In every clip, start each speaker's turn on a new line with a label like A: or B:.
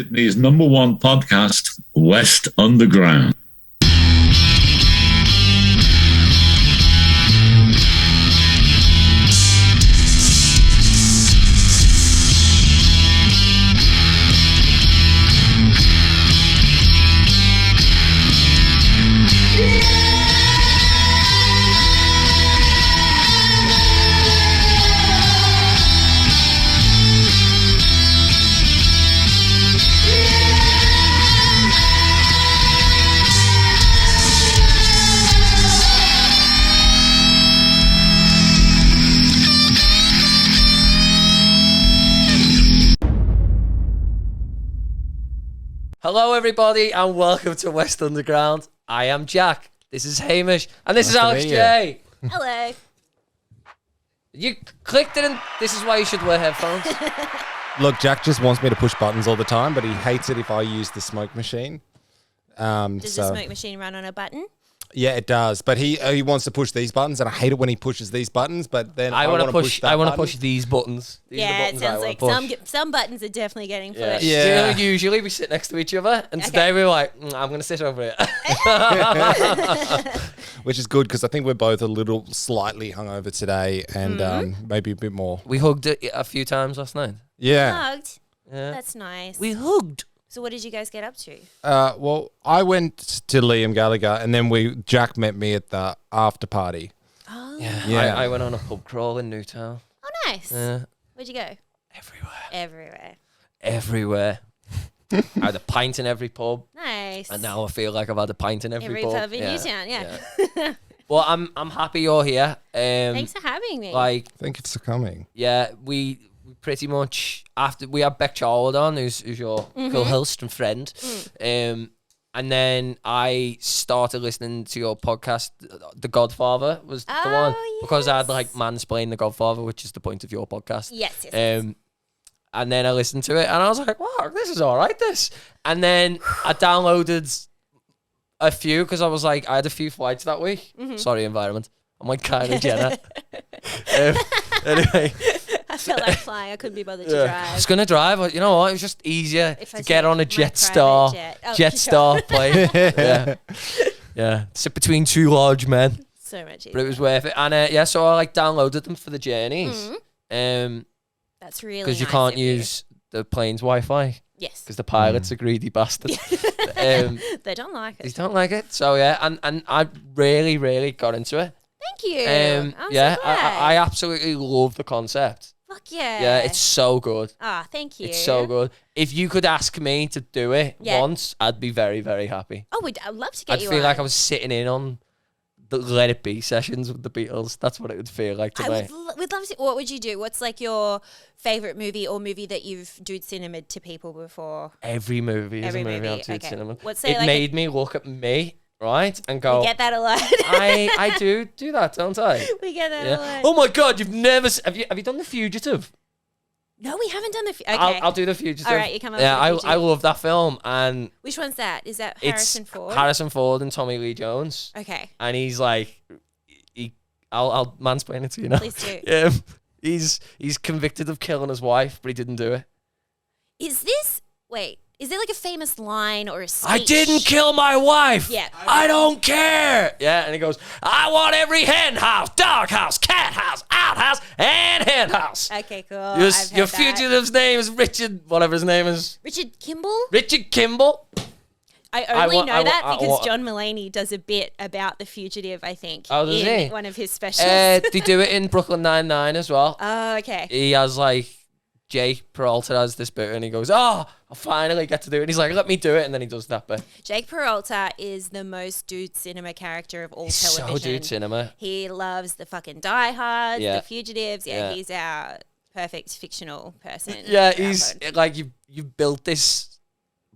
A: Sydney's number one podcast, West Underground.
B: Hello, everybody, and welcome to West Underground. I am Jack. This is Hamish, and this is
C: to
B: Alex
C: meet you.
B: J.
D: Hello.
B: You clicked it, and this is why you should wear headphones.
C: Look, Jack just wants me to push buttons all the time, but he hates it if I use the smoke machine.
B: Mm,
C: Um,
D: Does
C: so
D: the smoke machine run on a button?
C: yeah, it does. But he uh, he wants to push these buttons, and I hate it when he pushes these buttons. But then I,
B: I want to push.
C: that
B: I want to
C: button.
B: push these buttons. These are the
D: yeah, it
B: buttons I
D: sounds
B: wanna
D: like
B: push.
D: some some buttons are definitely getting
B: Yeah.
D: pushed.
C: Yeah.
B: You know, usually we sit next to each other, and
D: Okay.
B: today we were like, "Mm, I'm going to sit over it.
C: which is good because I think we're both a little slightly hungover today, and um, maybe a bit more.
B: we hugged it a few times last night.
C: Yeah.
D: Hugged. That's nice.
B: We hugged.
D: so what did you guys get up to?
C: Uh, well, I went to Liam Gallagher, and then we Jack met me at the after party.
D: Oh,
B: Yeah.
C: Yeah.
B: I, I went on a pub crawl in Newtown.
D: oh nice.
B: Yeah.
D: Where'd you go?
B: Everywhere.
D: Everywhere.
B: Everywhere. I had a pint in every pub,
D: Nice.
B: and now I feel like I've had a pint in every,
D: every pub in
B: Yeah.
D: Newtown. Yeah.
B: Well, I'm I'm happy you're here. Um,
D: Thanks for having me.
B: Like,
C: Thank you for coming.
B: yeah, we we pretty much after we had Beck Charwood on, who's who's your
D: Mm-hmm.
B: co-host and friend,
D: Mm.
B: um, and then I started listening to your podcast. The Godfather was the one
D: Oh,
B: because I'd
D: yes.
B: like mansplain The Godfather, which is the point of your podcast.
D: yes. Yes. yes.
B: Um, and then I listened to it and I was like, wow, this is all right, this. And then I downloaded a few because I was like, I had a few flights that week.
D: Mm-hmm.
B: Sorry, environment. I'm like Kylie Jenner. um, anyway,
D: I felt like flying. I couldn't be bothered to
B: I
D: drive.
B: was going to drive. but You know what? It was just easier
D: If I
B: to get
D: took
B: on
D: my
B: a Jetstar. Jet.
D: private jet. Oh, sure.
B: Jetstar plane. yeah. Yeah. Sit between two large men
D: So
B: but it
D: much easier. Mm-hmm.
B: was worth it. And uh, yeah, so I like downloaded them for the journeys um,
D: That's really
B: because you
D: nice
B: can't
D: of you.
B: use the plane's Wi-Fi
D: Yes.
B: because the
D: Mm.
B: pilots are greedy bastards. um,
D: They don't like
B: they
D: it.
B: don't like it. So yeah, and and I really really got into it.
D: Thank you.
B: Um,
D: I'm
B: yeah,
D: so
B: I,
D: glad.
B: I I absolutely love the concept.
D: Fuck yeah.
B: Yeah, it's so good.
D: Ah, thank you.
B: It's so good. If you could ask me to do it
D: Yeah.
B: once, I'd be very very happy.
D: Oh, we'd, I'd love to get
B: I'd
D: you
B: feel
D: on.
B: like I was sitting in on the Let It Be sessions with the Beatles. That's what it would feel like to
D: I
B: me.
D: would lo- we'd love to. What would you do? What's like your favorite movie or movie that you've dude cinema to people before?
B: Every movie is
D: Every
B: a movie,
D: movie,
B: I've seen
D: okay.
B: cinema.
D: What's
B: it
D: it like-
B: made me look at me right and go.
D: We get that a lot.
B: Oh, I I do do that, don't I?
D: we get that
B: Yeah.
D: a lot.
B: Oh my god, you've never s- have you have you done the Fugitive?
D: No, we haven't done the. F- okay.
B: I'll, I'll do the Fugitive.
D: All right, you come up
B: Yeah,
D: with The
B: I I
D: Fugitive.
B: love that film, and
D: Which one's that? Is that
B: it's
D: Harrison Ford?
B: Harrison Ford and Tommy Lee Jones,
D: okay.
B: and he's like, he, I'll I'll mansplain it to you now.
D: Please do.
B: Yeah, he's he's convicted of killing his wife, but he didn't do it.
D: Is this wait? Is there like a famous line or a speech?
B: I didn't kill my wife.
D: Yeah.
B: I don't care. Yeah, and he goes, I want every hen house, dog house, cat house, outhouse, and hen house.
D: Okay, cool.
B: your
D: I've heard
B: your
D: that.
B: fugitive's name is Richard, whatever his name is.
D: Richard Kimball.
B: Richard Kimball.
D: I only
B: wa-
D: know
B: I wa-
D: that
B: I
D: because
B: wa-
D: John Mulaney does a bit about the fugitive. I think.
B: Oh, does
D: in
B: he?
D: One of his specials.
B: Uh, they do it in Brooklyn Nine Nine as well.
D: oh, okay.
B: He has like Jake Peralta has this bit, and he goes, "Oh, I finally get to do it." And he's like, "Let me do it," and then he does that bit.
D: Jake Peralta is the most dude cinema character of all television.
B: So dude, cinema.
D: He loves the fucking diehards,
B: Yeah.
D: the fugitives. Yeah,
B: Yeah.
D: he's our perfect fictional person.
B: Yeah,
D: for our
B: he's
D: pod.
B: like you. You built this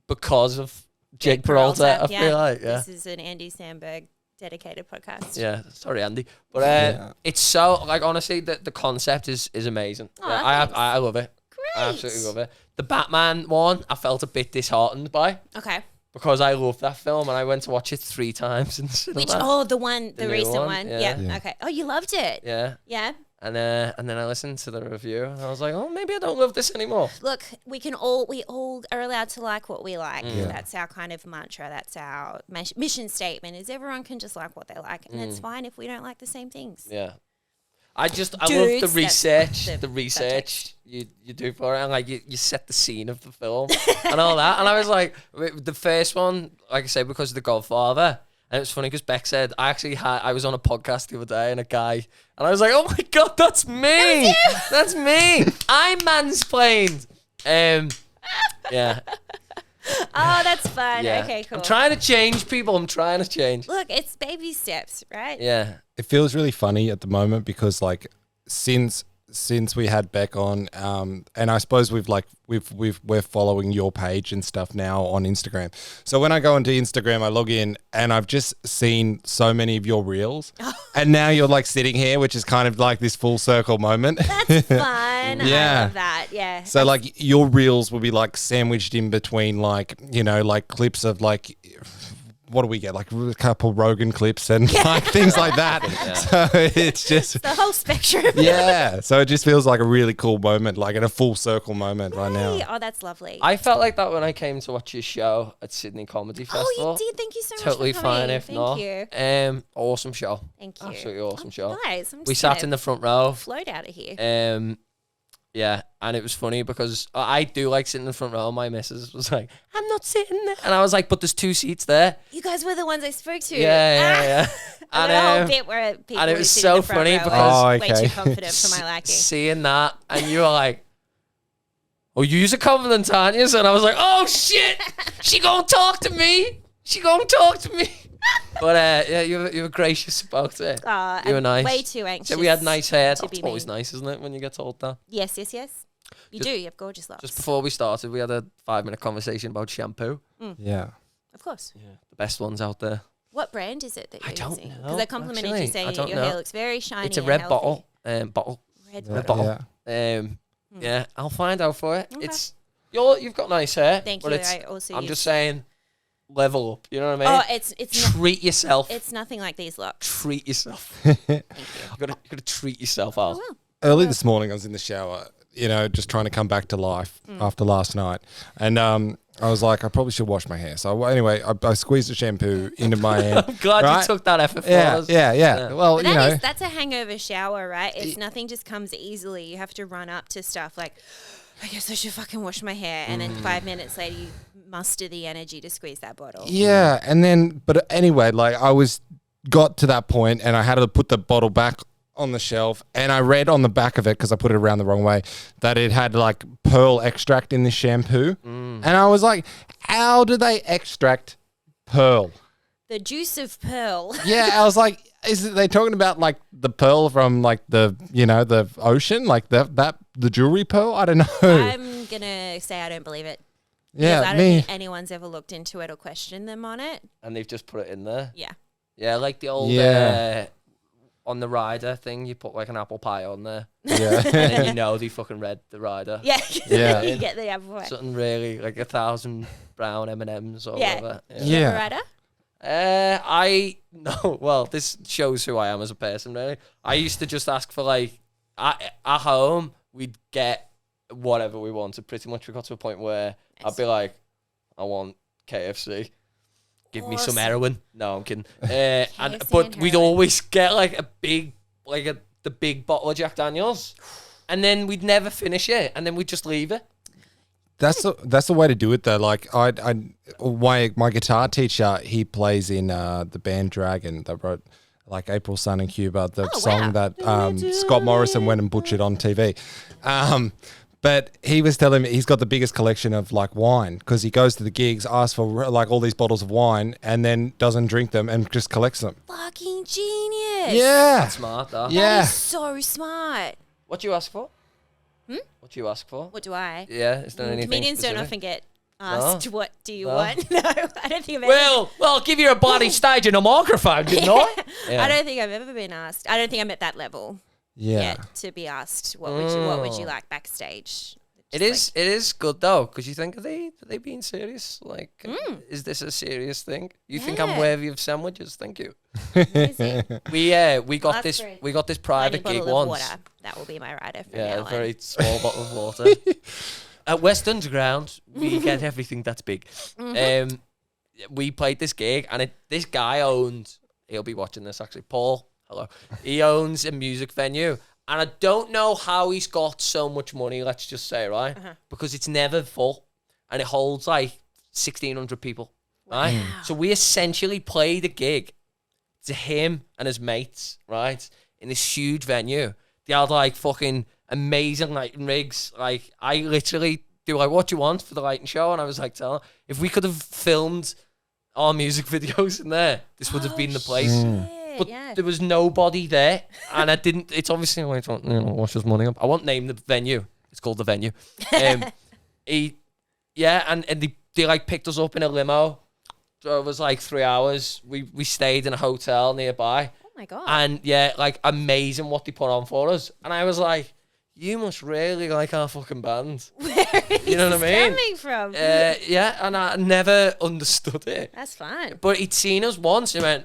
B: because of Jake, Peralta. I feel like yeah,
D: This is an Andy Sandberg dedicated podcast.
B: yeah. Sorry, Andy, but uh,
C: Yeah.
B: it's so like honestly, the, the concept is is amazing.
D: Aw,
B: Yeah, I ab-
D: thanks.
B: I I love it.
D: Great.
B: I absolutely love it. The Batman one, I felt a bit disheartened by
D: Okay.
B: because I loved that film and I went to watch it three times in cinema.
D: Which, oh, the one, the,
B: new
D: recent
B: one,
D: one.
B: yeah.
D: Yeah.
C: Yeah.
D: Okay. Oh, you loved it. Yeah.
B: Yeah, And uh, and then I listened to the review and I was like, oh, maybe I don't love this anymore.
D: Look, we can all we all are allowed to like what we like.
B: Mm.
D: That's our kind of mantra. That's our mis- mission statement. Is everyone can just like what they like, and it's fine if we don't like the same things.
B: Mm. Yeah. I just I
D: Dudes,
B: love
D: that's
B: the research,
D: the
B: the, research you, you do for it, and like you, you set the scene of the film and all that. And I was like, w- the first one, like I said, because of The Godfather, and it's funny because Beck said I actually had I was on a podcast the other day and a guy, and I was like, oh my god, that's me, that's me, I mansplained. Um, yeah,
D: Oh, that's fun.
B: yeah.
D: Okay, cool.
B: I'm trying to change people. I'm trying to change.
D: Look, it's baby steps, right?
B: Yeah,
C: it feels really funny at the moment because like since since we had back on um and i suppose we've like we've we've we're following your page and stuff now on instagram so when i go onto instagram i log in and i've just seen so many of your reels and now you're like sitting here which is kind of like this full circle moment
D: That's fun. I
C: Yeah.
D: love that. Yeah.
C: So like your reels will be like sandwiched in between like you know like clips of like what do we get like a couple Rogan clips and like things like that. So it's just
D: the whole spectrum.
C: yeah. So it just feels like a really cool moment, like in a full circle moment right
D: Hey,
C: now.
D: Oh, that's lovely.
B: I felt like that when I came to watch your show at Sydney Comedy Festival.
D: oh, you did. Thank you so much.
B: totally
D: for
B: fine
D: coming.
B: if
D: Thank
B: not.
D: you.
B: Um, awesome show.
D: Thank you.
B: Absolutely awesome
D: Oh,
B: show.
D: Guys, I'm
B: We
D: just
B: sat
D: gonna
B: in the front row.
D: float out of here.
B: Um, yeah, and it was funny because I I do like sitting in the front row. My missus was like, "I'm not sitting there," and I was like, "But there's two seats there."
D: You guys were the ones I spoke to.
B: Yeah, yeah, yeah.
D: Ah.
B: and
D: And, a whole
B: um,
D: bit where people
B: and it
D: who
B: was
D: sit in
B: so
D: the front
B: funny
D: row are
B: because-
C: Oh,
D: way
C: okay.
D: too confident for my liking.
B: seeing that, and you were like, "Oh, you use a confident, aren't you?" And I was like, "Oh shit, she gonna talk to me? She gonna talk to me?" But uh, yeah, you were, you were gracious about it.
D: Aw,
B: you were
D: Uh, I'm
B: nice.
D: Way too anxious.
B: So we had nice hair.
D: to
B: That's
D: be
B: always
D: me.
B: nice, isn't it, when you get told that?
D: Yes, yes, yes. You
B: Just-
D: do. You have gorgeous locks.
B: Just before we started, we had a five minute conversation about shampoo.
C: Yeah.
D: Of course.
B: The best ones out there.
D: What brand is it that
B: I
D: you're
B: don't
D: using?
B: know,
D: I complimented
B: actually.
D: you saying
B: I
D: that
B: don't
D: your
B: know.
D: hair looks very shiny.
B: it's a
D: and
B: red
D: healthy.
B: bottle. Um, bottle.
D: Red
C: Yeah.
D: bottle.
B: bottle. Um, yeah, I'll find out for it.
D: Hmm. Okay.
B: It's you're you've got nice hair.
D: Thank
B: but
D: you.
B: It's,
D: I also.
B: I'm
D: use-
B: just saying, level up. You know what I
D: Oh,
B: mean?
D: it's it's not,
B: treat yourself.
D: it's nothing like these locks.
B: treat yourself.
D: Thank you. Oh,
B: you gotta you gotta treat yourself out.
D: well.
C: Early this morning, I was in the shower, you know, just trying to come back to life
B: Mm.
C: after last night, and um, I was like, I probably should wash my hair. So I- anyway, I, I squeezed the shampoo into my hair.
B: I'm glad
C: Right?
B: you took that effort for
C: Yeah,
B: us.
C: yeah, yeah.
B: Yeah.
C: Well,
D: But
C: you
D: that
C: know,
D: is- that's a hangover shower, right? It's nothing just comes easily. You have to run up to stuff like, I guess I should fucking wash my hair, and
B: Mm.
D: then five minutes later you muster the energy to squeeze that bottle.
C: Yeah, and then but anyway, like I was got to that point and I had to put the bottle back on the shelf and I read on the back of it because I put it around the wrong way that it had like pearl extract in this shampoo. And I was like, how do they extract pearl?
D: The juice of pearl.
C: Yeah, I was like is it, they talking about like the pearl from like the you know the ocean like that that the jewelry pearl? I don't know.
D: I'm gonna say I don't believe it.
C: yeah,
D: because I don't
C: me.
D: think anyone's ever looked into it or questioned them on it.
B: And they've just put it in there.
D: Yeah.
B: Yeah, like the old
C: Yeah.
B: uh, on the rider thing, you put like an apple pie on there.
C: yeah.
B: and you know they fucking read the rider.
D: Yeah.
C: Yeah.
D: you get the apple pie.
B: Something really like a thousand brown M and M's or
D: Yeah.
B: whatever. Yeah.
D: You have a
C: Yeah.
D: rider?
B: Uh, I no. Well, this shows who I am as a person. Really, I used to just ask for like at, at home we'd get whatever we wanted. Pretty much, we got to a point where I'd be like, I want KFC. Give me some
D: Awesome.
B: heroin. No, I'm kidding. Uh, and
D: KFC
B: but
D: and
B: we'd
D: heroin.
B: always get like a big, like a the big bottle of Jack Daniels, and then we'd never finish it, and then we'd just leave it.
C: That's the that's the way to do it though. Like I, I my my guitar teacher, he plays in uh, the band Dragon that wrote like April Sun in Cuba, the
D: Oh,
C: song
D: wow.
C: that um, Scott Morrison went and butchered on TV. Um, but he was telling me he's got the biggest collection of like wine because he goes to the gigs, asks for like all these bottles of wine, and then doesn't drink them and just collects them.
D: Fucking genius.
C: Yeah,
B: Smart. That.
C: yeah.
D: So smart.
B: What do you ask for? Hmm. What do you ask for?
D: What do I?
B: Yeah, is there anything?
D: Comedians don't
B: specific?
D: often get asked, "What do you want?" No, I don't think I've ever.
B: Well, well, I'll give you a bloody stage and a microphone, didn't I?
D: I don't think I've ever been asked. I don't think I'm at that level
C: yeah.
D: yet to be asked, "What would you What would you like backstage?"
B: Mm. It is. It is good though, because you think are they are they being serious? Like, uh, is this a serious thing? You think I'm
D: Mm. Yeah.
B: worthy of sandwiches? Thank you.
D: Amazing.
B: We uh, we got
D: That's
B: this
D: great.
B: we got this
D: Tiny
B: private gig
D: bottle of
B: once.
D: water. That will be my rider from
B: Yeah,
D: now
B: a
D: on.
B: very small bottle of water. At West Underground, we get everything that's big. Um, we played this gig, and it, this guy owned. He'll be watching this actually. Paul, hello. He owns a music venue, and I don't know how he's got so much money. Let's just say, right, because it's never full, and it holds like sixteen hundred people. Right, so we essentially played a gig to him and his mates, right, in this huge venue. They had like fucking amazing lighting rigs. Like I literally do like what do you want for the lighting show, and I was like, tell her, if we could have filmed our music videos in there, this would have been the place.
D: Yeah,
B: But
D: yeah.
B: there was nobody there, and I didn't. It's obviously I don't you know wash his money up. I won't name the venue. It's called the venue. Um, he, yeah, and and they, they like picked us up in a limo. Drove us like three hours. We we stayed in a hotel nearby.
D: oh my god.
B: And yeah, like amazing what they put on for us. And I was like, you must really like our fucking band. you know what I mean?
D: Coming from.
B: Uh, yeah, and I never understood it.
D: That's fine.
B: But he'd seen us once. He went,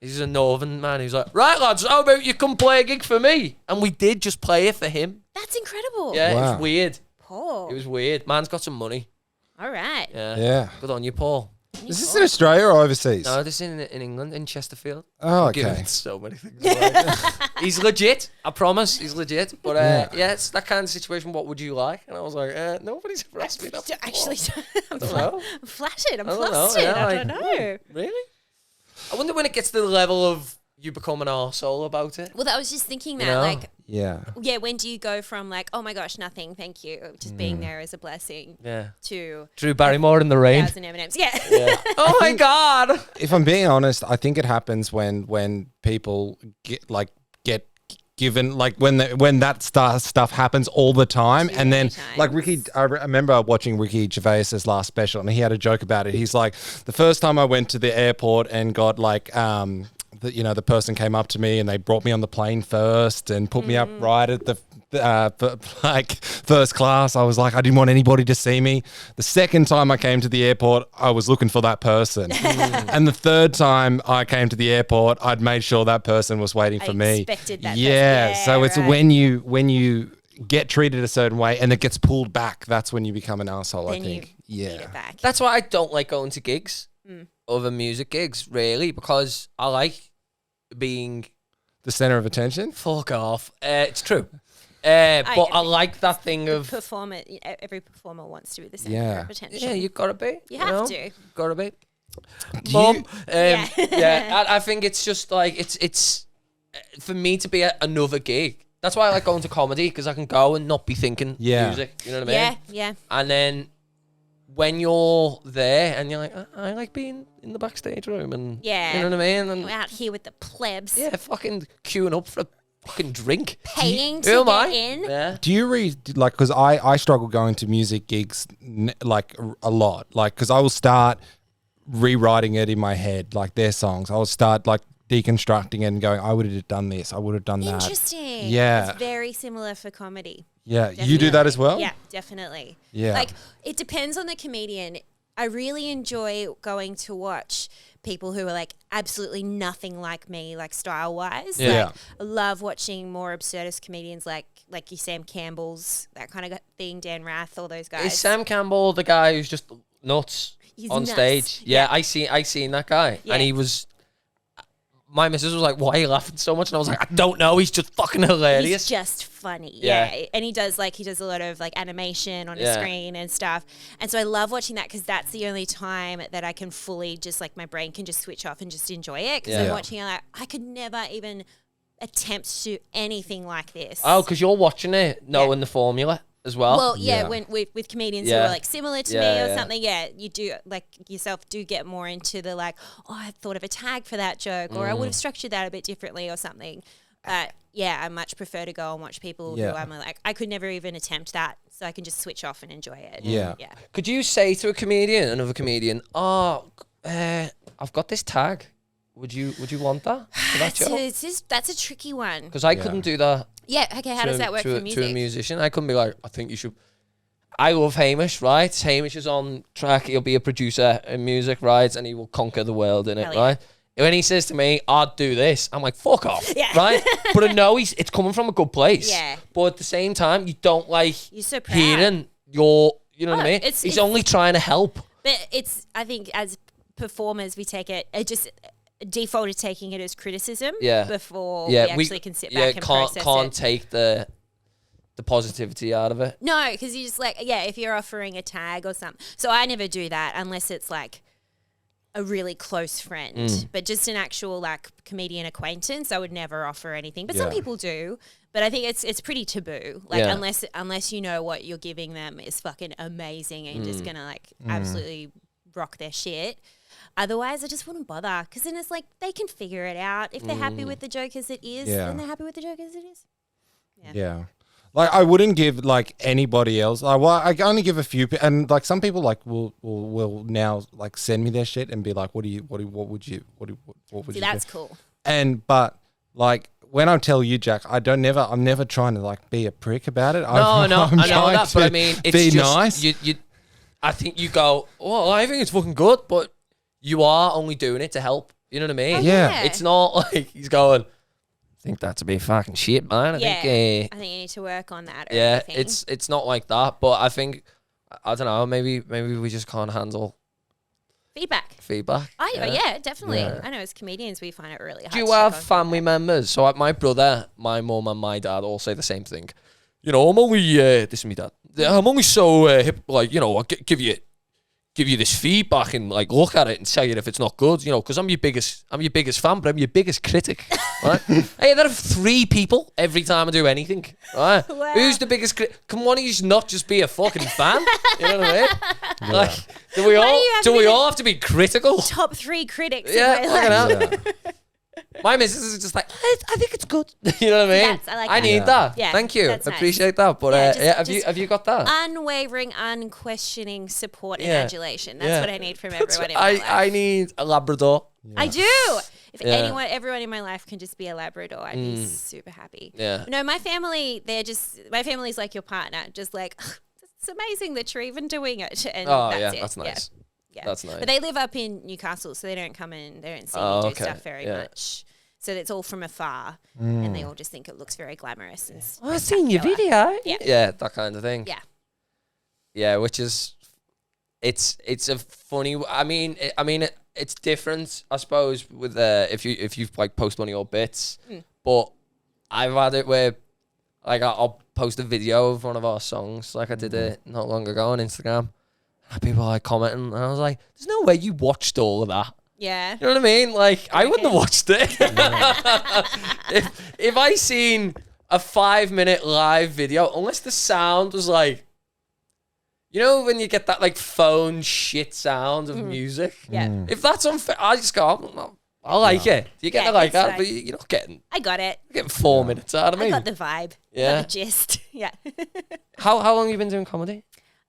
B: he's a northern man. He was like, right, lads, how about you come play a gig for me? And we did just play it for him.
D: That's incredible.
B: Yeah, it
C: Wow.
B: was weird.
D: Paul.
B: It was weird. Man's got some money.
D: All right.
B: Yeah.
C: Yeah.
B: Good on you, Paul.
C: Is this in Australia or overseas?
B: No, this is in, in England, in Chesterfield.
C: Oh,
B: Given
C: okay.
B: so many things. away. he's legit. I promise, he's legit. But uh, yeah. it's that kind of situation. What would you like? And I was like, uh, nobody's ever asked me that.
D: D-
B: before.
D: Actually, I'm
B: I don't know.
D: I'm flattered. I'm
B: I don't know,
D: flustered.
B: yeah,
D: I
B: I-
D: don't know.
B: Really? I wonder when it gets to the level of you become an arsehole about it.
D: Well, I was just thinking that,
B: know?
D: like,
C: Yeah.
D: yeah, when do you go from like, oh my gosh, nothing, thank you, uh, just being there is a blessing,
B: Mm. Yeah.
D: to
B: Drew Barrymore in the rain.
D: thousand M and M's? Yeah.
B: oh my god.
C: If I'm being honest, I think it happens when when people get like get given like when the, when that star stuff happens all the time and then
D: many
C: like Ricky I re- I remember watching Ricky Gervais's last special and he had a joke about it he's like the first time I went to the airport and got like um the, you know the person came up to me and they brought me on the plane first and put me up
D: Mm.
C: right at the uh, f- like first class I was like I didn't want anybody to see me the second time I came to the airport I was looking for that person
D: Mm.
C: and the third time I came to the airport I'd made sure that person was waiting for
D: I
C: me
D: expected that person.
C: yeah,
D: Yeah,
C: so it's
D: right.
C: when you when you get treated a certain way and it gets pulled back that's when you become an asshole i
D: Then you
C: think
D: Beat it
C: yeah
D: back.
B: That's why I don't like going to gigs,
D: Mm.
B: other music gigs, really, because I like being
C: the center of attention
B: Fuck off. Uh, it's true. Uh, but I,
D: agree.
B: like that thing of
D: performer, e- every performer wants to be the center
C: Yeah.
D: of attention.
B: yeah, you gotta be.
D: You have
B: know?
D: to.
B: Gotta be. Mom, um, yeah,
D: Yeah.
B: I, I think it's just like it's it's uh, for me to be at another gig. That's why I like going to comedy because I can go and not be thinking
C: Yeah.
B: music. You know what I mean?
D: yeah, yeah.
B: And then when you're there and you're like, I, I like being in the backstage room and
D: Yeah.
B: you know what I mean?
D: We're
B: And
D: out here with the plebs,
B: yeah, fucking queuing up for a fucking drink.
D: paying to
B: Who am
D: get
B: I?
D: in.
B: Yeah.
C: do you read like because i i struggle going to music gigs n- like r- a lot like because i will start rewriting it in my head like their songs i'll start like deconstructing it and going i would have done this i would have done that
D: Interesting.
C: Yeah.
D: It's very similar for comedy.
C: yeah you do that as well
D: Definitely. Yeah, definitely.
C: Yeah.
D: Like it depends on the comedian. I really enjoy going to watch people who are like absolutely nothing like me, like style wise.
C: Yeah.
D: Like, I love watching more absurdist comedians like like you Sam Campbell's, that kind of thing, Dan Rath, all those guys.
B: Is Sam Campbell the guy who's just nuts
D: He's
B: on
D: nuts.
B: stage? Yeah, I see. I seen that guy,
D: Yeah.
B: and he was. My missus was like, "Why are you laughing so much?" And I was like, "I don't know. He's just fucking
D: He's
B: hilarious."
D: just funny. Yeah.
B: Yeah.
D: And he does like, he does a lot of like animation on a
B: Yeah.
D: screen and stuff. And so I love watching that because that's the only time that I can fully just like my brain can just switch off and just enjoy it. Because I'm
C: Yeah.
D: watching it like, I could never even attempt to do anything like this.
B: Oh, because you're watching it, knowing the formula as well.
D: Well, yeah,
C: Yeah.
D: when with, with comedians who
B: Oh, Yeah.
D: are like similar to me
B: Yeah,
D: or
B: yeah.
D: something, yeah, you do like yourself do get more into the like, oh, I thought of a tag for that joke, or I would have
B: Mm.
D: structured that a bit differently, or something. But yeah, I much prefer to go and watch people
C: Yeah.
D: who I'm like, I could never even attempt that, so I can just switch off and enjoy it.
C: Yeah.
D: yeah,
B: Could you say to a comedian, another comedian, "Oh, uh, I've got this tag. Would you Would you want that for that
D: that's a,
B: show?"
D: it's just, that's a tricky one.
B: Because I couldn't do that
D: Yeah, okay, how
B: to,
D: does that work
B: to,
D: for
B: a- to a
D: music?
B: musician? I couldn't be like, I think you should. I love Hamish, right? Hamish is on track. He'll be a producer in music, right? And he will conquer the world in it,
D: Hell yeah.
B: right? When he says to me, "I'd do this," I'm like, "Fuck off,"
D: Yeah.
B: right? But I know he's it's coming from a good place.
D: Yeah.
B: But at the same time, you don't like
D: You're so proud.
B: hearing your, you know what
D: Oh,
B: I mean?
D: it's-
B: he's
D: it's-
B: only trying to help.
D: But it's, I think, as performers, we take it, it just default to taking it as criticism
B: Yeah.
D: before
B: Yeah,
D: we actually can sit back
B: yeah,
D: and
B: can't
D: process
B: can't
D: it.
B: take the the positivity out of it.
D: No, because you just like yeah, if you're offering a tag or something. So I never do that unless it's like a really close friend,
C: Mm.
D: but just an actual like comedian acquaintance. I would never offer anything, but some
C: Yeah.
D: people do. But I think it's it's pretty taboo. Like
B: Yeah.
D: unless unless you know what you're giving them is fucking amazing and you're
C: Mm.
D: just gonna like absolutely rock their shit. Otherwise, I just wouldn't bother because then it's like they can figure it out if they're happy with the joke as it is,
C: Mm. Yeah.
D: then they're happy with the joke as it is.
C: Yeah. Like I wouldn't give like anybody else. I well, I only give a few, pe- and like some people like will, will will now like send me their shit and be like, "What do you? What do? What would you? What do? What, what would
D: See,
C: you?" do?"
D: that's cool.
C: And but like when I tell you, Jack, I don't never. I'm never trying to like be a prick about it.
B: No,
C: No, I'm,
B: no, i
C: I'm
B: know
C: trying
B: that, but I
C: to
B: mean, it's
C: be
B: just,
C: nice.
B: You, you, I think you go, well, I think it's fucking good, but you are only doing it to help. You know what I mean?
D: Oh,
C: Eh, Yeah.
B: It's not like he's going, I think that's a bit fucking shit, man. I
D: yeah,
B: think, uh,
D: I think you need to work on that. or
B: yeah,
D: anything.
B: it's it's not like that, but I think, I- I don't know, maybe maybe we just can't handle
D: feedback.
B: feedback.
D: I yeah, yeah definitely.
C: Yeah.
D: I know as comedians we find it really hard.
B: Do you
D: to check
B: have
D: on.
B: family members? So like my brother, my mum, and my dad all say the same thing. You know, I'm only uh, this is me dad. I'm only so uh, hip, like you know, I gi- give you give you this feedback and like look at it and tell you if it's not good. You know, because I'm your biggest, I'm your biggest fan, but I'm your biggest critic. Right? hey, there are three people every time I do anything. Right?
D: Wow.
B: Who's the biggest? Cri- Can one of you not just be a fucking fan? you know what I mean? Like, do we all
D: do you have
B: do
D: to
B: we
D: be the-
B: all have to be critical?
D: top three critics? in
B: Yeah,
D: my
B: look at
D: life.
B: that.
C: Yeah.
B: My missus is just like, I, I think it's good. you know what I mean?
D: That's- I like that.
B: need
D: Yeah.
B: that.
D: Yeah,
B: Thank you.
D: that's nice.
B: Appreciate that. But
D: Yeah,
B: uh,
D: just-
B: yeah, have you
D: just-
B: have you got that?
D: Unwavering, unquestioning support and
B: Yeah.
D: adulation. That's
B: Yeah.
D: what I need from
B: That's
D: everyone in
B: what
D: my
B: I,
D: life.
B: I need a Labrador.
D: I do. If
B: Yeah. Mm.
D: anyone, everyone in my life can just be a Labrador, I'd be super happy.
B: Yeah.
D: No, my family, they're just my family's like your partner, just like it's amazing that you're even doing it. And
B: Oh
D: that's
B: yeah,
D: it.
B: that's nice.
D: Yeah.
B: That's nice.
D: But they live up in Newcastle, so they don't come in, they don't see
B: Oh,
D: me do
B: okay.
D: stuff very
B: Yeah. Mm.
D: much. So it's all from afar, and they all just think it looks very glamorous. And s-
B: Oh, I've seen your video. Yeah. that kind of thing.
D: Yeah.
B: Yeah, which is, it's it's a funny. I mean, it, I mean, it, it's different, I suppose, with uh, if you if you like post one of your bits. But I've had it where, like, I- I'll post a video of one of our songs, like I did it not long ago on Instagram. And people like commenting, and I was like, "There's no way you watched all of that."
D: yeah.
B: You know what I mean? Like I wouldn't have watched it. if if I seen a five minute live video, unless the sound was like you know when you get that like phone shit sound of music?
D: Mm-hmm. Yeah.
B: If that's unfair I just go, I'm not- I like it. You get
D: Yeah,
B: it like
D: it's
B: that,
D: like-
B: but you- you're not getting
D: I got it.
B: you're getting four minutes out of
D: I
B: me.
D: got the vibe.
B: Yeah.
D: I got the gist. Yeah.
B: How how long have you been doing comedy?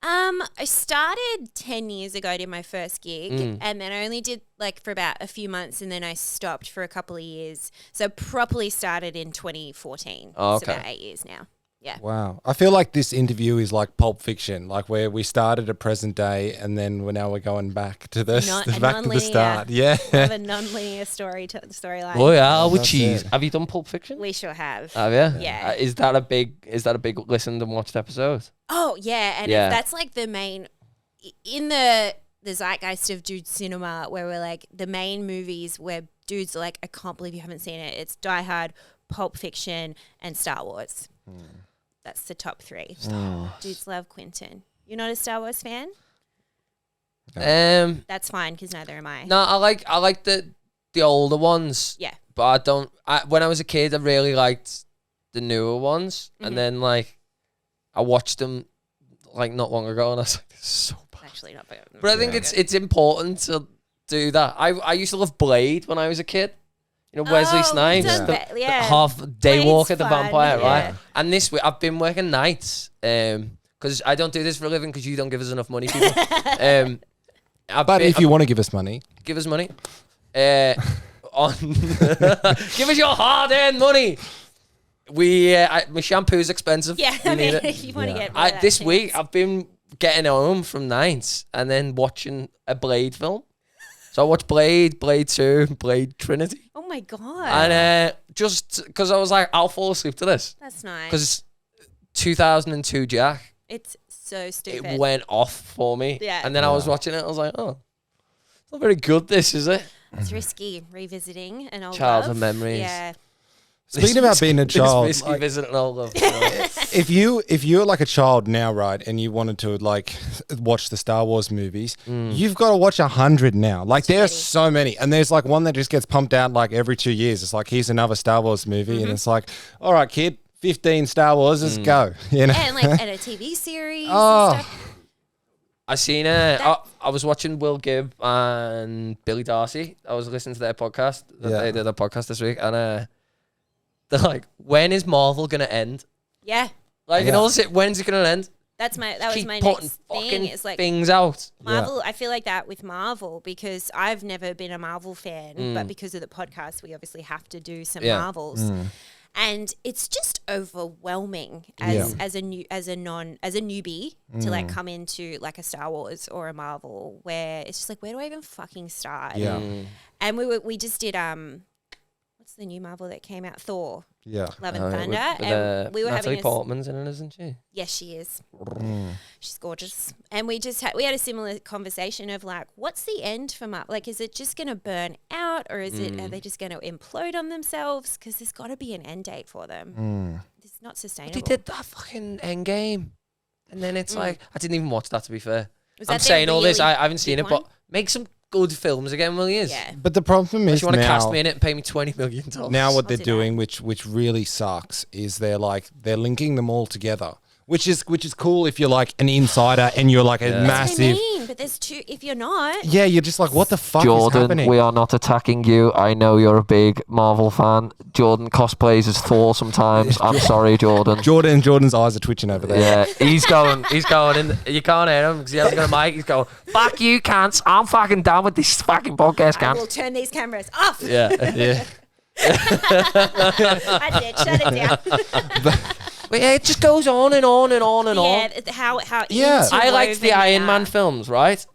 D: um, I started 10 years ago, did my first gig,
B: Mm.
D: and then I only did like for about a few months, and then I stopped for a couple of years. So properly started in 2014.
B: Oh,
D: So
B: okay.
D: about eight years now. Yeah.
C: Wow. I feel like this interview is like Pulp Fiction, like where we started at present day and then we're now we're going back to this,
D: Not-
C: back to the
D: non-linear.
C: start. Yeah.
D: Have a non-linear story to, storyline.
B: Oh yeah, with
C: that's
B: cheese.
C: cheese.
B: Have you done Pulp Fiction?
D: We sure have.
B: Have you?
D: Yeah.
B: Uh, Is that a big is that a big listened and watched episode?
D: Oh yeah, and
B: Yeah.
D: If that's like the main i- in the the zeitgeist of dude cinema, where we're like the main movies where dudes are like, I can't believe you haven't seen it. It's Die Hard, Pulp Fiction, and Star Wars.
B: Hmm.
D: That's the top three. Dudes love Quentin. You're not a Star Wars fan?
B: Um
D: That's fine, because neither am I.
B: No, I like I like the the older ones.
D: Yeah.
B: But I don't. I, when I was a kid, I really liked the newer ones,
D: Mm-hmm.
B: and then like I watched them like not long ago, and I was like, this is so bad.
D: Actually, not. But,
B: But I think it's it's important to do that. I I used to love Blade when I was a kid. You know Wesley
D: Oh,
B: Snipes,
D: we've done
B: the,
D: Ba-
B: the
D: yeah.
B: half day
D: Blade's
B: walker, the
D: fun,
B: vampire,
D: yeah.
B: right? And this week I've been working nights, um, because I don't do this for a living because you don't give us enough money, people. um, I've
C: But
B: been-
C: if you want to give us money,
B: give us money. Uh, on give us your hard-earned money. We uh, I, my shampoo's expensive.
D: yeah,
B: we
D: I
B: need
D: mean,
B: it.
D: if you want to
C: Yeah.
D: get rid of
B: I,
D: that
B: this
D: shit.
B: week I've been getting home from nights and then watching a Blade film. So I watched Blade, Blade 2, Blade Trinity.
D: Oh my god.
B: And uh, just because I was like, I'll fall asleep to this.
D: That's nice.
B: Because it's 2002 Jack.
D: it's so
B: It
D: stupid.
B: went off for me.
D: Yeah.
B: And then I was watching it. I was like, oh, it's not very good, this, is it?
D: it's risky revisiting an old
B: Childhood
D: love.
B: memories.
D: Yeah.
C: Speaking about being a
B: It's
C: child,
B: risky
C: like,
B: visiting all of them.
C: if you if you're like a child now, right, and you wanted to like watch the Star Wars movies,
B: Mm.
C: you've got to watch a hundred now. Like there are so many, and there's like one that just gets pumped out like every two years. It's like here's another Star Wars movie, and it's like, all right, kid, fifteen Star Wars,
B: Mm.
C: let's go. You know,
D: And like and a TV series.
C: Oh.
D: And stuff.
B: I seen uh, I, I was watching Will Gibb and Billy Darcy. I was listening to their podcast. that
C: Yeah.
B: They did a podcast this week, and uh, they're like, "When is Marvel gonna end?
D: Yeah.
B: Like, in
C: Yeah.
B: all shit, when's it gonna end?
D: That's my that was
B: Keep
D: my
B: putting
D: next
B: fucking
D: thing. It's like
B: things out."
D: Marvel, I feel like that with Marvel because I've never been a Marvel fan, but because of the podcast, we obviously have to do some
B: Mm. Yeah.
D: Marvels.
C: Mm.
D: And it's just overwhelming as, as a new as a non as a newbie to
C: Mm.
D: like come into like a Star Wars or a Marvel where it's just like where do I even fucking start?
C: yeah,
B: Mm.
D: And we were, we just did um what's the new Marvel that came out? Thor,
C: yeah.
D: Love and
B: Uh, with-
D: Thunder.
B: with,
D: and
B: uh,
D: we were
B: Natalie
D: having a s-
B: Portman's in it, isn't she?
D: Yes, she is. She's gorgeous. And we just had we had a similar conversation of like, what's the end for Marvel? Like, is it just going to burn out, or is it
B: Mm.
D: are they just going to implode on themselves? Because there's got to be an end date for them. It's not
B: They
D: sustainable.
B: did that fucking Endgame, and then it's like I didn't even watch that. To be fair,
D: Mm. Was
B: I'm
D: that the
B: saying all this.
D: really
B: I, I haven't seen
D: big
B: it,
D: one?
B: but make some good films again, will you?
D: yeah,
C: But the problem
B: If
C: is
B: you want to
C: now,
B: cast me in it and pay me twenty million dollars.
C: now what
D: I'll
C: they're
D: do that.
C: doing, which which really sucks, is they're like they're linking them all together, which is which is cool if you're like an insider and you're like a
D: That's what I
C: massive.
D: mean, but there's two. If you're not,
C: Yeah, you're just like, what the fuck is happening?
B: Jordan, we are not attacking you. I know you're a big Marvel fan. Jordan cosplays as Thor sometimes. I'm sorry, Jordan.
C: Jordan, Jordan's eyes are twitching over there.
B: Yeah, he's going, he's going, and you can't hear him because he hasn't got a mic. He's going, fuck you, cunts. I'm fucking down with this fucking podcast,
D: I will
B: cunt.
D: turn these cameras off.
B: Yeah,
C: Yeah.
D: I did shut it down.
B: but yeah, it just goes on and on and on and
D: yeah,
B: on.
D: it- how how
C: Yeah.
D: interwoven
B: I liked
D: they
B: the Iron Man
D: are.
B: films, right?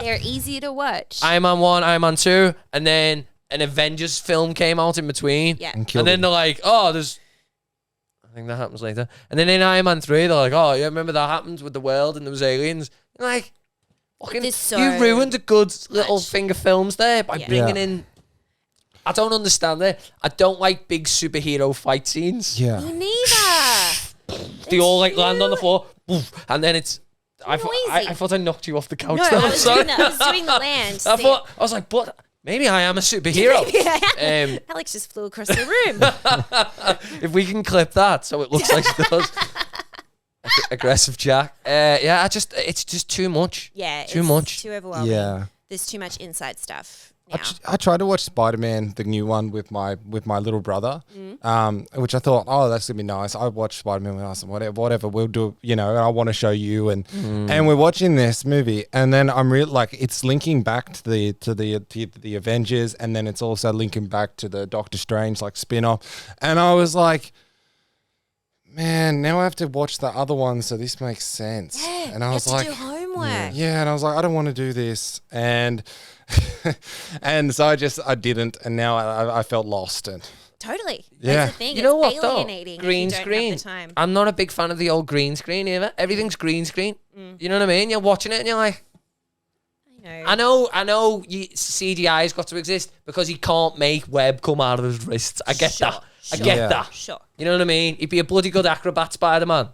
D: They're easy to watch.
B: Iron Man one, Iron Man two, and then an Avengers film came out in between.
D: yeah,
C: And killed
B: and then
C: him.
B: they're like, oh, there's. I think that happens later. And then in Iron Man 3, they're like, oh, yeah, remember that happened with the world and there was aliens? And like, fucking,
D: There's so
B: you ruined a good little
D: much.
B: thing of films there by
D: Yeah.
B: bringing
C: Yeah.
B: in. I don't understand it. I don't like big superhero fight scenes.
D: me
C: Yeah.
D: neither.
B: They all like land on the
D: floor.
B: floor, boof, and then it's. I, thought I,
D: Noisy.
B: I thought I knocked you off the couch.
D: No,
B: there.
D: I
B: I'm
D: was,
B: sorry.
D: doing the, I was doing the land.
B: I
D: see.
B: thought I was like, but maybe I am a superhero. um,
D: Alex just flew across the room.
B: if we can clip that so it looks like she does. Ag- Aggressive Jack. Uh, yeah, I just it's just too much.
D: yeah,
B: Too
D: it's
B: much.
D: too overwhelming.
C: Yeah.
D: there's too much inside stuff
C: I,
D: now.
C: tr- I tried to watch Spider Man, the new one, with my with my little brother,
D: Mm.
C: um, which I thought, oh, that's gonna be nice. I watched Spider Man with us and whatever, whatever. We'll do, you know. And I want to show you, and and we're watching this movie, and then I'm real like it's linking back to the to the to the Avengers, and then it's also linking back to the Doctor Strange like spin off, and I was like. Man, now I have to watch the other one, so this makes sense.
D: Yeah,
C: and I
D: you
C: was
D: have
C: like,
D: to do homework.
C: yeah, and I was like, I don't want to do this, and and so I just I didn't, and now I, I- I felt lost. And
D: Totally.
C: Yeah.
D: That's the thing.
B: You know
D: it's
B: what though?
D: alienating if
B: Green
D: you don't
B: screen.
D: Have the time.
B: I'm not a big fan of the old green screen either. Everything's green screen.
D: Mm.
B: You know what I mean? You're watching it and you're like,
D: I know.
B: I know, I know, you, CGI's got to exist because he can't make web come out of his wrists. I get
D: Sure,
B: that. I
D: sure,
B: get
C: Yeah.
B: that.
D: Sure,
B: You know what I mean? He'd be a bloody good acrobat Spider-Man,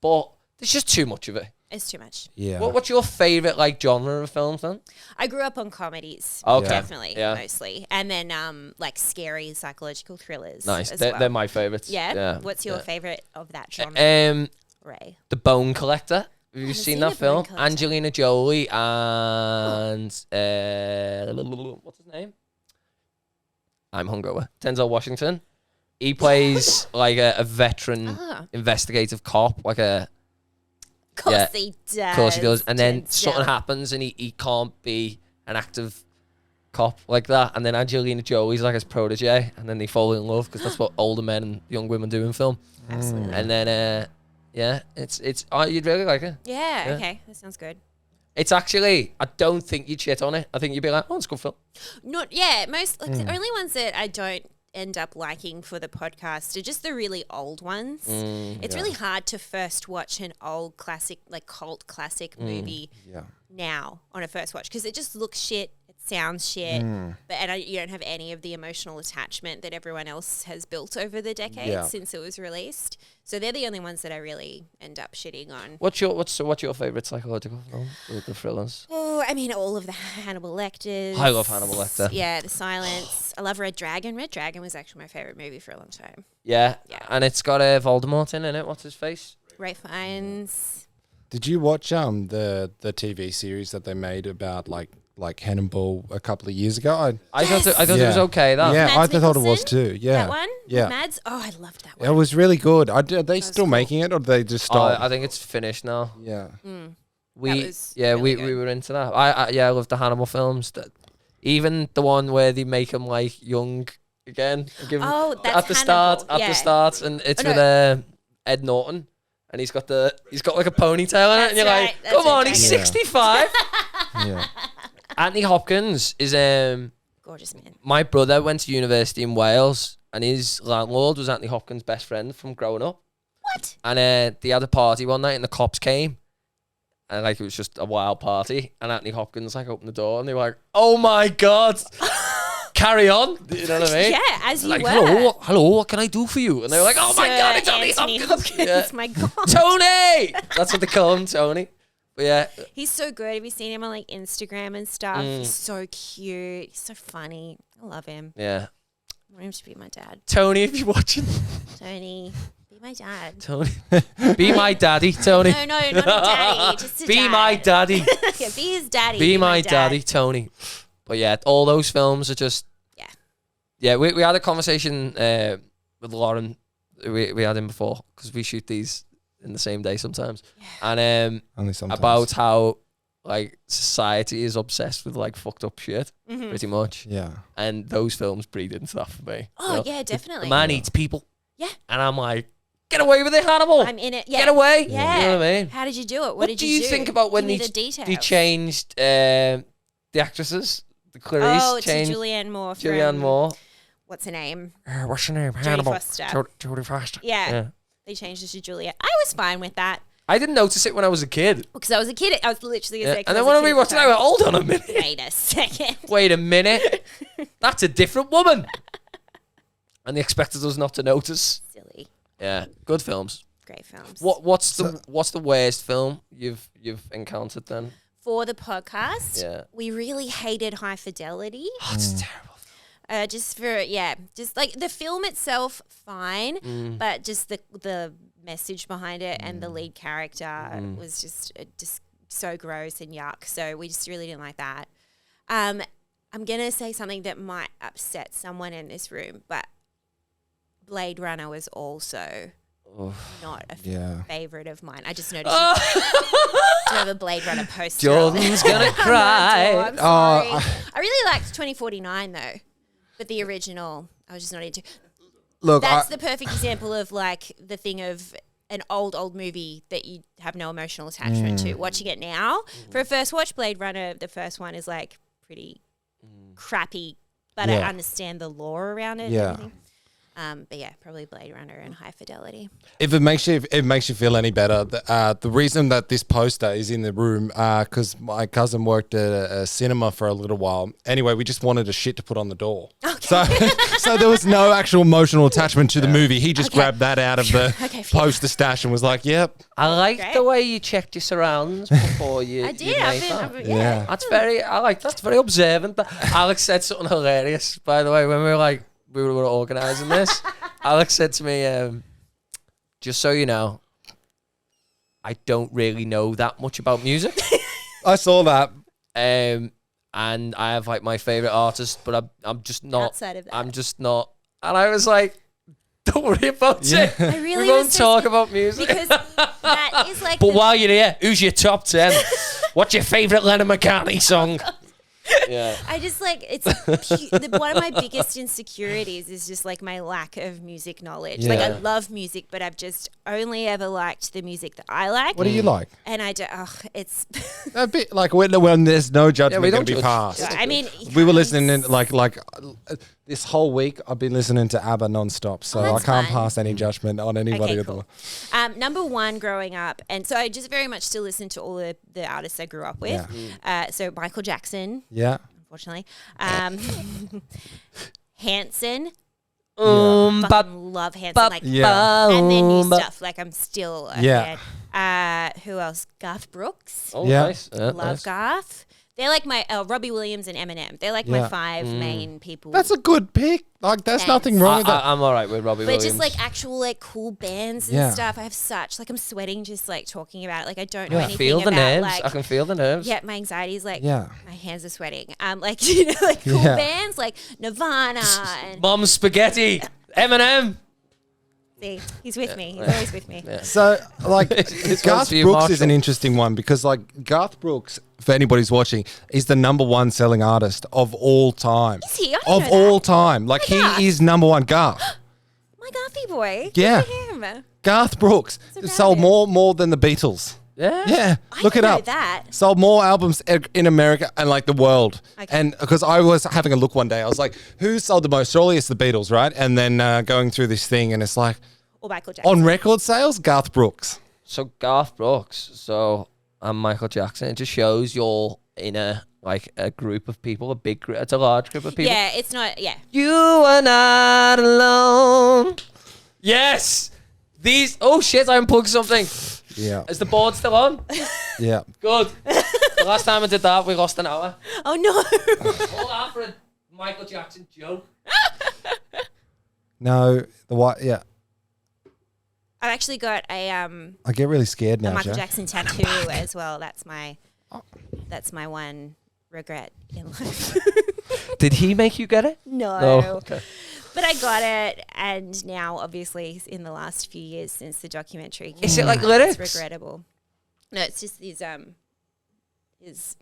B: but there's just too much of it.
D: it's too much.
C: yeah,
B: What, what's your favorite like genre of films then?
D: I grew up on comedies.
B: Okay.
D: Definitely,
B: Yeah.
D: mostly, and then um, like scary psychological thrillers.
B: Nice.
D: as
B: They're,
D: well.
B: they're my favorites.
D: yeah? What's your favorite of that genre?
B: favorite? Um,
D: Ray.
B: The Bone Collector. Have you
D: haven't
B: seen,
D: seen
B: that
D: The
B: film?
D: Bone Collector.
B: Angelina Jolie and uh, what's his name? I'm hungover. Denzel Washington. He plays like a, a veteran
D: Ah.
B: investigative cop, like a
D: Of course
B: Yeah.
D: he does.
B: of course he does, and then
D: Turns
B: something
D: out.
B: happens and he, he can't be an active cop like that. And then Angelina Jolie's like his
C: Mm.
B: protege, and then they fall in love because that's what older men and young women do in film.
D: Absolutely.
B: And then uh, Yeah, it's it's. Oh, you'd really like it.
D: Yeah,
B: Yeah.
D: okay. That sounds good.
B: It's actually. I don't think you'd shit on it. I think you'd be like, oh, it's a good film.
D: Not yeah, most like the only ones that I don't end up liking for the podcast are just the really old ones. it's really hard to first watch an old classic like cult classic movie
C: Yeah.
D: now on a first watch because it just looks shit, it sounds shit, but and I, you don't have any of the emotional attachment that everyone else has built over the decades
C: Yeah.
D: since it was released. So they're the only ones that I really end up shitting on.
B: What's your what's what's your favorite psychological film? The, the thrillers.
D: Oh, I mean, all of the Hannibal Lecters.
B: I love Hannibal Lecter.
D: Yeah, The Silence. I love Red Dragon. Red Dragon was actually my favorite movie for a long time.
B: Yeah,
D: Yeah.
B: and it's got a uh, Voldemort in it. What's his face?
D: Ray Fiennes.
C: Did you watch um the the TV series that they made about like like Hannibal a couple of years ago? I,
B: I thought it, I thought it was
C: Yeah.
B: okay. That
C: yeah, I
D: Mads
C: thought it was
D: Mikkelsen?
C: too. Yeah,
D: That one?
C: Yeah,
D: Mads? Oh, I loved that one.
C: it was really good. I, d- are they still making it or they just
B: Uh,
C: stopped?
B: I think it's finished now.
C: yeah,
B: We
D: was
B: yeah
D: really
B: we, we
D: good.
B: were into that. I, I yeah I love the Hannibal films. That even the one where they make him like young again. Give him-
D: Oh, that's
B: at the start
D: Hannibal,
B: at
D: yeah.
B: the start and it's
D: Oh, no.
B: with uh, Ed Norton. And he's got the he's got like a ponytail in it,
D: That's
B: and you're
D: right,
B: like,
D: that's
B: "Come
D: Ed
B: on, he's
C: Norton. Yeah.
B: 65."
C: yeah.
B: Anthony Hopkins is um
D: Gorgeous man.
B: my brother went to university in Wales, and his landlord was Anthony Hopkins' best friend from growing up.
D: What?
B: And uh, they had a party one night, and the cops came, and like it was just a wild party. And Anthony Hopkins like opened the door, and they were like, "Oh my god, carry on." You know what I mean?
D: Yeah, as you
B: Like,
D: were.
B: hello, hello, what can I do for you? And they were like, "Oh my
D: Sir
B: god, it's Anthony,
D: Anthony
B: Hopkins." Yeah.
D: My God.
B: Tony, that's what they call him, Tony. But yeah,
D: He's so good. Have you seen him on like Instagram and stuff?
B: Mm.
D: He's so cute. He's so funny. I love him.
B: yeah,
D: I want him to be my dad.
B: Tony, if you're watching,
D: Tony, be my dad.
B: Tony, be my daddy, Tony.
D: No, no, not a daddy. Just a
B: be
D: dad.
B: my daddy.
D: yeah, be his daddy.
B: be my
D: dad.
B: daddy, Tony. But yeah, all those films are just
D: Yeah.
B: yeah. We we had a conversation uh, with Lauren. We we had him before because we shoot these in the same day sometimes, and um,
C: Only sometimes.
B: about how like society is obsessed with like fucked up shit,
D: Mhm.
B: pretty much.
C: yeah,
B: And those films breed into that for me.
D: Oh,
B: You know?
D: yeah,
B: The-
D: definitely.
B: The man eats people.
D: Yeah.
B: and I'm like, get away with it, Hannibal.
D: I'm in it. Yeah.
B: Get away.
D: Yeah.
B: you know what I mean.
D: How did you do it? What,
B: What
D: did
B: do
D: you,
B: you think about when
D: Give me
B: they
D: the details?
B: They changed um the actresses, the Clarice
D: Oh, to
B: changed
D: Julianne Moore. From,
B: Julianne Moore.
D: What's her name?
B: Uh, what's her name?
D: Jodie Foster.
B: Jodie Foster.
D: Yeah. They changed it to Juliet. I was fine with that
B: I didn't notice it when I was a kid.
D: because I was a kid. I was literally
B: Yeah.
D: a
B: And then when I rewatched it, I went, "Oh, hold on a minute.
D: Wait a second.
B: Wait a minute. That's a different woman. and they expected us not to notice.
D: Silly.
B: Yeah. Good films.
D: Great films.
B: What what's the what's the worst film you've you've encountered then?
D: For the podcast,
B: Yeah.
D: we really hated High Fidelity.
B: Oh, it's terrible.
D: Uh, just for yeah, just like the film itself, fine, but just the the message behind it and the lead character was just uh, just so gross and yuck. So we just really didn't like that. Um, I'm gonna say something that might upset someone in this room, but Blade Runner was also not a f-
C: yeah.
D: favorite of mine. I just noticed you do have a Blade Runner poster. on there.
B: Jordan's gonna
D: Oh,
B: cry.
D: I'm
C: Oh,
D: sorry.
C: I-
D: I really liked 2049 though, but the original I was just not into.
C: Look,
D: That's
C: I,
D: the perfect example of like the thing of an old old movie that you have no emotional attachment to. Watching it now for a first watch, Blade Runner, the first one is like pretty
B: Mm.
D: crappy, but I
C: Yeah.
D: understand the lore around it. and
C: Yeah.
D: everything. Um, but yeah, probably Blade Runner and High Fidelity.
C: if it makes you if it makes you feel any better, the, uh, the reason that this poster is in the room because my cousin worked at a, a cinema for a little while. Anyway, we just wanted a shit to put on the door, so so there was no actual emotional attachment to the movie. He just
D: Okay.
C: grabbed that out of the
D: Okay, phew.
C: poster stash and was like, "Yep,
B: I like
D: Great.
B: the way you checked your surroundings before you.
D: I
B: you
D: did.
B: made
D: I've been,
B: that.
D: I've been-
C: Yeah.
D: yeah.
B: That's very. I like. That's very observant. But Alex said something hilarious. By the way, when we were like we were organising this, Alex said to me, um, "Just so you know, I don't really know that much about music,
C: I saw that."
B: um, and I have like my favorite artist, but I'm I'm just not.
D: Outside of that.
B: I'm just not. And I was like, "Don't worry about it.
D: I really
B: we won't
D: was
B: talk about music."
D: because that is like
B: But
D: the
B: while you're here, who's your top ten? What's your favourite Lennon McCartney song? Yeah.
D: I just like it's pu- the, one of my biggest insecurities is just like my lack of music knowledge. Like I
B: Yeah.
D: love music, but I've just only ever liked the music that I like.
C: What do you like?
D: And I do. Oh, it's.
C: A bit like when, when there's no judgment
B: we
C: going
B: don't
C: to be
B: judge.
C: passed.
D: I mean,
C: We were listening in like like uh, this whole week. I've been listening to ABBA nonstop, so I
D: Oh, that's
C: can't
D: fine.
C: pass any judgment on anybody.
D: Okay,
C: at all.
D: cool. Um, number one, growing up, and so I just very much still listen to all the, the artists I grew up with. Uh, so Michael Jackson,
C: Yeah.
D: unfortunately, um, Hanson, Mm.
B: Um,
D: fucking
B: ba-
D: love Hanson,
B: ba-
D: like,
C: Yeah.
D: and their new
B: ba-
D: stuff. Like I'm still a
C: Um, Yeah.
D: fan. Uh, who else? Garth Brooks,
B: Oh,
C: Yeah.
B: nice. Yeah,
D: love
B: nice.
D: Garth. They're like my uh, Robbie Williams and Eminem. They're like
C: Yeah.
D: my five
B: Mm.
D: main people.
C: That's a good pick. Like, there's
D: Thanks.
C: nothing
B: I,
C: wrong with that.
B: I, I'm all right with Robbie
D: But
B: Williams.
D: just like actual like cool bands and
C: Yeah.
D: stuff. I have such like I'm sweating just like talking about it. Like I don't know
B: I
D: anything
B: feel the
D: about
B: nerves.
D: like
B: I can feel the nerves.
D: yeah, my anxiety is like
C: Yeah.
D: my hands are sweating. Um, like you know, like cool
C: Yeah.
D: bands like Nirvana uh, and
B: Mom's spaghetti. Eminem.
D: see, he's with me. He's always with me.
C: So, like,
B: one's
C: Garth
B: uh, for you,
C: Brooks is an
B: Marshall.
C: interesting one because, like, Garth Brooks, for anybody who's watching, is the number one selling artist of all time.
D: Is he? I didn't
C: Of
D: know that.
C: all time. Like, he
D: Garth.
C: is number one. Garth.
D: My Garthy boy.
C: Yeah.
D: Good for him.
C: Garth Brooks
D: about
C: sold
D: it.
C: more more than the Beatles.
B: Yeah.
C: Yeah,
D: I
C: look it
D: didn't know
C: up.
D: that.
C: Sold more albums e- in America and like the world.
D: Okay.
C: And because I was having a look one day, I was like, who sold the most? Surely it's the Beatles, right? And then uh, going through this thing, and it's like
D: Or Michael Jackson.
C: on record sales, Garth Brooks.
B: So Garth Brooks. So and Michael Jackson. It just shows you're in a like a group of people, a big group. It's a large group of people.
D: yeah, it's not. Yeah,
B: You are not alone. Yes. These. Oh shit! I unplugged something.
C: Yeah,
B: Is the board still on?
C: yeah.
B: Good. the last time I did that, we lost an hour.
D: Oh no.
B: Hold on for a Michael Jackson joke.
C: No, the white. Yeah,
D: I've actually got a um
C: I get really scared
D: a
C: now.
D: Michael
C: Jack.
D: Jackson tattoo as well. That's my
B: Oh.
D: that's my one regret in life.
B: Did he make you get it?
D: Oh.
B: okay.
D: But I got it, and now obviously in the last few years since the documentary, came
B: Is it like
D: out, It's
B: lyrics?
D: regrettable. No, it's just his um his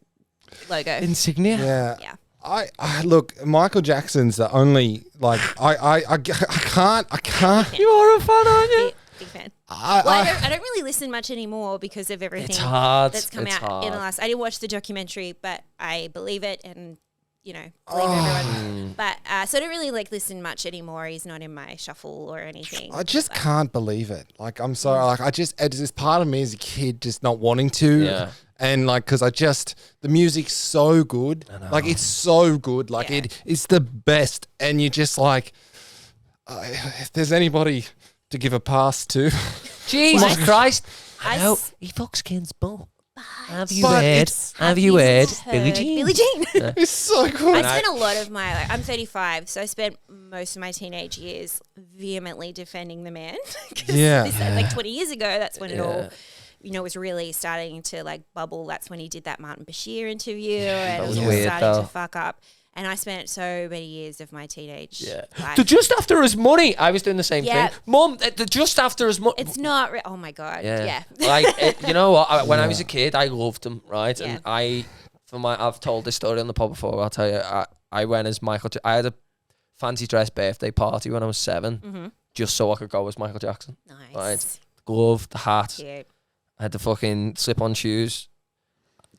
D: logo.
B: Insignia.
C: Yeah.
D: yeah,
C: I, I look. Michael Jackson's the only like I I, I, I can't I can't
B: You are a fan, aren't you?
D: big, big fan.
C: I,
D: Well, I,
C: I
D: don't, I don't really listen much anymore because of everything
B: Uh. It's hard.
D: that's come
B: it's
D: out
B: hard.
D: in the last. I didn't watch the documentary, but I believe it, and you know, believe
B: Oh.
D: everyone. But uh, so I don't really like listen much anymore. He's not in my shuffle or anything.
C: I just can't believe it. Like, I'm sorry. Like, I just, it's just part of me as a kid just not wanting to.
B: Yeah.
C: And like, cause I just, the music's so good. Like, it's so good. Like,
D: Yeah.
C: it, it's the best. And you just like, uh, if there's anybody to give a pass to,
B: Jesus Christ. I
D: I
B: know.
D: s-
B: He fucks Kins bull. Have you
C: But
B: heard?
C: it's-
B: Have you heard? Billie Jean.
D: Billy Jean.
C: it's so good.
D: I spent a lot of my like, I'm 35, so I spent most of my teenage years vehemently defending the man. 'Cause
C: Yeah.
D: this- uh, like 20 years ago, that's when it
B: Yeah.
D: all, you know, was really starting to like bubble. That's when he did that Martin Bashir interview, and
B: that
D: it
B: was
D: was all
B: weird,
D: starting
B: though.
D: to fuck up. And I spent so many years of my teenage
B: Yeah.
D: life.
B: The just after his money, I was doing the same
D: Yeah.
B: thing. Mum, the the just after his money.
D: it's not. Re- oh my god. Yeah.
B: like it, you know what? I, when I was a kid, I loved him, right?
D: Yeah.
B: And I, for my, I've told this story on the pod before. I'll tell you. I, I went as Michael. Ja- I had a fancy dress birthday party when I was 7
D: Mm-hmm.
B: just so I could go as Michael Jackson.
D: nice.
B: Right. Glove, the hat.
D: Cute.
B: I had the fucking slip-on shoes.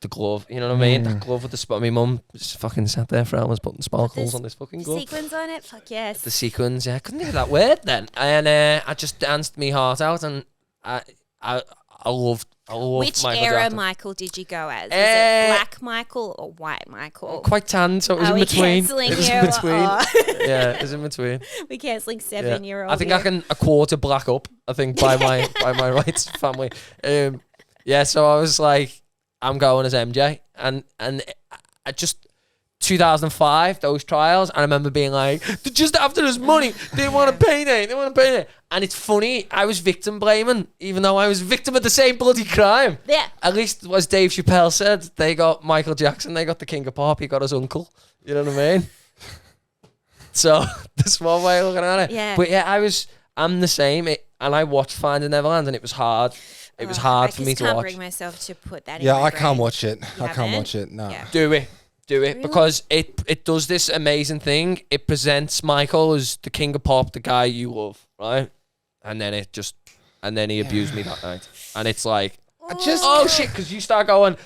B: The glove, you know what I mean? That glove with the spot. My mum just fucking sat there for hours putting sparkles
D: This-
B: on this fucking glove
D: Sequins on it. Fuck yes.
B: the sequins. Yeah, I couldn't think of that word then. And uh, I just danced me heart out, and I, I, I loved, I loved
D: Which
B: Michael
D: era
B: Jackson.
D: Michael did you go as? Was
B: Eh.
D: it black Michael or white Michael?
B: Quite tan, so it was in
D: Are Uh, we
B: between.
D: cancelling
B: It was in
D: you?
B: between.
D: Oh.
B: yeah, it was in between.
D: we cancelling
B: Yeah.
D: seven year old.
B: I think I can a quarter black up. I think by my by my rights family. Um, yeah, so I was like, I'm going as MJ, and and I- I just 2005 those trials. I remember being like, "They're just after this money, they want to pay it, they want to pay it. And it's funny, I was victim blaming, even though I was victim of the same bloody crime.
D: Yeah.
B: At least, as Dave Chappelle said, they got Michael Jackson, they got the King of Pop, he got his uncle. You know what I mean? So that's one way of looking at it.
D: Yeah.
B: But yeah, I was I'm the same. It, and I watched Finding Neverland and it was hard. It was
D: Ugh,
B: hard
D: Oh, I
B: for me
D: just
B: to
D: can't
B: watch.
D: bring myself to put that. in
C: yeah,
D: my
C: I can't
D: brain.
C: watch it. I can't
D: haven't?
C: watch it. No.
D: Yeah.
B: Do it. do it because it it does this amazing thing. It presents Michael as the king of pop, the guy you love, right? And then it just and then he abused me that night. And it's like,
C: I just
B: oh shit, because you start going,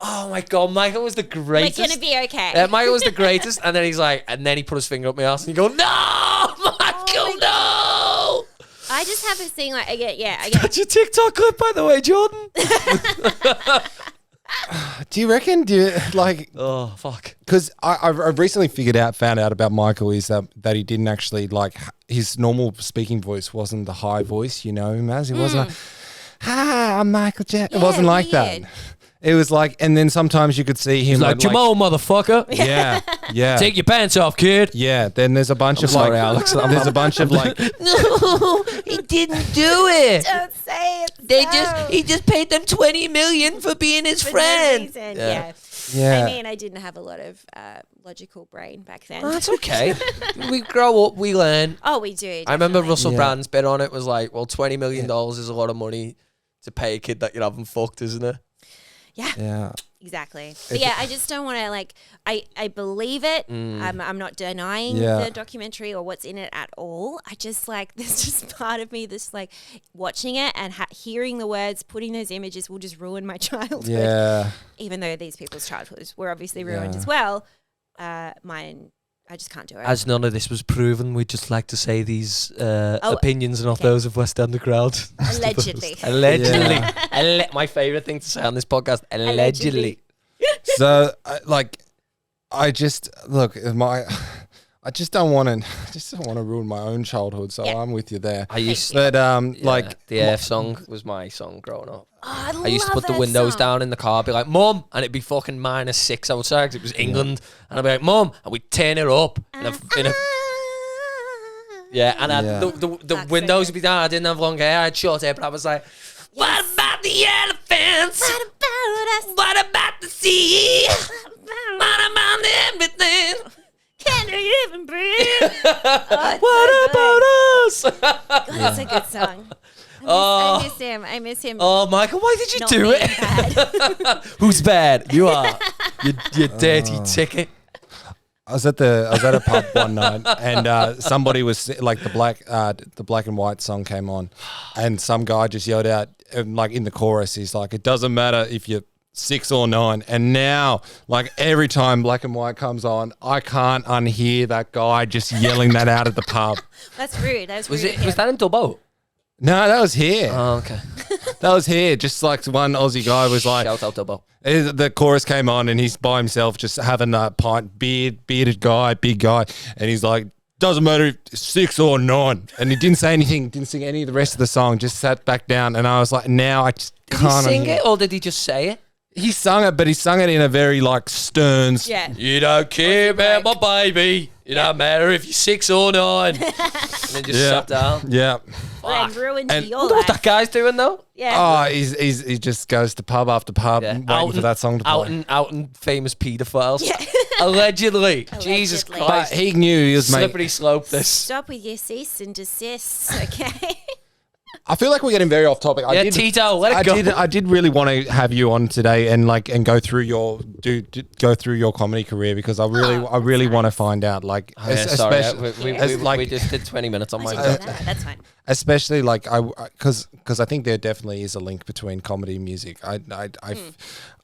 B: oh my god, Michael was the
D: We're
B: greatest.
D: gonna be okay.
B: Uh, Michael was the greatest, and then he's like, and then he put his finger up my ass, and you go, no,
D: Oh
B: Michael, no.
D: I just have this thing like I get yeah I get
B: That's your TikTok clip, by the way, Jordan.
C: do you reckon? Do you, like
B: oh fuck.
C: because I've, I've recently figured out, found out about Michael is that that he didn't actually like h- his normal speaking voice wasn't the high voice, you know, Maz. It wasn't like, "Hi, I'm Michael Jack." it wasn't like
D: Hmm. weird.
C: that. It was like, and then sometimes you could see him
B: He's like,
C: would,
B: Jamal, motherfucker,
C: yeah, yeah,
B: take your pants off, kid.
C: yeah. Then there's a bunch of
B: sorry,
C: like,
B: Alex, I'm-
C: there's a bunch of like,
B: No, he didn't do it.
D: don't say it.
B: They
D: so.
B: just he just paid them twenty million for being his
D: For no
B: friend.
D: reason,
B: Yeah.
D: yeah.
C: yeah,
D: I mean, I didn't have a lot of uh, logical brain back then.
B: Oh, That's okay. we grow up, we learn.
D: Oh, we do.
B: I remember
D: definitely.
B: Russell
C: Yeah.
B: Brand's bit on it was like, well, twenty million dollars is a lot of money to pay a kid that you haven't fucked, isn't it?
C: yeah.
D: Exactly. But yeah, I just don't want to like. I I believe it.
B: Mm.
D: I'm I'm not denying
C: Yeah.
D: the documentary or what's in it at all. I just like there's just part of me that's like watching it and ha- hearing the words, putting those images will just ruin my childhood.
C: Yeah,
D: Even though these people's childhoods were obviously ruined
C: Yeah.
D: as well. Uh, mine, I just can't do it.
B: As none of this was proven, we'd just like to say these uh,
D: Oh,
B: opinions are not
D: okay.
B: those of West Underground.
D: Allegedly. Oh,
B: Allegedly.
C: Yeah.
B: Alle- my favourite thing to say on this podcast, allegedly.
D: Allegedly.
C: so I, like, I just look my, I just don't want to, I just don't want to ruin my own childhood. So
D: Yeah.
C: I'm with you there.
B: I used
C: But um, like
B: like the AF song was my song growing up.
D: Oh, I,
B: I used to
D: love
B: put the
D: that
B: windows
D: song.
B: down in the car, be like, "Mum," and it'd be fucking minus six outside because it was England, and I'd be like, "Mum," and we'd turn it up, in a, in a,
D: Ah.
B: yeah, and I'd,
C: Yeah.
B: the the, the
D: That's so
B: windows
D: good.
B: would be down. I didn't have long hair; I had short hair, but I was like, "What about the elephants?
D: What about us?
B: What about the sea? What about everything?
D: Can we even breathe? Oh,
B: What about us?"
D: God, that's a good song. I miss,
B: Oh.
D: I miss him. I miss him.
B: oh, Michael, why did you
D: not
B: do
D: being
B: it?
D: bad.
B: Who's bad? You are. You, you dirty ticket.
C: I was at the I was at a pub one night, and uh, somebody was si- like the black uh, the black and white song came on, and some guy just yelled out, and, like in the chorus, he's like, "It doesn't matter if you're six or nine. And now, like every time black and white comes on, I can't unhear that guy just yelling that out at the pub.
D: That's rude. That's
B: Was
D: rude.
B: it? Was that in Dubbo?
C: No, that was here.
B: Oh, okay.
C: That was here. Just like one Aussie guy was like,
B: Shout out Dubbo.
C: Uh, The chorus came on, and he's by himself, just having a pint, beard, bearded guy, big guy, and he's like, "Doesn't matter if it's six or nine. And he didn't say anything, didn't sing any of the rest of the song, just sat back down, and I was like, "Now I just
B: Did
C: can't."
B: he sing
C: hear-
B: it or did he just say it?
C: He sung it, but he sung it in a very like stern. s-
D: Yeah.
B: You don't care about my baby. It don't matter if you're six or nine. and then just
C: Yeah.
B: shut down.
C: Yeah.
D: Like ruined
C: And-
D: your
B: I wonder what that
D: life.
B: guy's doing though.
D: Yeah.
C: Oh, he's, he's, he just goes to pub after pub,
B: Yeah.
C: waiting
B: Out
C: for that song to play.
B: Out and out and famous pedophiles. Allegedly. Jesus
D: Allegedly.
C: but
B: Christ.
C: he knew he was making.
B: Slippery slope this.
D: Stop with your cease and desist, okay?
C: I feel like we're getting very off topic. I
B: Yeah,
C: did-
B: Tito, let it
C: I
B: go.
C: did. I did really want to have you on today and like and go through your do, do go through your comedy career because I really I really want to find out like
B: Ah. Oh, yeah, sorry, I-
C: especially
B: we, we,
C: as,
B: we-
C: like-
B: we just did 20 minutes on
D: I
B: my
D: should do that. That's fine.
C: especially like I because because I think there definitely is a link between comedy and music. I I I,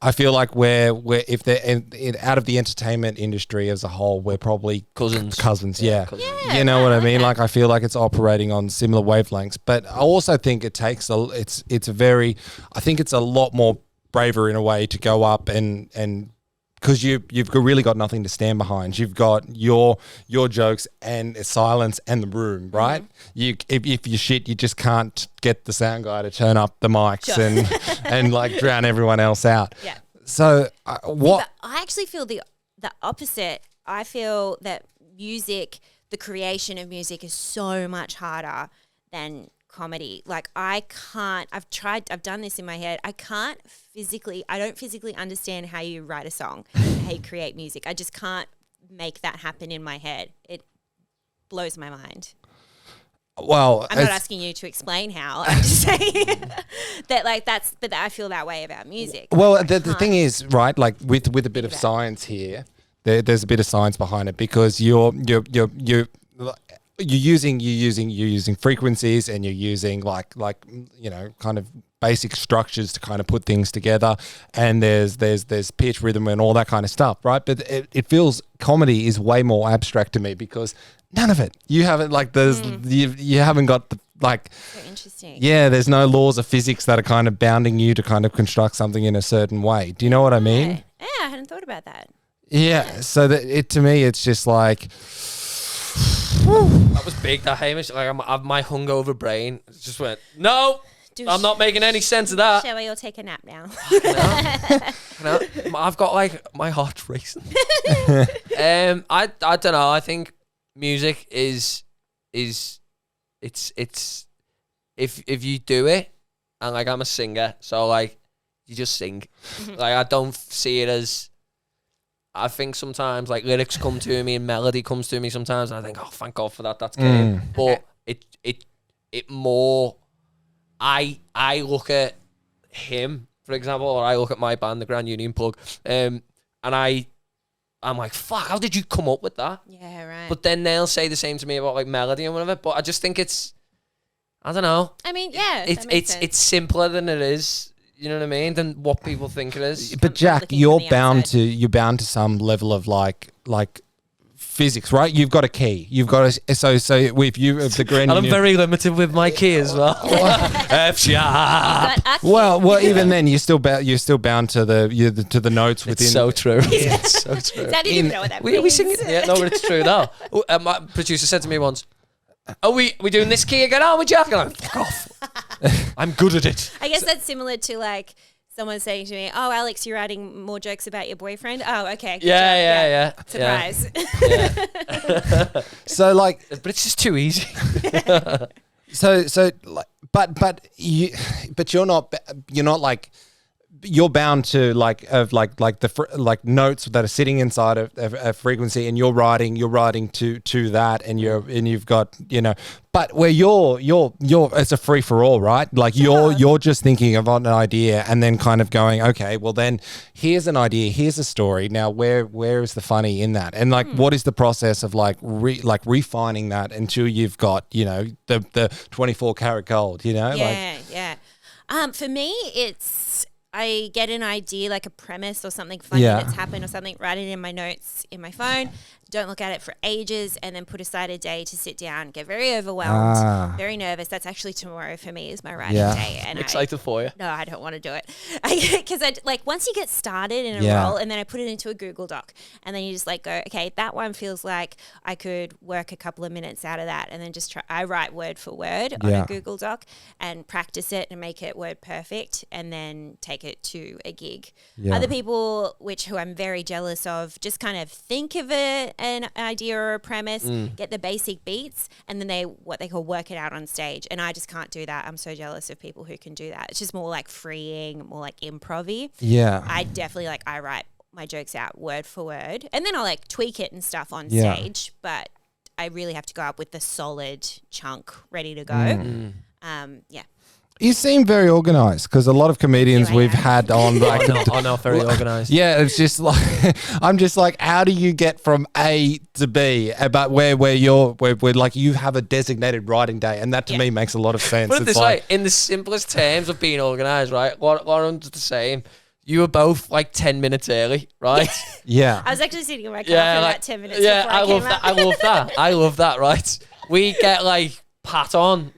C: I feel like we're we're if they're in, in, out of the entertainment industry as a whole, we're probably
B: cousins.
C: cousins. Yeah.
B: cousins.
D: Yeah,
C: you know what I
D: like
C: mean?
D: that.
C: Like I feel like it's operating on similar wavelengths, but I also think it takes a it's it's a very I think it's a lot more braver in a way to go up and and because you you've got- really got nothing to stand behind. You've got your your jokes and silence and the room,
D: Mm-hmm.
C: right? You if, if you shit, you just can't get the sound guy to turn up the mics
D: Sure.
C: and and like drown everyone else out.
D: Yeah.
C: So uh, what?
D: But I actually feel the the opposite. I feel that music, the creation of music, is so much harder than comedy. Like I can't. I've tried. I've done this in my head. I can't physically. I don't physically understand how you write a song, how you create music. I just can't make that happen in my head. It blows my mind.
C: Well,
D: I'm not
C: it's-
D: asking you to explain how. I'm just saying that, like, that's, but I feel that way about music.
C: Well, the, the thing is, right? Like with with a bit of science here, There, there's a bit of science behind it because you're you're you're you you're using you're using you're using frequencies and you're using like like you know kind of basic structures to kind of put things together and there's there's there's pitch rhythm and all that kind of stuff right but it, it feels comedy is way more abstract to me because none of it you haven't like there's you, you haven't got the like
D: So interesting.
C: yeah, there's no laws of physics that are kind of bounding you to kind of construct something in a certain way. Do you know what I mean?
D: Right. Yeah, I hadn't thought about that.
C: Yeah. So that it to me, it's just like
B: That was big, that Hamish. Like, I'm, i my hungover brain just went, no,
D: Do-
B: I'm not making any sense of that.
D: Shall we all take a nap now?
B: No, I've got like my heart's racing. um, I I don't know. I think music is is it's it's if if you do it, and like I'm a singer, so like you just sing. like I don't f- see it as. I think sometimes like lyrics come to me and melody comes to me sometimes, and I think, oh, thank God for that. That's good. But it it it more. I I look at him, for example, or I look at my band, the Grand Union Plug, um, and I, I'm like, fuck, how did you come up with that?
D: yeah, right.
B: But then they'll say the same to me about like melody and whatever. But I just think it's, I don't know,
D: I mean, yeah,
B: it's
D: that makes
B: it's
D: sense.
B: it's simpler than it is. You know what I mean? Than what people think it is.
C: but Jack,
D: looking
C: you're
D: from the
C: bound to
D: outside.
C: you're bound to some level of like like physics, right? You've got a key. You've got a so so if you if the
B: And
C: grand
B: I'm
C: union-
B: very limited with my key as well. F sharp.
D: But I-
C: well, well, even then, you're still bound. You're still bound to the, you the to the notes within.
B: It's so true. it's so true.
D: I didn't even know what that
B: We, we
D: means.
B: sing it. Yeah, no, but it's true now. Oh, uh, my producer said to me once, "Are we we doing this key again? Are we, Jack?" And I'm like, "Fuck off! I'm good at it."
D: I guess that's similar to like someone saying to me, "Oh, Alex, you're writing more jokes about your boyfriend." Oh, okay. good
B: Yeah,
D: job,
B: yeah, yeah. yeah.
D: Surprise.
C: So like,
B: But it's just too easy.
C: so so like, but but you but you're not ba- you're not like you're bound to like of like like the fr- like notes that are sitting inside of of- of frequency and you're writing you're writing to to that and you're and you've got you know but where you're you're you're it's a free for all right like you're you're just thinking of an idea and then kind of going okay well then here's an idea here's a story now where where is the funny in that and like what is the process of like re, like refining that until you've got you know the the 24 karat gold you know like
D: yeah, yeah. Um, for me, it's I get an idea, like a premise or something funny
C: Yeah.
D: that's happened or something, write it in my notes in my phone, don't look at it for ages, and then put aside a day to sit down, get very overwhelmed,
C: Ah.
D: very nervous. That's actually tomorrow for me is my writing
C: Yeah.
D: day. And I,
B: Excited for you.
D: no, I don't want to do it. Because I, like once you get started in a
C: Yeah.
D: role, and then I put it into a Google Doc, and then you just like go, okay, that one feels like I could work a couple of minutes out of that, and then just try. I write word for word on
C: Yeah.
D: a Google Doc and practice it and make it word perfect, and then take it to a gig.
C: Yeah.
D: Other people, which who I'm very jealous of, just kind of think of a, an idea or a premise,
C: Mm.
D: get the basic beats, and then they what they call work it out on stage. And I just can't do that. I'm so jealous of people who can do that. It's just more like freeing, more like improv-y.
C: yeah
D: I definitely like I write my jokes out word for word, and then I like tweak it and stuff on
C: Yeah.
D: stage. But I really have to go up with the solid chunk ready to go.
C: Mm.
B: Mm.
D: Um, yeah,
C: you seem very organized because a lot of comedians
D: Here I
C: we've
D: am.
C: had on like
B: Oh no, oh no, very organised.
C: Yeah, it's just like I'm just like, how do you get from A to B? About where where you're where, where like you have a designated writing day, and that to
D: Yeah.
C: me makes a lot of sense.
B: Put it this
C: like,
B: way, in the simplest terms of being organised, right? Lau- Lauren's the same. You were both like ten minutes early, right?
D: I
C: yeah,
D: was actually sitting in my car
B: yeah,
D: for
B: like,
D: about ten minutes.
B: Yeah,
D: before I,
B: love
D: came
B: that.
D: up.
B: I love that. I love that. Right? We get like Pat on.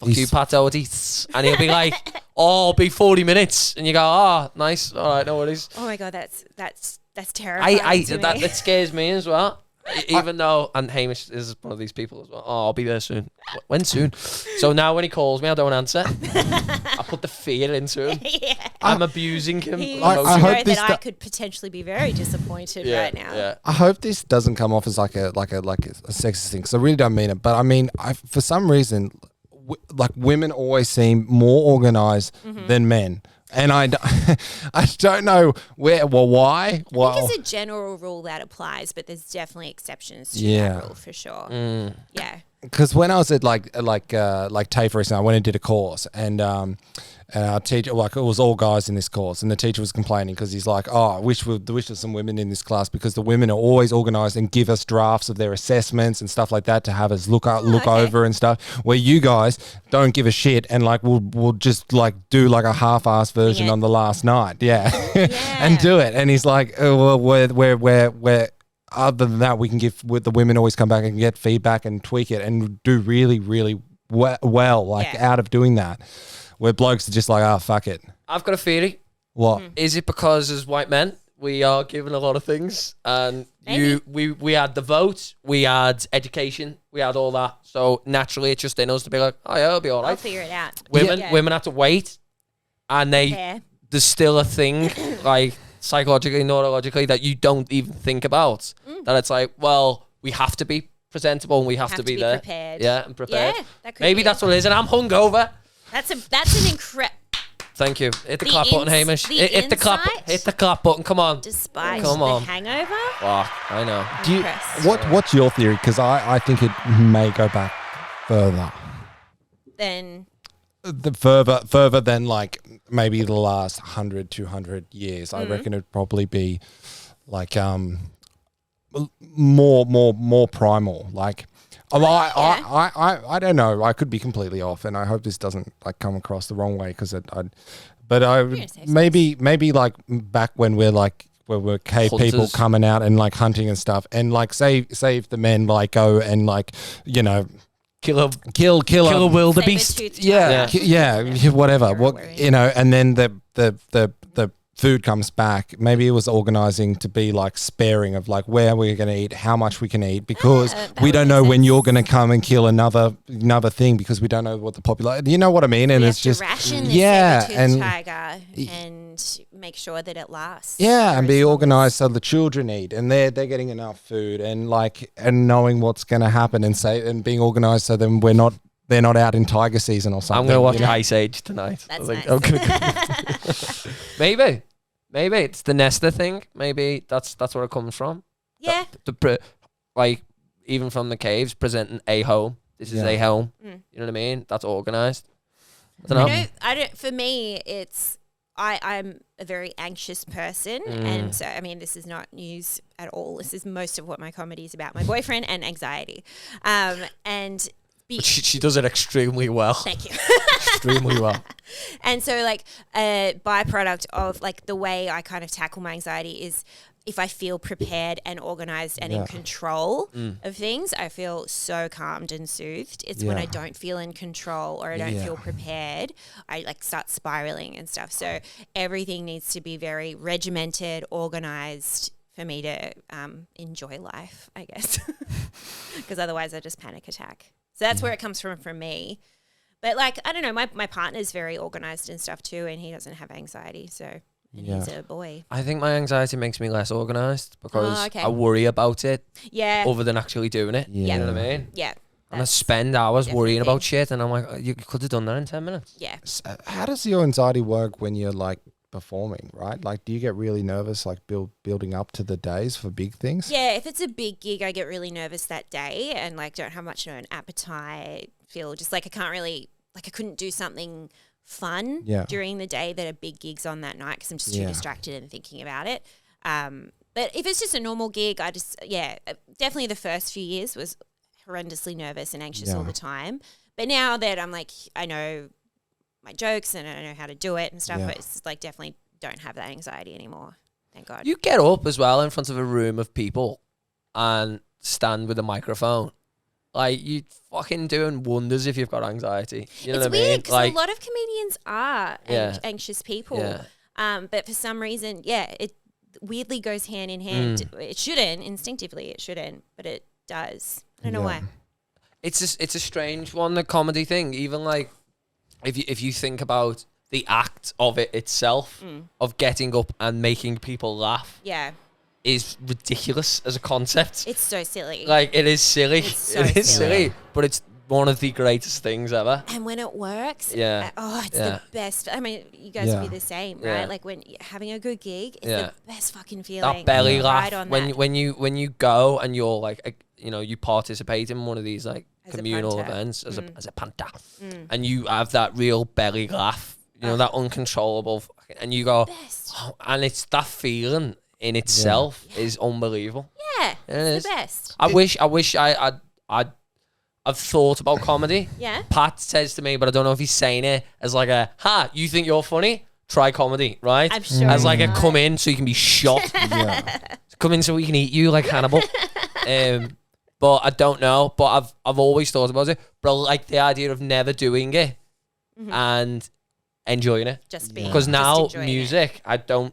B: Fuck
C: He's-
B: you, Pat Otis, and he'll be like, "Oh, it'll be forty minutes," and you go, "Ah, nice. All right, no worries."
D: Oh my god, that's that's that's
B: I,
D: terrifying.
B: I
D: to
B: that,
D: me.
B: that scares me as well. E- Even though, and Hamish is one of these people as well. Oh, I'll be there soon. Wh- When soon? So now when he calls me, I don't answer. I put the fear into him.
D: yeah.
B: I'm abusing him.
D: He
C: I- I
B: emotionally.
C: hope
D: know
C: this
D: that I
C: do-
D: could potentially be very disappointed
B: yeah,
D: right now.
B: Yeah.
C: I hope this doesn't come off as like a like a like a sexist thing. Because I really don't mean it, but I mean, I for some reason, w- like women always seem more organized
D: Mm-hmm.
C: than men. And I, d- I don't know where, well, why? Well,
D: I think it's a general rule that applies, but there's definitely exceptions to
C: Yeah.
B: Mm.
D: that rule for sure. Yeah.
C: because when I was at like like uh, like TAFE recently, I went and did a course, and um, and our teacher like it was all guys in this course, and the teacher was complaining because he's like, oh, I wish we wish there's some women in this class because the women are always organised and give us drafts of their assessments and stuff like that to have us look out, look
D: Oh, okay.
C: over and stuff. Where you guys don't give a shit and like we'll we'll just like do like a half-ass version
D: it.
C: on the last night, yeah,
D: Yeah.
C: and do it. And he's like, oh, well, we're we're we're, we're other than that, we can give with the women always come back and get feedback and tweak it and do really, really we- well, like
D: Yeah.
C: out of doing that. Where blokes are just like, ah, fuck it.
B: I've got a theory.
C: What?
D: Mm-hmm.
B: Is it because as white men we are given a lot of things, and you we we had the vote, we had education, we had all that, so naturally it's just in us to be like, oh yeah, it'll be all
D: I'll
B: right.
D: figure it out.
B: Women
D: Yeah.
B: women have to wait, and they
D: Yeah.
B: there's still a thing like psychologically, neurologically that you don't even think about.
D: Mm.
B: That it's like, well, we have to be presentable and we have, to, be, there.
D: prepared.
B: Yeah, and prepared.
D: Yeah, that could
B: Maybe
D: be
B: that's
D: it.
B: what it is, and I'm hungover.
D: That's a that's an incredible.
B: Thank you. Hit the,
D: The
B: clap button,
D: ins-
B: Hamish.
D: the
B: hit, hit the clap.
D: insight?
B: Hit the clap button. Come on.
D: Despite
B: Come
D: the
B: on.
D: hangover,
B: Fuck, I know.
C: Do you,
D: Impressed.
C: what? What's your theory? Because I, I think it may go back further,
D: then
C: the further, further than like maybe the last 100, 200 years. I
D: Mm-hmm.
C: reckon it'd probably be like um l- more, more, more primal. Like, oh, I,
D: Yeah.
C: I, I, I, I don't know. I could be completely off, and I hope this doesn't like come across the wrong way because I'd. But I
D: gonna
C: would-
D: say
C: maybe maybe like back when we're like where we're cave people
B: Hunters.
C: coming out and like hunting and stuff, and like say say if the men like go and like you know
B: Killer
C: kill kill,
B: Killer
C: a-
B: wildebeest.
D: Saber-toothed
C: yeah,
B: tiger.
C: ki- yeah, yeah, whatever. What you know, and then the the the the food comes back. Maybe it was organizing to be like sparing of like where we're going to eat, how much we can eat, because
D: Ah, that
C: we
D: would
C: don't
D: make
C: know when
D: sense.
C: you're going to come and kill another another thing because we don't know what the popular. You know what I mean? And
D: we
C: it's
D: have
C: just
D: to ration this
C: yeah, and
D: tiger and make sure that it lasts.
C: yeah,
D: for
C: and
D: as
C: be
D: long
C: organized so the children eat and they're they're getting enough food and like and knowing what's going to happen and say and being organized so then we're not. They're not out in tiger season or something.
B: I'm gonna
C: you
B: watch
C: know?
B: Ice Age tonight. I
D: That's
B: think
D: nice.
B: I'm gonna go- maybe, maybe it's the Nesta thing. Maybe that's that's where it comes from.
D: Yeah,
B: The pre- like even from the caves presenting a home. This is
C: Yeah.
B: a home.
D: Mm.
B: You know what I mean? That's organized. I
D: I
B: don't know.
D: don't. I don't. For me, it's I. I'm a very anxious person,
C: Mm.
D: and so I mean, this is not news at all. This is most of what my comedy is about: my boyfriend and anxiety. Um, and be,
B: She, she does it extremely well.
D: thank you.
B: extremely well.
D: And so, like, a byproduct of like the way I kind of tackle my anxiety is if I feel prepared and organized and in
C: Yeah. Mm.
D: control of things, I feel so calmed and soothed. It's when I
C: Yeah.
D: don't feel in control or I don't
C: Yeah.
D: feel prepared, I like start spiraling and stuff. So, everything needs to be very regimented, organized. For me to um, enjoy life, I guess, because otherwise I just panic attack. So that's where it comes from for me. But like, I don't know, my, my partner's very organized and stuff too, and he doesn't have anxiety, so and he's a boy.
B: I think my anxiety makes me less organized because
D: Oh, okay.
B: I worry about it
D: Yeah.
B: other than actually doing it.
D: Yeah.
B: You know what I mean?
D: yeah.
B: And I spend hours worrying
D: definitely.
B: about shit, and I'm like, "Oh, you could have done that in ten minutes.
D: Yeah.
C: S- uh, how does your anxiety work when you're like performing right like do you get really nervous like build building up to the days for big things
D: Yeah. If it's a big gig, I get really nervous that day and like don't have much of an appetite, feel just like I can't really, like I couldn't do something fun
C: Yeah.
D: during the day that a big gig's on that night because I'm just too
C: Yeah.
D: distracted and thinking about it. Um, but if it's just a normal gig, I just, yeah, uh, definitely the first few years was horrendously nervous and anxious all
C: Yeah.
D: the time. But now that I'm like, I know my jokes and I know how to do it and stuff,
C: Yeah.
D: but it's like definitely don't have that anxiety anymore. Thank God.
B: You get up as well in front of a room of people and stand with a microphone. Like you fucking doing wonders if you've got anxiety. You know
D: it's
B: what I mean?
D: weird because
B: like
D: a lot of comedians are anx-
B: Yeah.
D: anxious people.
B: Yeah.
D: Um, but for some reason, yeah, it weirdly goes hand in hand.
B: Mm.
D: It shouldn't, instinctively, it shouldn't, but it does. I don't know
C: Yeah.
D: why.
B: it's just it's a strange one, the comedy thing. Even like if you if you think about the act of it itself,
D: Mm.
B: of getting up and making people laugh,
D: Yeah,
B: is ridiculous as a concept.
D: it's so silly.
B: like it is silly.
D: It's so
B: it is
D: silly.
B: silly, but it's one of the greatest things ever.
D: and when it works,
B: Yeah.
D: uh, oh, it's
B: Yeah.
D: the best. I mean, you guys
C: Yeah.
D: will be the same,
B: Yeah.
D: right? Like when y- having a good gig is
B: Yeah.
D: the best fucking feeling.
B: that belly laugh
D: Ride on
B: when
D: that.
B: you when you when you go and you're like a, you know you participate in one of these like
D: As a Mm.
B: communal
D: punter.
B: events as a as a panther, and you have that real belly laugh, you
D: Ah.
B: know, that uncontrollable, fucking- and you go, oh, and it's that feeling in itself is unbelievable.
D: Yeah,
B: It is.
D: it's the best.
B: I wish, I wish, I, I, I, I've thought about comedy.
D: Yeah.
B: Pat says to me, but I don't know if he's saying it as like a, ha, you think you're funny? Try comedy, right?
D: I'm sure
B: As like
D: he's
B: a
D: not.
B: come in so you can be shot.
C: Yeah.
B: come in so we can eat you like Hannibal. um, but I don't know. But I've I've always thought about it. But I like the idea of never doing it
D: Mm-hmm.
B: and enjoying it.
D: Just being
B: Because
D: just
B: now
D: enjoying it.
B: music, I don't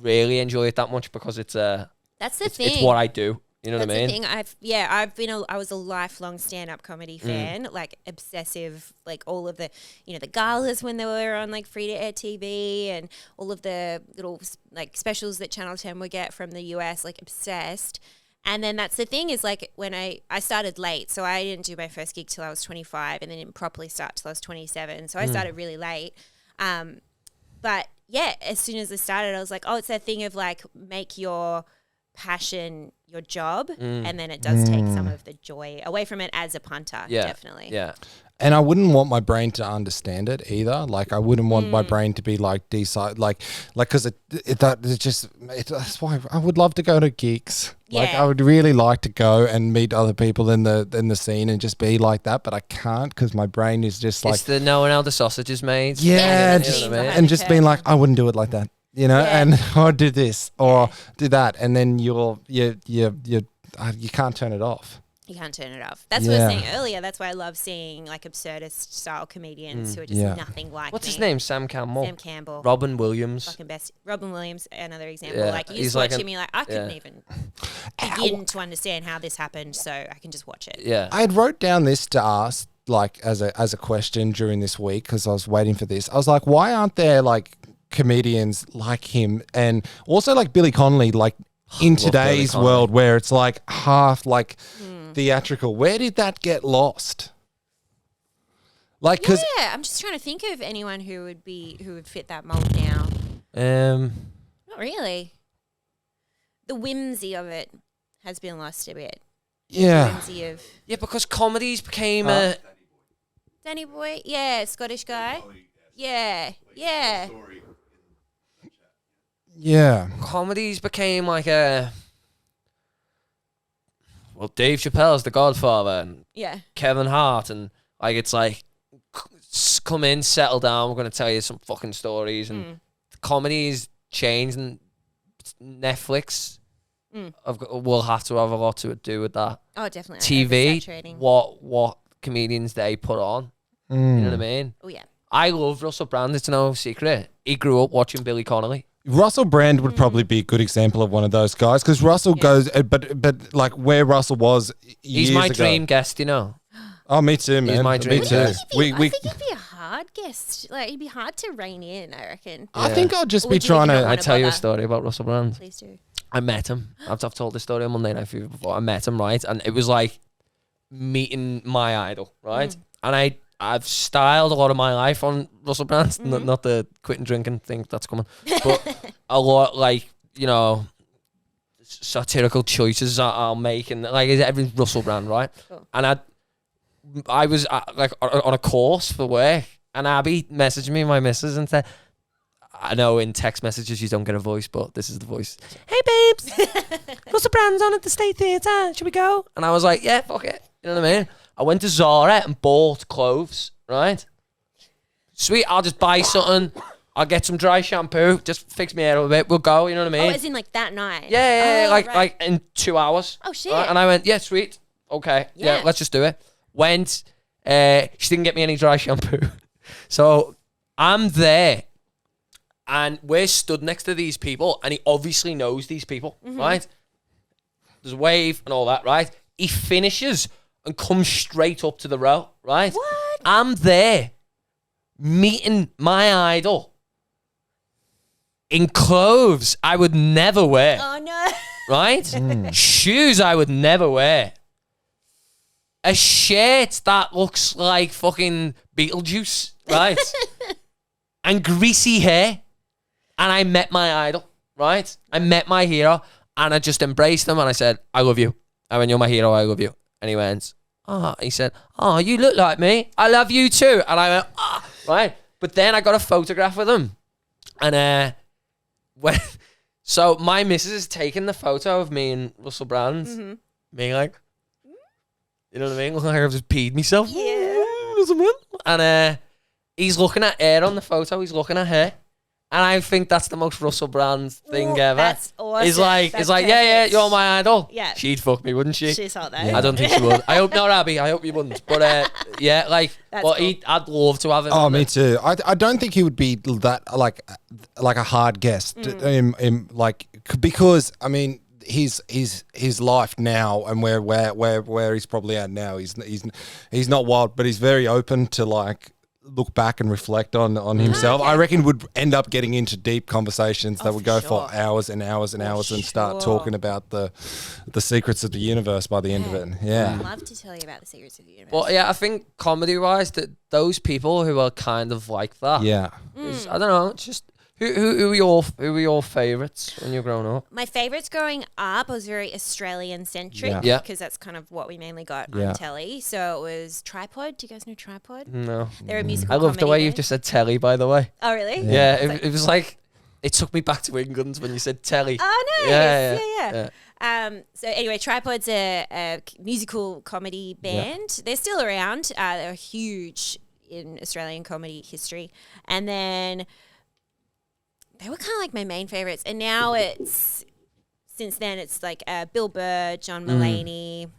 B: really enjoy it that much because it's uh
D: That's the thing.
B: it's what I do. You know
D: That's
B: what I mean?
D: the thing. I've yeah, I've been a I was a lifelong stand up comedy
B: Mm.
D: fan, like obsessive, like all of the you know the galas when they were on like free to air TV and all of the little s- like specials that Channel Ten would get from the US, like obsessed. And then that's the thing is like when I I started late, so I didn't do my first gig till I was 25, and then didn't properly start till I was 27.
B: Mm.
D: So I started really late. Um, but yeah, as soon as I started, I was like, oh, it's that thing of like make your passion your job,
B: Mm.
D: and then it does take some of the joy away from it as a punter.
B: yeah.
D: definitely.
B: Yeah.
C: and I wouldn't want my brain to understand it either. Like I wouldn't want
D: Mm.
C: my brain to be like decide like like because it, it that it just it, that's why I would love to go to gigs. Like
D: Yeah.
C: I would really like to go and meet other people in the in the scene and just be like that, but I can't because my brain is just like
B: it's the knowing how the sausage is made.
C: yeah,
D: Yeah,
C: just-
D: you know what I mean?
C: and just being like, I wouldn't do it like that, you know,
D: Yeah.
C: and or do this or do that, and then you'll you you you uh, you can't turn it off.
D: You can't turn it off. That's what I
C: Yeah.
D: was saying earlier. That's why I love seeing like absurdist style comedians who are just
C: Yeah.
D: nothing like
B: Mm. What's his
D: me.
B: name? Sam Campbell.
D: Sam Campbell.
B: Robin Williams.
D: Fucking best. Robin Williams, another example.
B: Yeah,
D: Like you
B: he's
D: just
B: like
D: watch
B: an-
D: him, you're like, I couldn't
B: yeah.
D: even begin to understand how this happened, so I can just watch it.
B: Yeah.
C: I had wrote down this to ask, like as a as a question during this week because I was waiting for this. I was like, why aren't there like comedians like him and also like Billy Connolly, like in
B: Billy
C: today's
B: Connolly.
C: world where it's like half like theatrical? Where did that get lost? Like, because
D: Yeah, I'm just trying to think of anyone who would be who would fit that mold now.
B: Um
D: Not really. The whimsy of it has been lost a bit.
C: yeah.
D: Whimsy of
B: Yeah, because comedies became a
C: Huh?
D: Danny Boy, yeah, Scottish guy, yeah, yeah,
C: Yeah.
B: comedies became like a well dave chappelle's the godfather and
D: yeah,
B: kevin hart and like it's like c- s- come in settle down we're going to tell you some fucking stories and comedies changed and netflix
D: Mm.
B: I've got, will have to have a lot to do with that
D: oh, definitely.
B: tv
D: Oversaturating.
B: what what comedians they put on you
C: Mm.
B: know what i mean
D: Oh yeah,
B: i love russell brand it's no secret he grew up watching billy connolly
C: Russell Brand would probably be a good example of one of those guys because Russell goes, uh, but but like where Russell was
B: he's
C: years
B: my
C: ago-
B: dream guest you know
C: Oh, me too, man.
B: my dream
C: Me too.
B: guy.
C: We,
D: I
C: we,
D: think it'd be a hard guest. Like it'd be hard to rein in. I reckon.
C: I
B: Yeah.
C: think I'll just
D: Or
C: be
D: would you
C: trying
D: even
C: to.
D: not
B: I tell you a
D: bother.
B: story about Russell Brand.
D: Please do.
B: I met him. I've, I've told this story on Monday Night Fever before. I met him, right? And it was like meeting my idol, right? And I, I've styled a lot of my life on Russell Brand, N- not, the quitting drinking thing that's coming, but a lot like, you know, s- satirical choices I- I'll make and like everything's Russell Brand, right?
D: Cool.
B: And I, I was uh, like on- on a course for work, and Abby messaged me, my missus, and said, I know in text messages you don't get a voice, but this is the voice. Hey babes, Russell Brand's on at the State Theatre. Should we go? And I was like, yeah, fuck it. You know what I mean? I went to Zara and bought clothes. Right? Sweet. I'll just buy something. I'll get some dry shampoo. Just fix my hair up a bit. We'll go. You know what I
D: Oh,
B: mean?
D: as in like that
B: Yeah,
D: night.
B: yeah, yeah,
D: Oh,
B: like
D: right.
B: like in two hours.
D: Oh, shit.
B: Right, And I went, yeah, sweet, okay, yeah,
D: Yeah.
B: let's just do it. Went, uh, she didn't get me any dry shampoo, so I'm there, and we're stood next to these people, and he obviously knows these people,
D: Mm-hmm.
B: right? There's a wave and all that, right? He finishes and comes straight up to the row, right?
D: What?
B: I'm there, meeting my idol. In clothes I would never wear
D: Oh no.
B: right? Shoes I would never wear. A shirt that looks like fucking Beetlejuice, right? and greasy hair. And I met my idol, right? I met my hero and I just embraced him and I said, I love you. I went, You're my hero, I love you. And he went, ah, he said, oh, you look like me. I love you too. And I went, ah, right. But then I got a photograph with him. And uh, when, so my missus is taking the photo of me and Russell Brand being like, you know what I mean? Like I've just peed myself.
D: Yeah.
B: And uh, he's looking at her on the photo. He's looking at her. And I think that's the most Russell Brand thing
D: Ooh,
B: ever.
D: that's awesome.
B: He's like,
D: That's
B: he's like, yeah, yeah,
D: perfect.
B: you're my idol.
D: Yeah.
B: She'd fuck me, wouldn't she?
D: She's hot though.
C: Yeah.
B: I don't think she would. I hope not, Abby. I hope you wouldn't. But uh, yeah, like,
D: That's
B: but he, I'd love to have him.
C: Oh,
B: on
C: me
B: it.
C: too. I, I don't think he would be that like like a hard guest.
D: Mm.
C: Um, um, like c- because I mean his his his life now and where where where where he's probably at now. He's he's he's not wild, but he's very open to like look back and reflect on on
D: Mm.
C: himself. I reckon would end up getting into deep conversations that would
D: Oh,
C: go
D: for sure.
C: for hours and hours and hours and start
D: sure.
C: talking about the the secrets of the universe by the end of it. Yeah.
D: I'd love to tell you about the secrets of the universe.
B: But yeah, I think comedy wise, that those people who are kind of like that.
C: Yeah.
D: Mm.
B: is-
D: Hmm.
B: I don't know. it's Just who who who were your who were your favorites when you're growing up?
D: My favorites growing up was very Australian centric
C: Yeah.
B: Yeah.
D: because that's kind of what we mainly got
C: Yeah.
D: on telly. So it was Tripod. Do you guys know Tripod?
B: No,
D: They're a musical.
B: Mm. I love the
D: comedy eh?
B: way you've
D: band.
B: just said telly. By the way,
D: Oh really?
B: yeah,
D: It's
B: it,
D: like-
B: it was like it took me back to England when you said telly.
D: Oh, nice.
B: Yeah,
D: Yeah,
B: yeah,
D: yeah. Um, so anyway, Tripod's a, a c- musical comedy band. They're still around. Uh, they're huge in Australian comedy history. And then they were kind of like my main favorites. And now it's since then it's like uh, Bill Burr, John Mulaney.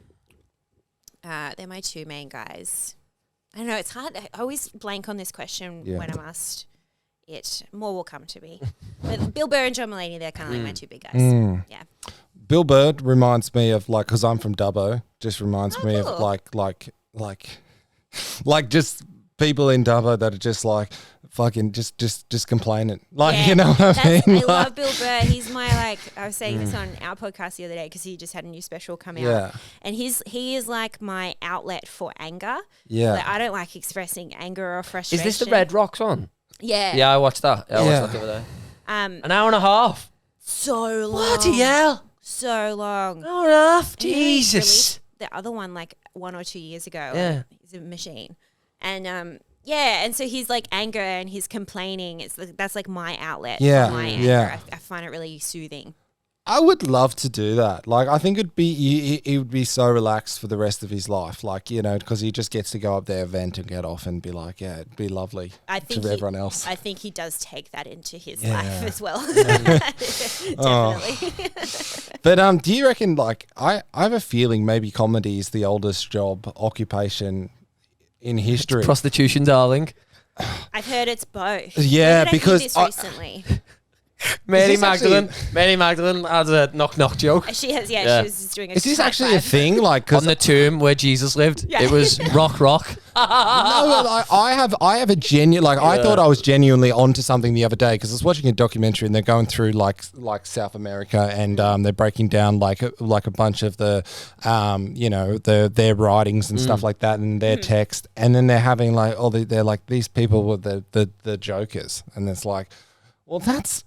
D: Uh, they're my two main guys. I don't know. It's hard. I always blank on this question
C: Yeah.
D: when I'm asked it. More will come to me. but Bill Burr and John Mulaney, they're kind of like my two big guys. Yeah.
C: Bill Bird reminds me of like because I'm from Dubbo, just reminds
D: Oh,
C: me
D: cool.
C: of like like like like just people in Dubbo that are just like fucking just just just complaining, like
D: Yeah,
C: you know what I
D: That's,
C: mean? Mm.
D: I love Bill Burr. He's my like. I was saying this on our podcast the other day because he just had a new special come out,
C: Yeah.
D: and he's he is like my outlet for anger.
C: Yeah.
D: like, I don't like expressing anger or
B: Is
D: frustration.
B: this the Red Rocks one?
D: Yeah,
B: Yeah, I watched that. Yeah, I
C: Yeah.
B: watched that the other day.
D: Um,
B: An hour and a half.
D: so long.
B: Bloody hell!
D: So long.
B: An hour and a half.
D: And he released
B: Jesus.
D: The other one like one or two years ago.
B: Yeah.
D: he's a machine, and um. Yeah, and so he's like anger and he's complaining. It's like, that's like my outlet. for
C: Yeah,
D: my
C: yeah.
D: anger. I, I find it really soothing.
C: I would love to do that. Like, I think it'd be he, he- he would be so relaxed for the rest of his life. Like, you know, because he just gets to go up there, vent, and get off, and be like, yeah, it'd be lovely
D: I
C: to
D: think he-
C: everyone else.
D: I think he does take that into his
C: Yeah. Oh.
D: life as well. Definitely.
C: But um, do you reckon like I, I have a feeling maybe comedy is the oldest job occupation in history.
B: Prostitution, darling.
D: I've heard it's both.
C: Yeah,
D: Where did I hear
C: because
D: this
C: I-
D: recently
B: Mary
C: this actually-
B: Magdalene. Mary Magdalene has a knock knock joke.
D: Uh, she has. Yeah,
B: Yeah.
D: she was just doing. A
C: Is this
D: high
C: actually a
D: five.
C: thing? Like,
B: on
C: because
B: the tomb where Jesus lived.
D: Yeah.
B: It was rock, rock.
C: I, I have, I have a genuine. Like, I
B: Yeah.
C: thought I was genuinely onto something the other day because I was watching a documentary and they're going through like, like South America and um, they're breaking down like, a, like a bunch of the, um, you know, the their writings and stuff like that and their text, and then they're having like, oh, they, they're like these people were the, the the jokers, and it's like, well, that's.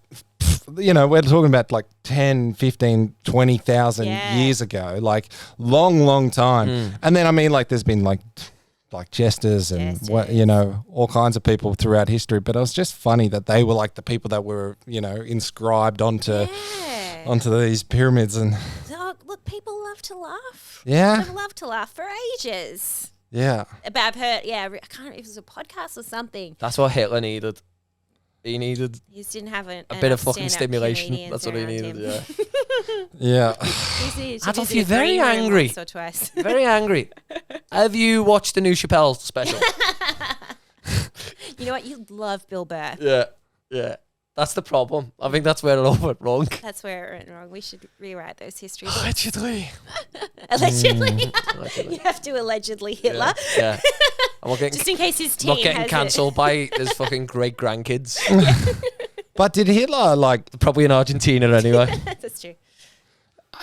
C: You know, we're talking about like 10, 15, 20,000
D: Yeah.
C: years ago, like long, long time. And then I mean, like, there's been like, like jesters and what you know, all kinds of people throughout history. But it was just funny that they were like the people that were you know inscribed onto
D: Yeah.
C: onto these pyramids and
D: Oh, look, people love to laugh.
C: Yeah.
D: They've loved to laugh for ages.
C: yeah,
D: But I've heard. Yeah, re- I can't. remember If it was a podcast or something,
B: That's what Hitler needed. He needed
D: he just didn't have an,
B: a
D: enough
B: bit of fucking
D: stand-up
B: stimulation.
D: comedians
B: That's what he
D: around
B: needed.
D: him.
B: Yeah,
C: yeah.
D: He's needed to
B: Adolf,
D: visit
B: you're
D: a
B: very
D: green room
B: angry.
D: once Or twice.
B: very angry. Have you watched the new Chappelle special?
D: you know what? You love Bill Burr.
B: yeah, yeah. That's the problem. I think that's where it all went wrong.
D: That's where it went wrong. We should rewrite those history books.
B: Allegedly.
D: allegedly.
B: Mm, Allegedly.
D: you have to allegedly Hitler,
B: Yeah. I'm not getting,
D: just in case his team
B: not getting
D: has
B: cancelled by his fucking great grandkids.
C: But did Hitler like?
B: Probably in Argentina anyway.
D: It. That's true.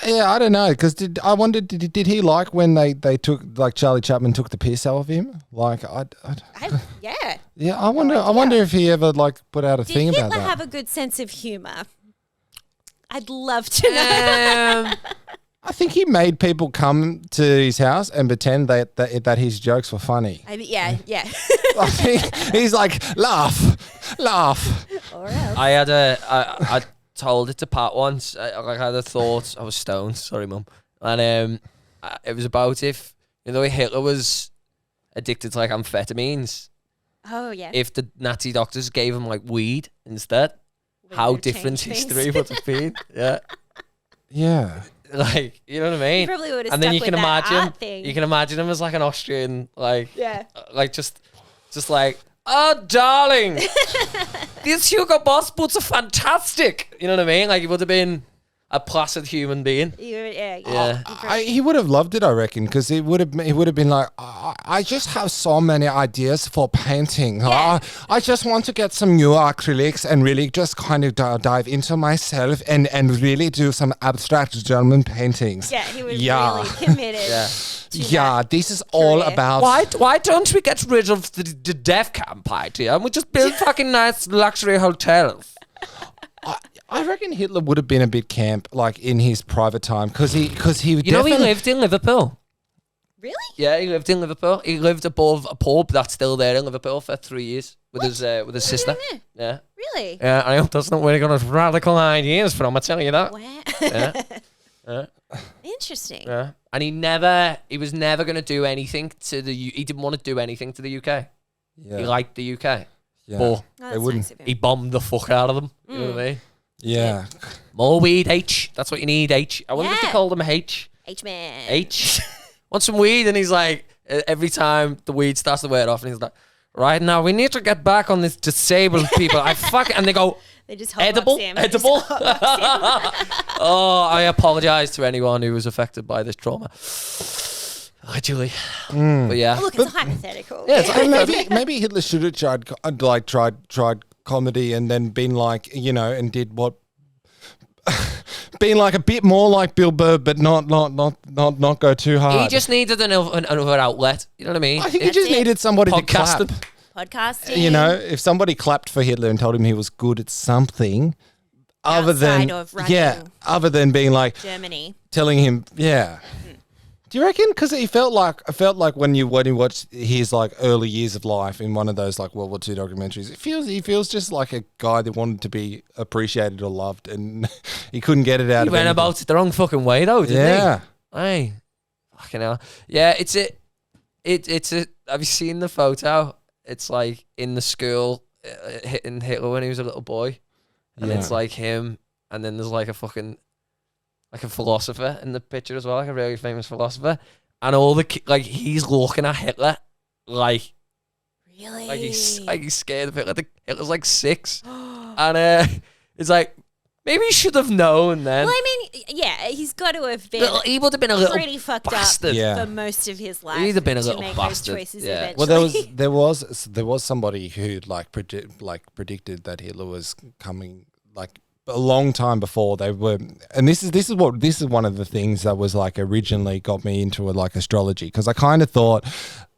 C: Yeah, I don't know. Because did I wondered did, did he like when they they took like Charlie Chaplin took the piss out of him? Like I, I
D: I, yeah.
C: yeah, I wonder. I wonder if he ever like put out a
D: Did
C: thing
D: Hitler
C: about that.
D: have a good sense of humor? I'd love to know.
B: um,
C: I think he made people come to his house and pretend that that, that his jokes were funny.
D: I mean, yeah, yeah.
C: I think he's like, laugh, laugh.
D: or else.
B: I had a I, I told it to Pat once. I, I had a thought. I was stoned. Sorry, mum. And um, I- it was about if you know Hitler was addicted to like amphetamines.
D: Oh yeah.
B: If the Nazi doctors gave him like weed instead,
D: Would
B: how
D: have
B: different
D: changed things.
B: history would have been. Yeah,
C: Yeah.
B: like you know what I
D: You
B: mean.
D: probably would have.
B: And then
D: stuck
B: you can
D: with that
B: imagine
D: art thing.
B: you can imagine him as like an Austrian like
D: yeah.
B: uh, like just just like oh darling these hugo boss boots are fantastic you know what i mean like he would have been a placid human being
D: You, would- yeah. Oh, you-
B: Yeah.
D: you
C: I, he would have loved it, I reckon, because it would have it would have been like, I, I I just have so many ideas for painting.
D: Yeah.
C: I, I just want to get some new acrylics and really just kind of di- dive into myself and and really do some abstract German paintings.
D: Yeah, he was
C: Yeah.
D: really committed.
B: Yeah.
D: To
C: yeah.
D: that.
C: This is all
D: career.
C: about
B: why why don't we get rid of the, the deaf camp idea and we just build fucking nice luxury hotels
C: I, I reckon Hitler would have been a bit camp, like in his private time, because he because he
B: you know he
C: definitely-
B: lived in liverpool
D: Really?
B: yeah he lived in liverpool he lived above a pub that's still there in liverpool for three years with his uh, with his sister
D: Yeah.
B: yeah
D: Really?
B: yeah Uh, i hope that's not where he got his radical ideas from i tell you that
D: Wow.
B: yeah yeah
D: Interesting.
B: Yeah. And he never, he was never going to do anything to the, U- he didn't want to do anything to the UK. He
C: Yeah,
B: liked the UK.
C: yeah,
B: But
D: Oh,
C: they
D: that's
C: wouldn't.
D: nice of him.
B: he bombed the fuck out of them. You know what I mean?
C: Yeah,
B: More weed, H. That's what you need, H. I wonder if they
D: Yeah.
B: called him H.
D: H man.
B: H. Want some weed? And he's like, uh, every time the weed starts to wear off, and he's like, right now, we need to get back on this disabled people. I fuck, and they go,
D: They just hold
B: edible?
D: Up Sam.
B: Edible? oh, I apologize to anyone who was affected by this trauma. Hi, Julie.
C: Mm.
B: But yeah.
D: Look, it's a hypothetical.
B: Yeah, it's
C: And maybe maybe Hitler should have tried co- uh, like tried tried comedy and then been like you know and did what. Being like a bit more like Bill Burr, but not not not not not go too hard.
B: He just needed another, another outlet. You know what I mean?
C: I think he just
D: it.
C: needed somebody to
B: Podcast
C: clap.
B: him.
D: Podcasting.
C: You know, if somebody clapped for Hitler and told him he was good at something, other than
D: Outside of
C: yeah,
D: running.
C: other than being like,
D: Germany.
C: telling him, yeah. Do you reckon? Because he felt like I felt like when you when you watch his like early years of life in one of those like World War II documentaries, it feels he feels just like a guy that wanted to be appreciated or loved, and he couldn't get it out
B: He
C: of
B: went
C: anything.
B: about it the wrong fucking way, though, didn't
C: Yeah,
B: he? Hey, fucking hell. Yeah, it's a, it, it's a. Have you seen the photo? It's like in the school uh, hitting Hitler when he was a little boy, and
C: Yeah.
B: it's like him, and then there's like a fucking, like a philosopher in the picture as well, like a really famous philosopher, and all the ki- like he's looking at Hitler, like
D: Really?
B: like he's like he's scared of Hitler. The- Hitler's like six. and uh, it's like maybe he should have known then.
D: well, I mean, yeah, he's got to have been
B: Little- he would have been a little
D: pretty fucked
B: bastard.
C: Yeah.
D: up for most of his life.
B: He'd have been a
D: to
B: little
D: make
B: bastard,
D: Those choices
B: yeah.
D: eventually.
C: well, there was there was there was somebody who like predi- like predicted that Hitler was coming like a long time before they were and this is this is what this is one of the things that was like originally got me into like astrology because I kind of thought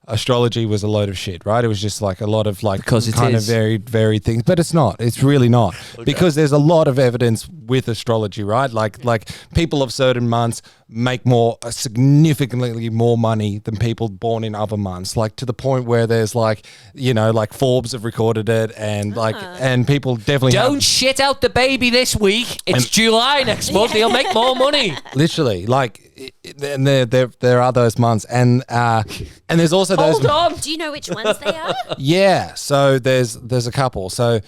C: astrology was a load of shit right it was just like a lot of like
B: Because it
C: kind
B: is.
C: of very very things but it's not it's really not because there's a lot of evidence with astrology right like like people of certain months make more uh, significantly more money than people born in other months like to the point where there's like you know like Forbes have recorded it and like and people definitely have-
B: Ah. Don't shit out the baby this week. It's July next month. He'll make more money.
C: literally like it- it- and there, there there are those months and uh and there's also those
B: Hold on.
D: Do you know which ones they are?
C: yeah so there's there's a couple so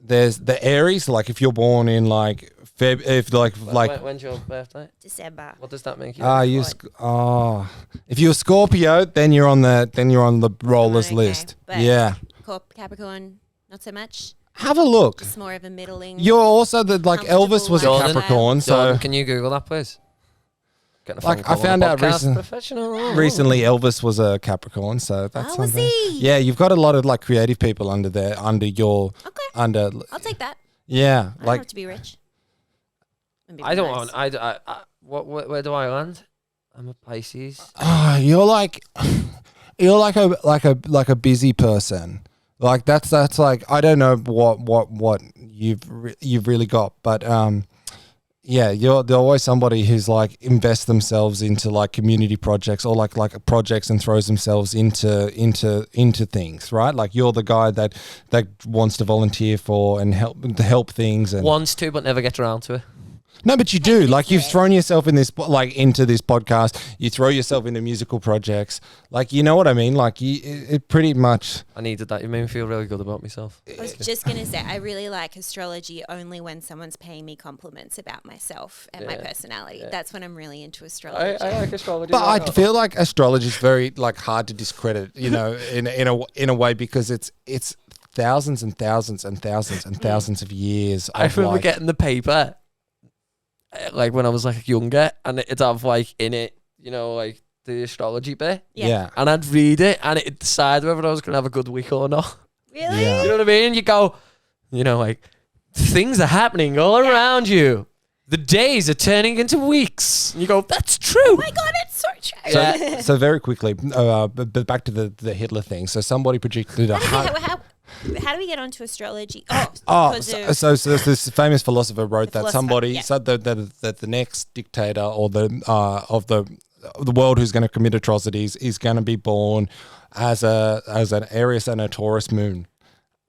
C: there's the aries like if you're born in like feb if like like
B: when's your birthday?
D: December.
B: What does that make you?
C: ah you sc- oh if you're scorpio then you're on the then you're on the rollers
D: Okay,
C: list
D: but-
C: yeah
D: Corp- Capricorn, not so much.
C: have a look
D: It's more of a middling.
C: you're also the like elvis was a
D: Comfortable lifestyle.
C: capricorn so
B: Jordan, can you Google that, please? Getting a
C: Like,
B: phone call
C: I
B: on a
C: found out
B: podcast.
C: recent-
B: Professional.
C: recently elvis was a capricorn so that's
D: Oh, was
C: something
D: he?
C: yeah you've got a lot of like creative people under there under your
D: Okay.
C: under
D: I'll take that.
C: yeah
D: I don't
C: like
D: have to be rich. I'm being
B: I don't
D: nice.
B: want. I. I, I what, where, where do I land? I'm a Pisces.
C: ah, you're like you're like a like a like a busy person like that's that's like i don't know what what what you've re- you've really got but um yeah, you're there's always somebody who's like invests themselves into like community projects or like like projects and throws themselves into into into things, right? Like you're the guy that that wants to volunteer for and help to help things and
B: Wants to, but never get around to it.
C: no, but you do. Like you've thrown yourself in this, po- like into this podcast. You throw yourself into musical projects. Like you know what I mean. Like you, it, it pretty much.
B: I needed that. You made me feel really good about myself.
D: I was just gonna say I really like astrology only when someone's paying me compliments about myself and my personality. That's when I'm really into
B: I,
D: astrology.
B: I like astrology.
C: But
B: why
C: I
B: not?
C: feel like astrology is very like hard to discredit. You know, in in a in a way because it's it's thousands and thousands and thousands and thousands of years. Of
B: I remember
C: like,
B: getting the paper, uh, like when I was like younger, and it'd have like in it, you know, like the astrology bit,
C: yeah.
B: and I'd read it, and it'd decide whether I was gonna have a good week or not.
D: Really?
C: Yeah.
B: You know what I mean? You go, you know, like things are happening all around you. The days are turning into weeks. And you go, that's true.
D: Oh my god, it's so true.
B: Yeah.
C: So very quickly, uh, but, but back to the the Hitler thing. So somebody predicted a
D: How,
C: hun-
D: do we- how, how, how do we get onto astrology? Oh,
C: Oh,
D: because
C: so,
D: of-
C: so, so this, this famous philosopher wrote that
D: philosopher,
C: somebody,
D: yeah.
C: so that the, that the next dictator or the uh, of the of the world who's going to commit atrocities is going to be born as a as an Aries and a Taurus moon.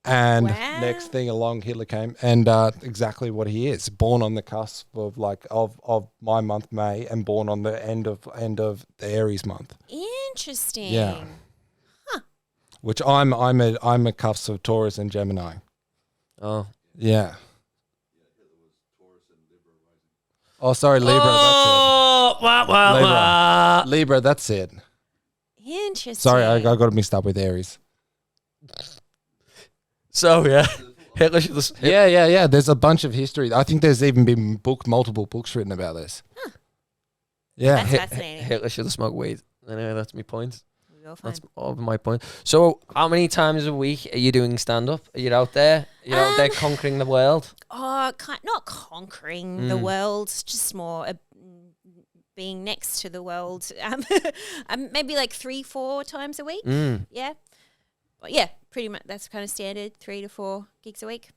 C: And
D: Wow.
C: next thing along, Hitler came, and uh, exactly what he is, born on the cusp of like of of my month May, and born on the end of end of the Aries month,
D: interesting.
C: Yeah. which I'm I'm a I'm a cusp of Taurus and Gemini.
B: Oh.
C: Yeah. Oh, sorry, Libra.
B: oh, wah, wah, wah.
C: Libra. That's it. Libra, that's it.
D: Interesting.
C: Sorry, I, I got mixed up with Aries.
B: So, yeah. Hitler should have. Yeah.
C: Yeah, yeah, yeah. There's a bunch of history. I think there's even been book multiple books written about this. Yeah,
D: That's
C: he-
D: fascinating.
B: Hitler should have smoked weed. Anyway, that's my point.
D: We all fine.
B: That's all my point. So, how many times a week are you doing stand up? Are you out there? You're out there
D: Um,
B: conquering the world?
D: Oh, kind, not conquering the
C: Mm.
D: world, just more uh, being next to the world. Um, um, maybe like three, four times a week.
B: Mm.
D: Yeah. Well, yeah, pretty much. That's kind of standard, three to four gigs a week.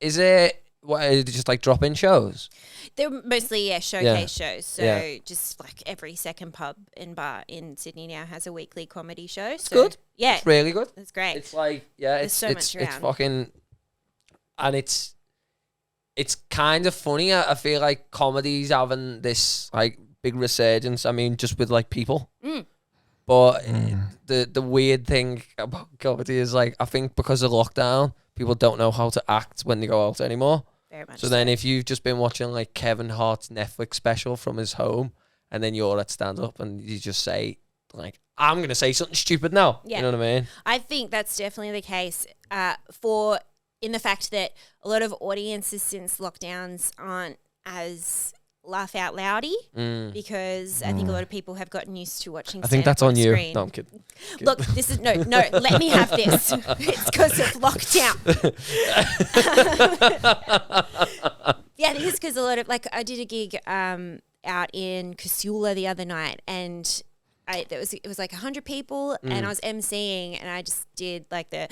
B: Is it, what, is it just like drop in shows?
D: They're mostly, yeah, showcase shows. So
B: Yeah.
D: just like every second pub and bar in Sydney now has a weekly comedy show. So
B: good.
D: Yeah,
B: It's really good.
D: that's great.
B: It's like yeah,
D: There's
B: it's
D: so
B: it's
D: much
B: it's
D: around.
B: fucking, and it's it's kind of funny. I, I feel like comedy's having this like big resurgence. I mean, just with like people,
D: Mm.
B: but the the weird thing about comedy is like I think because of lockdown, people don't know how to act when they go out anymore.
D: Very much.
B: So then, if you've just been watching like Kevin Hart's Netflix special from his home, and then you're at stand up and you just say like, "I'm gonna say something stupid now,"
D: Yeah.
B: you know what I mean?
D: I think that's definitely the case uh, for in the fact that a lot of audiences since lockdowns aren't as laugh out loudy because I think a lot of people have gotten used to watching.
B: Mm. I think that's
D: stand-up
B: on you.
D: screen.
B: No, I'm kidding.
D: Look, this is no, no. Let me have this. it's because of lockdown. yeah, I think it's because a lot of like I did a gig um, out in Casula the other night, and I there was it was like hundred people,
B: Mm.
D: and I was emceeing, and I just did like the.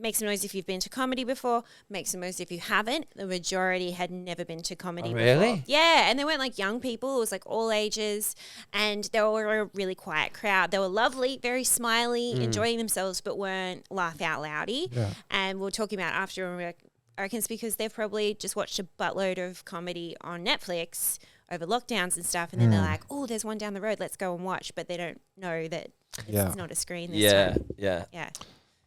D: Make some noise if you've been to comedy before. Make some noise if you haven't. The majority had never been to comedy
B: Oh,
D: before.
B: really?
D: Yeah, and they weren't like young people. It was like all ages, and they were a really quiet crowd. They were lovely, very smiley, enjoying themselves, but weren't laugh out loudy. And we were talking about after, and we were like, I reckon it's because they've probably just watched a buttload of comedy on Netflix over lockdowns and stuff, and then they're like, "Oh, there's one down the road. Let's go and watch," but they don't know that it's,
C: Yeah.
D: it's not a screen. This
B: Yeah,
D: time.
B: yeah.
D: yeah.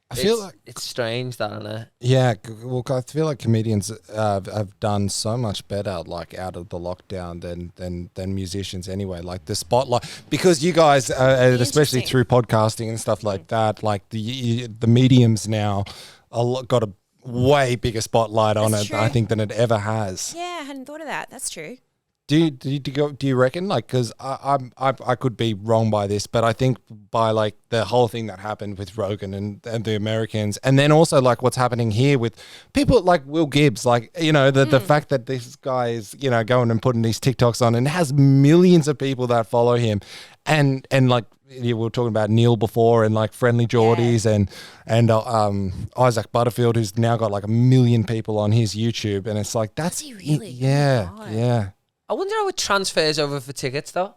C: I feel
B: it's,
C: like
B: it's strange that, isn't it?
C: yeah. c- Well, I feel like comedians uh, have- have done so much better, like out of the lockdown, than than than musicians anyway. Like the spotlight, because you guys, uh, and especially
D: Interesting.
C: through podcasting and stuff like that, like the you- the mediums now, a lot, got a way bigger spotlight on
D: That's
C: it, I
D: true.
C: think, than it ever has.
D: Yeah, I hadn't thought of that. That's true.
C: Do you, do you, do you, go- do you reckon like because I'm I, I could be wrong by this, but I think by like the whole thing that happened with Rogan and, and the Americans, and then also like what's happening here with people like Will Gibbs, like you know the, the
D: Hmm.
C: fact that this guy is you know going and putting these TikToks on and has millions of people that follow him, and and like yeah, we were talking about Neil before and like friendly Geordies and and uh, um, Isaac Butterfield who's now got like a million people on his YouTube and it's like that's
D: he really?
C: yeah
D: Oh my God.
C: yeah
B: I wonder how it transfers over for tickets though.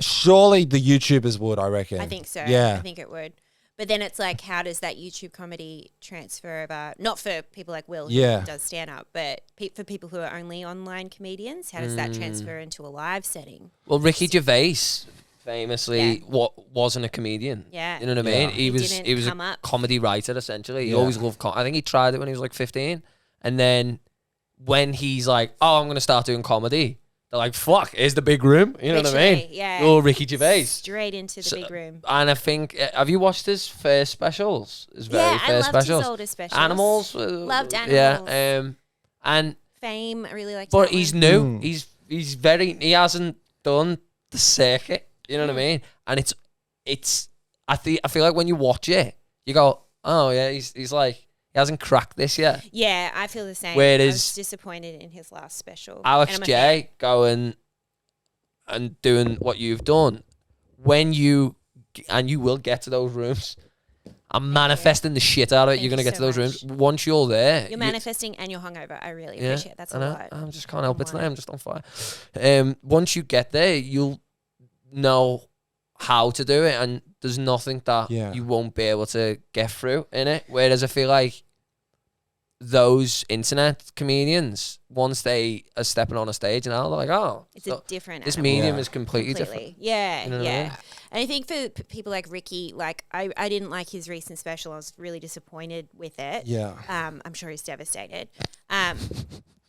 C: Surely the YouTubers would, I reckon.
D: I think so.
C: Yeah.
D: I think it would. But then it's like, how does that YouTube comedy transfer over? Not for people like Will, who
C: Yeah.
D: does stand up, but pe- for people who are only online comedians, how does that transfer
B: Mm.
D: into a live setting?
B: Well, Ricky Gervais famously
D: Yeah.
B: wa- wasn't a comedian.
D: Yeah.
B: you know what I mean. He,
D: He
B: was
D: didn't
B: he was a
D: come up.
B: comedy writer essentially. He
C: Yeah.
B: always loved. Com- I think he tried it when he was like fifteen, and then when he's like, "Oh, I'm gonna start doing comedy," they're like, "Fuck, here's the big room." You know what I mean?
D: Literally, yeah.
B: You're Ricky Gervais.
D: Straight into the
B: So-
D: big room.
B: And I think, uh, have you watched his first specials? His uh, very
D: Yeah, I
B: first
D: loved
B: specials.
D: his older specials.
B: Animals. uh,
D: Loved
B: Yeah. Um, and
D: Fame, I really liked
B: but
D: that
B: he's
D: one.
B: new. He's he's very he hasn't done the circuit. You know
D: Hmm.
B: what I mean? And it's it's I think I feel like when you watch it, you go, oh yeah, he's he's like he hasn't cracked this yet.
D: Yeah, I feel the same. I
B: Whereas-
D: was disappointed in his last special.
B: Alex
D: And I'm a fan.
B: J going and doing what you've done when you and you will get to those rooms. I'm manifesting the shit out of it.
D: Thank
B: you're gonna
D: you
B: get to
D: so
B: those rooms
D: much.
B: once you're there.
D: You're
B: you-
D: manifesting and you're hungover. I really
B: Yeah,
D: appreciate it. That's
B: I
D: a
B: know.
D: lot.
B: I'm just can't help it
D: on
B: tonight.
D: why.
B: I'm just on fire. Um, once you get there, you'll know how to do it, and there's nothing that
C: Yeah.
B: you won't be able to get through in it. Whereas I feel like those internet comedians, once they are stepping on a stage now, they're like, oh,
D: It's
B: so
D: a different
B: this
D: animal.
B: medium
C: Yeah.
B: is completely, different.
D: Yeah,
B: You know what I
D: yeah.
B: mean?
D: And I think for p- people like Ricky, like I, I didn't like his recent special. I was really disappointed with it.
C: Yeah.
D: Um, I'm sure he's devastated. Um,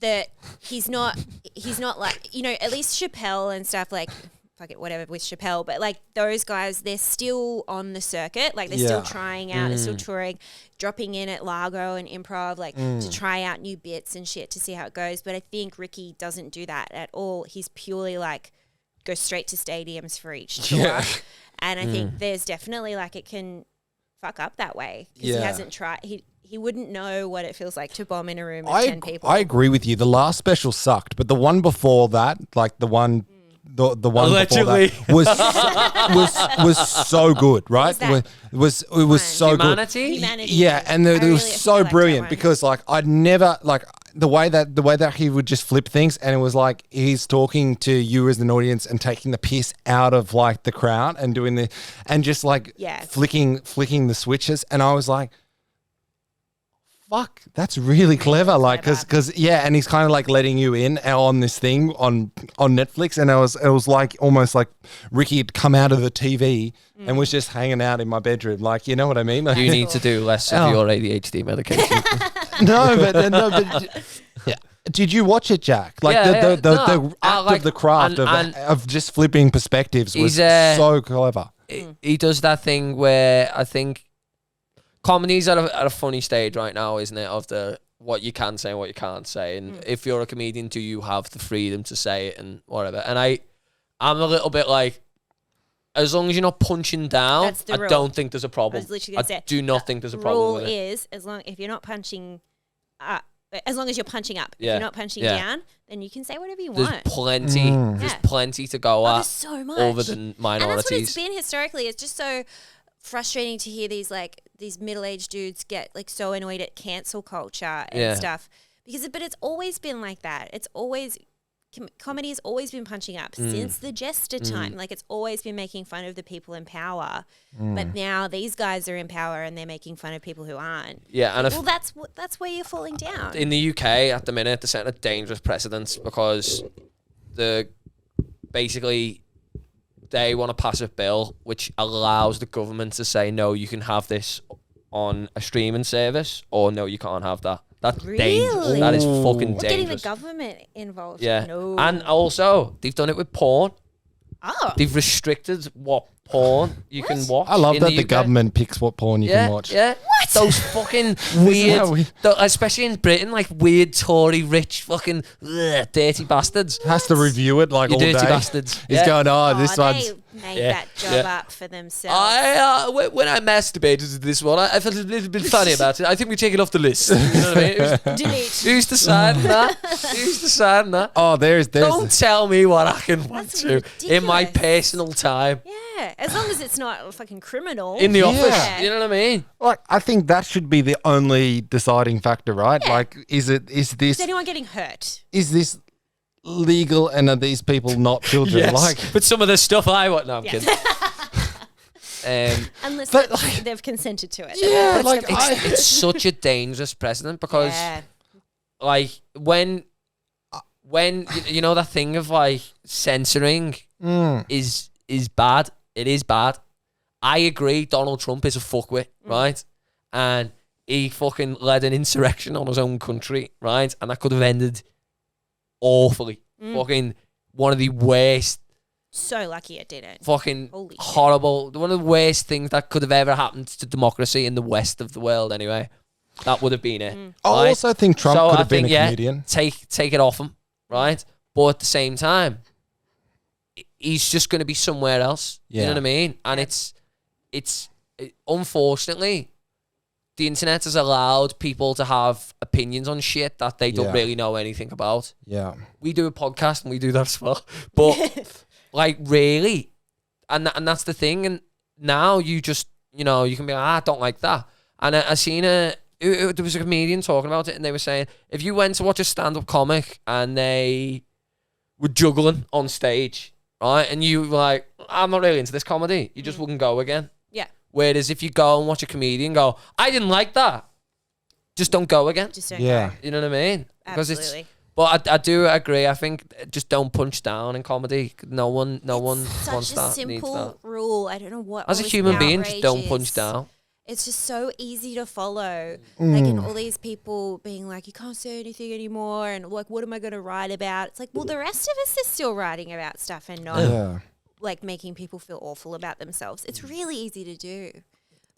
D: that he's not, he's not like you know, at least Chappelle and stuff like. Fuck it, whatever with Chappelle, but like those guys, they're still on the circuit. Like they're still
C: Yeah. Mm.
D: trying out, they're still touring, dropping in at Largo and improv, like
C: Mm.
D: to try out new bits and shit to see how it goes. But I think Ricky doesn't do that at all. He's purely like go straight to stadiums for each tour.
C: Yeah.
D: And I
B: Mm.
D: think there's definitely like it can fuck up that way because
C: Yeah.
D: he hasn't tried. He he wouldn't know what it feels like to bomb in a room of
C: I,
D: ten people.
C: I agree with you. The last special sucked, but the one before that, like the one.
D: Mm.
C: The, the one before that
B: Allegedly.
C: was was was so good, right?
D: that?
C: Was was it was so good.
B: Humanity.
D: Humanity.
C: Yeah, and
D: I
C: the, it
D: really
C: was so
D: liked that
C: brilliant
D: one.
C: because like I'd never like the way that the way that he would just flip things, and it was like he's talking to you as an audience and taking the piss out of like the crowd and doing the and just like
D: Yeah.
C: flicking flicking the switches, and I was like. Fuck, that's really clever. Like, cause, cause, yeah, and he's kind of like letting you in on this thing on on Netflix, and I was, it was like almost like Ricky had come out of the TV
D: Mm.
C: and was just hanging out in my bedroom, like, you know what I mean? Like,
B: You need to do less of
C: Oh.
B: your ADHD medication.
C: no, but no, but. d- Did you watch it, Jack? Like
B: Yeah,
C: the,
B: yeah,
C: the, the,
B: no,
C: the act
B: I like-
C: of the craft
B: and-
C: of,
B: and-
C: of just flipping perspectives was
B: He's, uh,
C: so clever.
D: Hmm.
B: he- he does that thing where I think comedy's at a, at a funny stage right now, isn't it? Of the what you can say and what you can't say, and
D: Hmm.
B: if you're a comedian, do you have the freedom to say it and whatever? And I, I'm a little bit like, as long as you're not punching down,
D: That's the
B: I
D: rule.
B: don't think there's a problem.
D: I was literally gonna say,
B: do not think there's a problem.
D: Rule
B: With it.
D: is as long if you're not punching up, as long as you're punching up,
B: Yeah,
D: if you're not punching
B: yeah.
D: down, then you can say whatever you
B: There's
D: want.
B: plenty, there's
D: Yeah.
B: plenty to go
D: Oh,
B: at
D: there's so much
B: over the
D: And that's what it's
B: minorities.
D: been historically. It's just so frustrating to hear these like these middle aged dudes get like so annoyed at cancel culture and
B: Yeah.
D: stuff because but it's always been like that. It's always com- comedy has always been punching up
B: Mm.
D: since the jester time. Like it's always been making fun of the people in power,
B: Mm.
D: but now these guys are in power and they're making fun of people who aren't.
B: yeah, and I
D: Well, that's what that's where you're falling down.
B: in the UK at the minute, they're setting a dangerous precedent because the basically they want to pass a bill which allows the government to say no, you can have this on a streaming service, or no, you can't have that. That's dangerous.
D: Really?
B: That is
C: Ooh.
B: fucking
D: We're getting the
B: dangerous.
D: government involved.
B: Yeah,
D: no.
B: and also they've done it with porn.
D: Oh,
B: They've restricted what porn you can watch.
C: I love
B: in
C: that
B: the,
C: the
B: UK.
C: government picks what porn you
B: Yeah,
C: can watch.
B: yeah. What? Those fucking weird,
C: how we-
B: tho- especially in Britain, like weird Tory rich fucking ugh, dirty bastards.
C: Has to review it like
B: You
C: all
B: dirty
C: day.
B: bastards.
C: He's
B: Yeah.
C: going, oh, this
D: oh,
C: one's.
D: they made
B: Yeah,
D: that job
B: yeah.
D: up for themselves.
B: I uh, when- when I masturbated to this one, I, I felt a little bit funny about it. I think we take it off the list. You know what I mean? Who's-
D: Delete.
B: Who's deciding that? Who's deciding that?
C: Oh, there's there's.
B: Don't tell me what I can want
D: That's
B: to in my
D: ridiculous.
B: personal time
D: Yeah, as long as it's not fucking criminal.
B: in the
C: Yeah.
B: office. You know what I mean?
C: Like, I think that should be the only deciding factor, right? Like, is it is this
D: Is anyone getting hurt?
C: is this legal and are these people not children? Like,
B: but some of the stuff I want. No, I'm
D: Yeah.
B: kidding. um,
D: Unless
C: But,
D: they've-
C: like-
D: they've consented to it.
C: Yeah,
D: That's
C: like,
D: the
C: I-
D: point.
B: it's such a dangerous precedent because,
D: Yeah.
B: like, when, uh, when y- you know that thing of like censoring
C: mm,
B: is is bad. It is bad. I agree. Donald Trump is a fuckwit,
D: Mm.
B: right? And he fucking led an insurrection on his own country, right? And that could have ended awfully.
D: Mm.
B: Fucking one of the worst,
D: So lucky it didn't.
B: fucking
D: Holy shit.
B: horrible, one of the worst things that could have ever happened to democracy in the west of the world. Anyway, that would have been
D: Mm.
B: it.
C: I
B: right?
C: also think Trump
B: So
C: could
B: I
C: have been
B: think,
C: a
B: yeah.
C: comedian.
B: take take it off him, right? But at the same time, h- he's just going to be somewhere else. You
C: Yeah.
B: know what I mean? And it's it's it, unfortunately, the internet has allowed people to have opinions on shit that they don't
C: Yeah.
B: really know anything about.
C: Yeah,
B: We do a podcast and we do that as well, but like really, and tha- and that's the thing. And now you just you know you can be like, "Ah, I don't like that. And I, I seen a who- who- there was a comedian talking about it, and they were saying if you went to watch a stand up comic and they were juggling on stage, right, and you were like, I'm not really into this comedy, you just wouldn't go again.
D: Yeah.
B: Whereas if you go and watch a comedian, go, I didn't like that, just don't go again.
D: Just don't
C: yeah.
D: care.
B: You know what I mean? it's
D: Absolutely.
B: but I, I do agree. I think uh, just don't punch down in comedy. No one, no one wants
D: Such a
B: that. needs that.
D: simple rule. I don't know what.
B: As a
D: all this
B: human being, just
D: outrage
B: don't
D: is.
B: punch down.
D: It's just so easy to follow.
C: Mm.
D: Like, and all these people being like, you can't say anything anymore. And like, what am I going to write about? It's like, well, the rest of us is still writing about stuff and not
C: yeah.
D: like making people feel awful about themselves. It's
B: Mm.
D: really easy to do.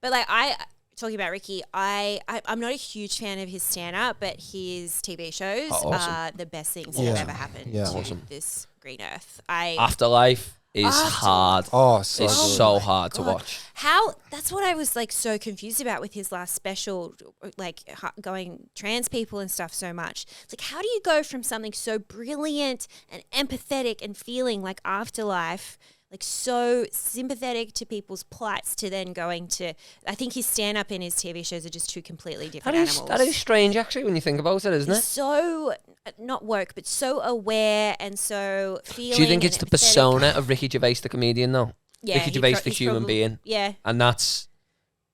D: But like I talking about Ricky, I, I I'm not a huge fan of his stand up, but his TV shows
B: Oh, awesome.
D: are the best things that
C: Yeah.
D: have ever happened
C: Yeah.
D: to
B: Awesome. Ah,
D: this green earth. I
B: Afterlife is
D: Afterlife.
B: hard.
C: Oh, so
B: it's
C: good.
B: so hard to
D: Oh God.
B: watch.
D: How that's what I was like so confused about with his last special, like ha- going trans people and stuff so much. It's like, how do you go from something so brilliant and empathetic and feeling like afterlife, like so sympathetic to people's plights, to then going to? I think his stand up and his TV shows are just two completely
B: That
D: different
B: is
D: animals.
B: that is strange actually when you think about it, isn't it?
D: so uh, not woke, but so aware and so feeling.
B: Do you think
D: and
B: it's the
D: empathetic.
B: persona of Ricky Gervais, the comedian, though?
D: Yeah,
B: Ricky
D: he
B: Gervais,
D: pro-
B: the
D: he's
B: human
D: probably-
B: being,
D: Yeah,
B: and that's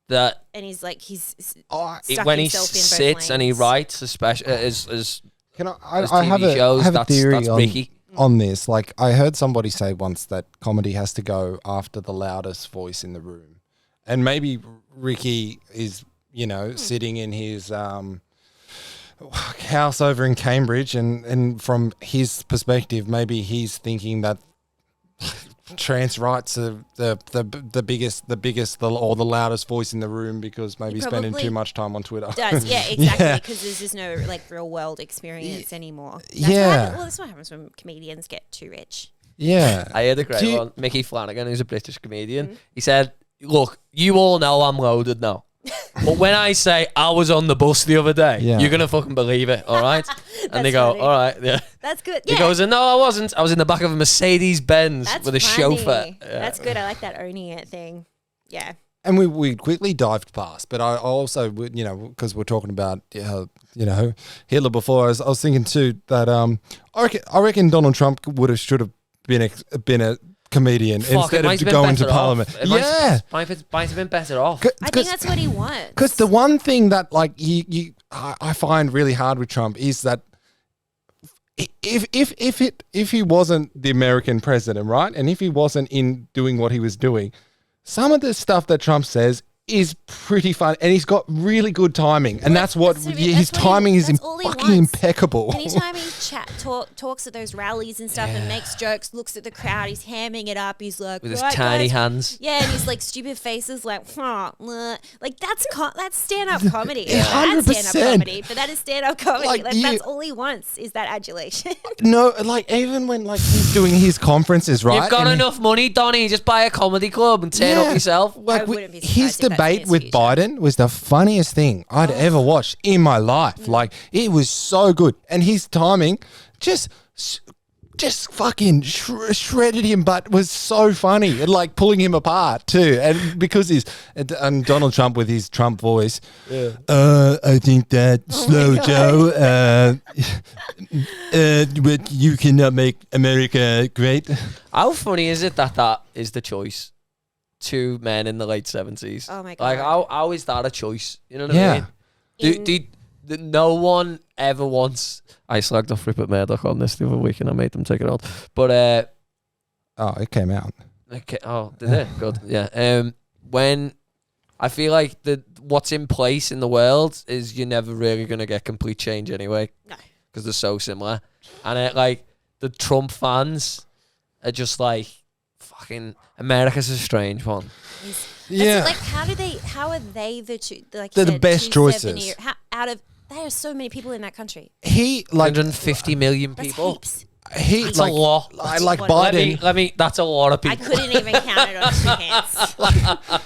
B: that.
D: and he's like he's
C: Oh,
B: it-
D: Stuck
B: when he
D: himself in both
B: sits and he
D: lanes.
B: writes, especially as as
C: Can I? I,
B: Those
C: I have
B: TV
C: a,
B: shows,
C: I have a
B: that's-
C: theory
B: that's
C: on,
B: Ricky.
C: on this. Like, I heard somebody say once that comedy has to go after the loudest voice in the room, and maybe Ricky is, you
D: Hmm.
C: know, sitting in his um, house over in Cambridge, and and from his perspective, maybe he's thinking that trans rights are the, the the biggest the biggest the, or the loudest voice in the room because maybe he's spending
D: probably
C: too much time on Twitter.
D: does yeah exactly because there's just no like real world experience anymore that's what
C: yeah.
D: happen- well that's what happens when comedians get too rich
C: yeah.
B: I heard a great
C: Do you-
B: one. Mickey Flanagan, who's a British comedian,
D: Mm-hmm.
B: he said, "Look, you all know I'm loaded now, but when I say I was on the bus the other day,
C: Yeah.
B: you're gonna fucking believe it, all right?" and they
D: That's
B: go,
D: funny.
B: "All right, yeah."
D: that's good
B: He
D: yeah
B: goes, "No, I wasn't. I was in the back of a Mercedes Benz
D: that's
B: with a
D: funny.
B: chauffeur."
D: that's good i like that owning it thing yeah
C: and we, we quickly dived past, but I also, would- you know, because we're talking about, uh, you know, Hitler before, I was, I was thinking too that um, I reckon, I reckon Donald Trump would have, should have been a, been a comedian
B: Fuck, it
C: instead
B: might
C: of
B: have been
C: going to
B: better off.
C: parliament.
B: It might-
C: Yeah.
B: might, have- might have been better off.
D: i think that's what he wants
C: Because the one thing that like you, you I, I find really hard with Trump is that if if if it if he wasn't the American president, right, and if he wasn't in doing what he was doing, some of the stuff that Trump says is pretty fun, and he's got really good timing, and that's what
D: that's what he-
C: yeah, his
D: that's what he-
C: timing is
D: that's
C: im-
D: all he
C: fucking
D: wants.
C: impeccable.
D: Anytime he chat talk, talks at those rallies and stuff and makes jokes, looks at the crowd, he's hamming it up. He's like
B: With his
D: "Right,
B: tiny
D: guys."
B: hands.
D: Yeah, and he's like stupid faces, like "Huh, bleh." like that's co- that's stand up comedy.
C: Yeah.
D: That's stand
C: 100%.
D: up comedy, but that is stand up comedy.
C: Like,
D: Like,
C: you-
D: that's all he wants is that adulation.
C: No, like even when like he's doing his conferences, right?
B: You've got
C: and he-
B: enough money, Donny. Just buy a comedy club and turn
C: Yeah.
B: up yourself.
C: Like
D: I
C: we-
D: wouldn't be
C: his
D: surprised if that's
C: debate
D: his
C: with
D: future. Oh.
C: Biden was the funniest thing I'd ever watched in my life.
D: Mm.
C: Like it was so good, and his timing just. s- Just fucking shre- shredded him, but was so funny and like pulling him apart too. And because he's and, and Donald Trump with his Trump voice, uh, I think that
D: Oh
C: slow Joe, uh, uh, but you cannot make America great.
B: How funny is it that that is the choice? Two men in the late seventies.
D: Oh my
B: Like
D: God.
B: how how is that a choice? You know what
C: Yeah.
B: I mean? Do,
D: In-
B: do, the- no one ever wants. I slagged off Rupert Murdoch on this the other week, and I made them take it on. But uh,
C: Oh, it came out.
B: Okay. Oh, did it? Good. Yeah. Um, when I feel like the what's in place in the world is you're never really gonna get complete change anyway.
D: No.
B: Because they're so similar, and it like the Trump fans are just like fucking America's a strange one.
D: He's-
C: Yeah.
D: That's, like how do they? How are they the two? Like
C: They're the best
D: 270
C: choices.
D: How, out of there are so many people in that country.
C: He like
B: 150 million
D: That's
B: people.
D: heaps.
C: he
B: That's
C: like
B: a lot.
C: I like
D: That's
B: Let me,
C: Biden.
B: let me. That's a lot of
D: I
B: people.
D: couldn't even count it on two hands.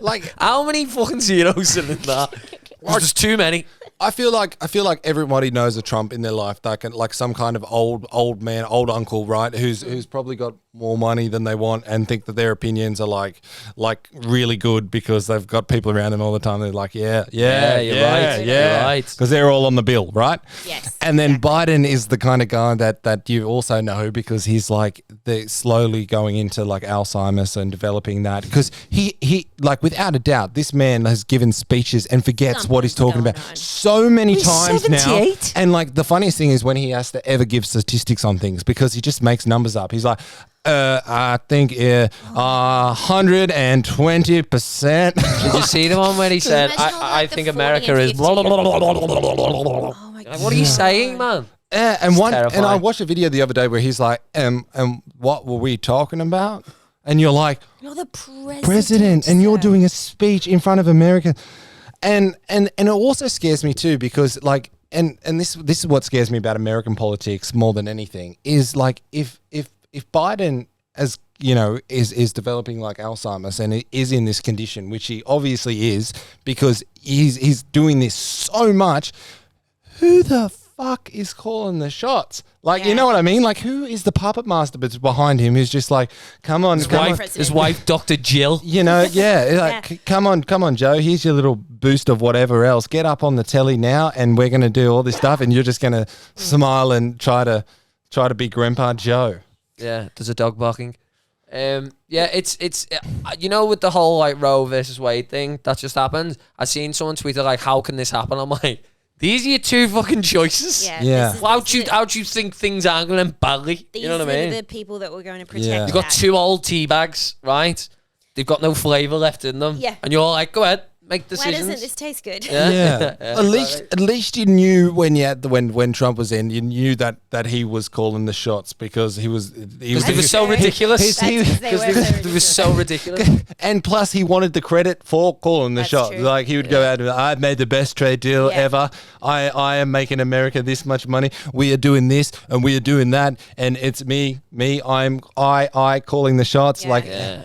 C: Like
B: How many fucking zeros are in that? There's too many.
C: I feel like I feel like everybody knows a Trump in their life, like like some kind of old old man, old uncle, right? Who's who's probably got more money than they want and think that their opinions are like like really good because they've got people around them all the time. They're like, yeah, yeah,
B: Yeah, you're
C: yeah,
B: right, you're
C: yeah,
B: right.
C: because they're all on the bill, right?
D: Yes,
C: And then Biden is the kind of guy that that you also know because he's like the slowly going into like Alzheimer's and developing that because he he like without a doubt this man has given speeches and forgets what he's talking
D: Something's
C: about
D: going on.
C: so many times now.
D: 78?
C: And like the funniest thing is when he has to ever give statistics on things because he just makes numbers up. He's like. Uh, I think uh, uh, 120%.
B: Did you see the one where he said,
D: Imagine
B: "I,
D: all,
B: I
D: like, the
B: think
D: 40
B: America
D: and
B: is
D: 50.
B: blah blah blah blah blah blah blah blah."
D: Oh my
B: Like, what are you
D: God.
B: saying, man?
C: Yeah, and one and I
B: terrifying.
C: watched a video the other day where he's like, um, and what were we talking about? And you're like,
D: You're the president.
C: President, and you're
D: sir.
C: doing a speech in front of America. And and and it also scares me too because like and and this this is what scares me about American politics more than anything is like if if if Biden as you know is is developing like Alzheimer's and is in this condition which he obviously is because he's he's doing this so much who the fuck is calling the shots? Like, you
D: Yeah.
C: know what I mean? Like, who is the puppet master that's behind him who's just like, come on, come on.
B: Wife, his
D: President.
B: wife, Doctor Jill.
C: You know, yeah, like,
D: Yeah.
C: come on, come on, Joe. Here's your little boost of whatever else. Get up on the telly now, and we're gonna do all this stuff, and you're just gonna smile and try to try to be Grandpa Joe.
B: Yeah, there's a dog barking. Um, yeah, it's it's uh, you know with the whole like Roe versus Wade thing that just happened. I seen someone tweet it, like, "How can this happen?" I'm like, "These are your two fucking choices."
D: Yeah.
C: Yeah.
D: This is,
B: How'd you
D: this is-
B: how'd you think things are going to badly?
D: These
B: you know what I
D: are
B: mean?
D: the people that we're going to protect.
C: Yeah.
B: You've got
D: that.
B: two old tea bags, right? They've got no flavour left in them.
D: Yeah.
B: And you're like, go ahead, make
D: Why
B: decisions.
D: doesn't this taste good?
C: Yeah. at least, at least you knew when you had the, when when Trump was in, you knew that that he was calling the shots because he was he
B: Because
C: was
B: they were so
D: He-
B: ridiculous.
D: That's
C: He-
D: because they were so
B: It was so ridiculous.
C: and plus he wanted the credit for calling the
D: That's
C: shot.
D: true.
C: Like he would go out and I've made the best trade deal
D: Yeah.
C: ever. I, I am making America this much money. We are doing this and we are doing that and it's me, me, I'm I I calling the shots.
D: Yeah.
C: Like
B: yeah.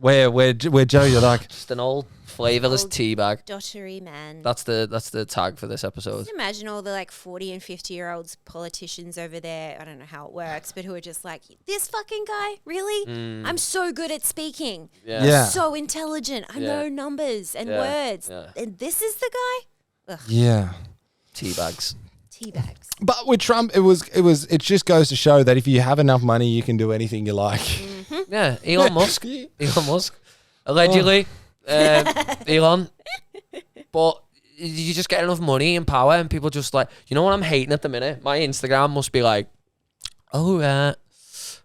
C: where where where Joe, you're like
B: Just an old flavourless
D: Old-
B: tea bag.
D: Dottery man.
B: That's the that's the tag for this episode.
D: Just imagine all the like 40 and 50 year olds politicians over there. I don't know how it works, but who are just like, this fucking guy, really? I'm so good at speaking.
B: Mm. Yeah.
C: Yeah.
D: So intelligent. I
B: Yeah.
D: know numbers and
B: Yeah.
D: words.
B: Yeah.
D: And this is the guy? Ugh,
C: Yeah.
B: Tea bags.
D: tea bags.
C: But with Trump it was it was it just goes to show that if you have enough money you can do anything you like.
B: Yeah. Elon Musk.
D: Mm.
B: Elon Musk. Allegedly. Um, Elon. But you just get enough money and power and people just like you know what I'm hating at the minute? My Instagram must be like, Oh uh,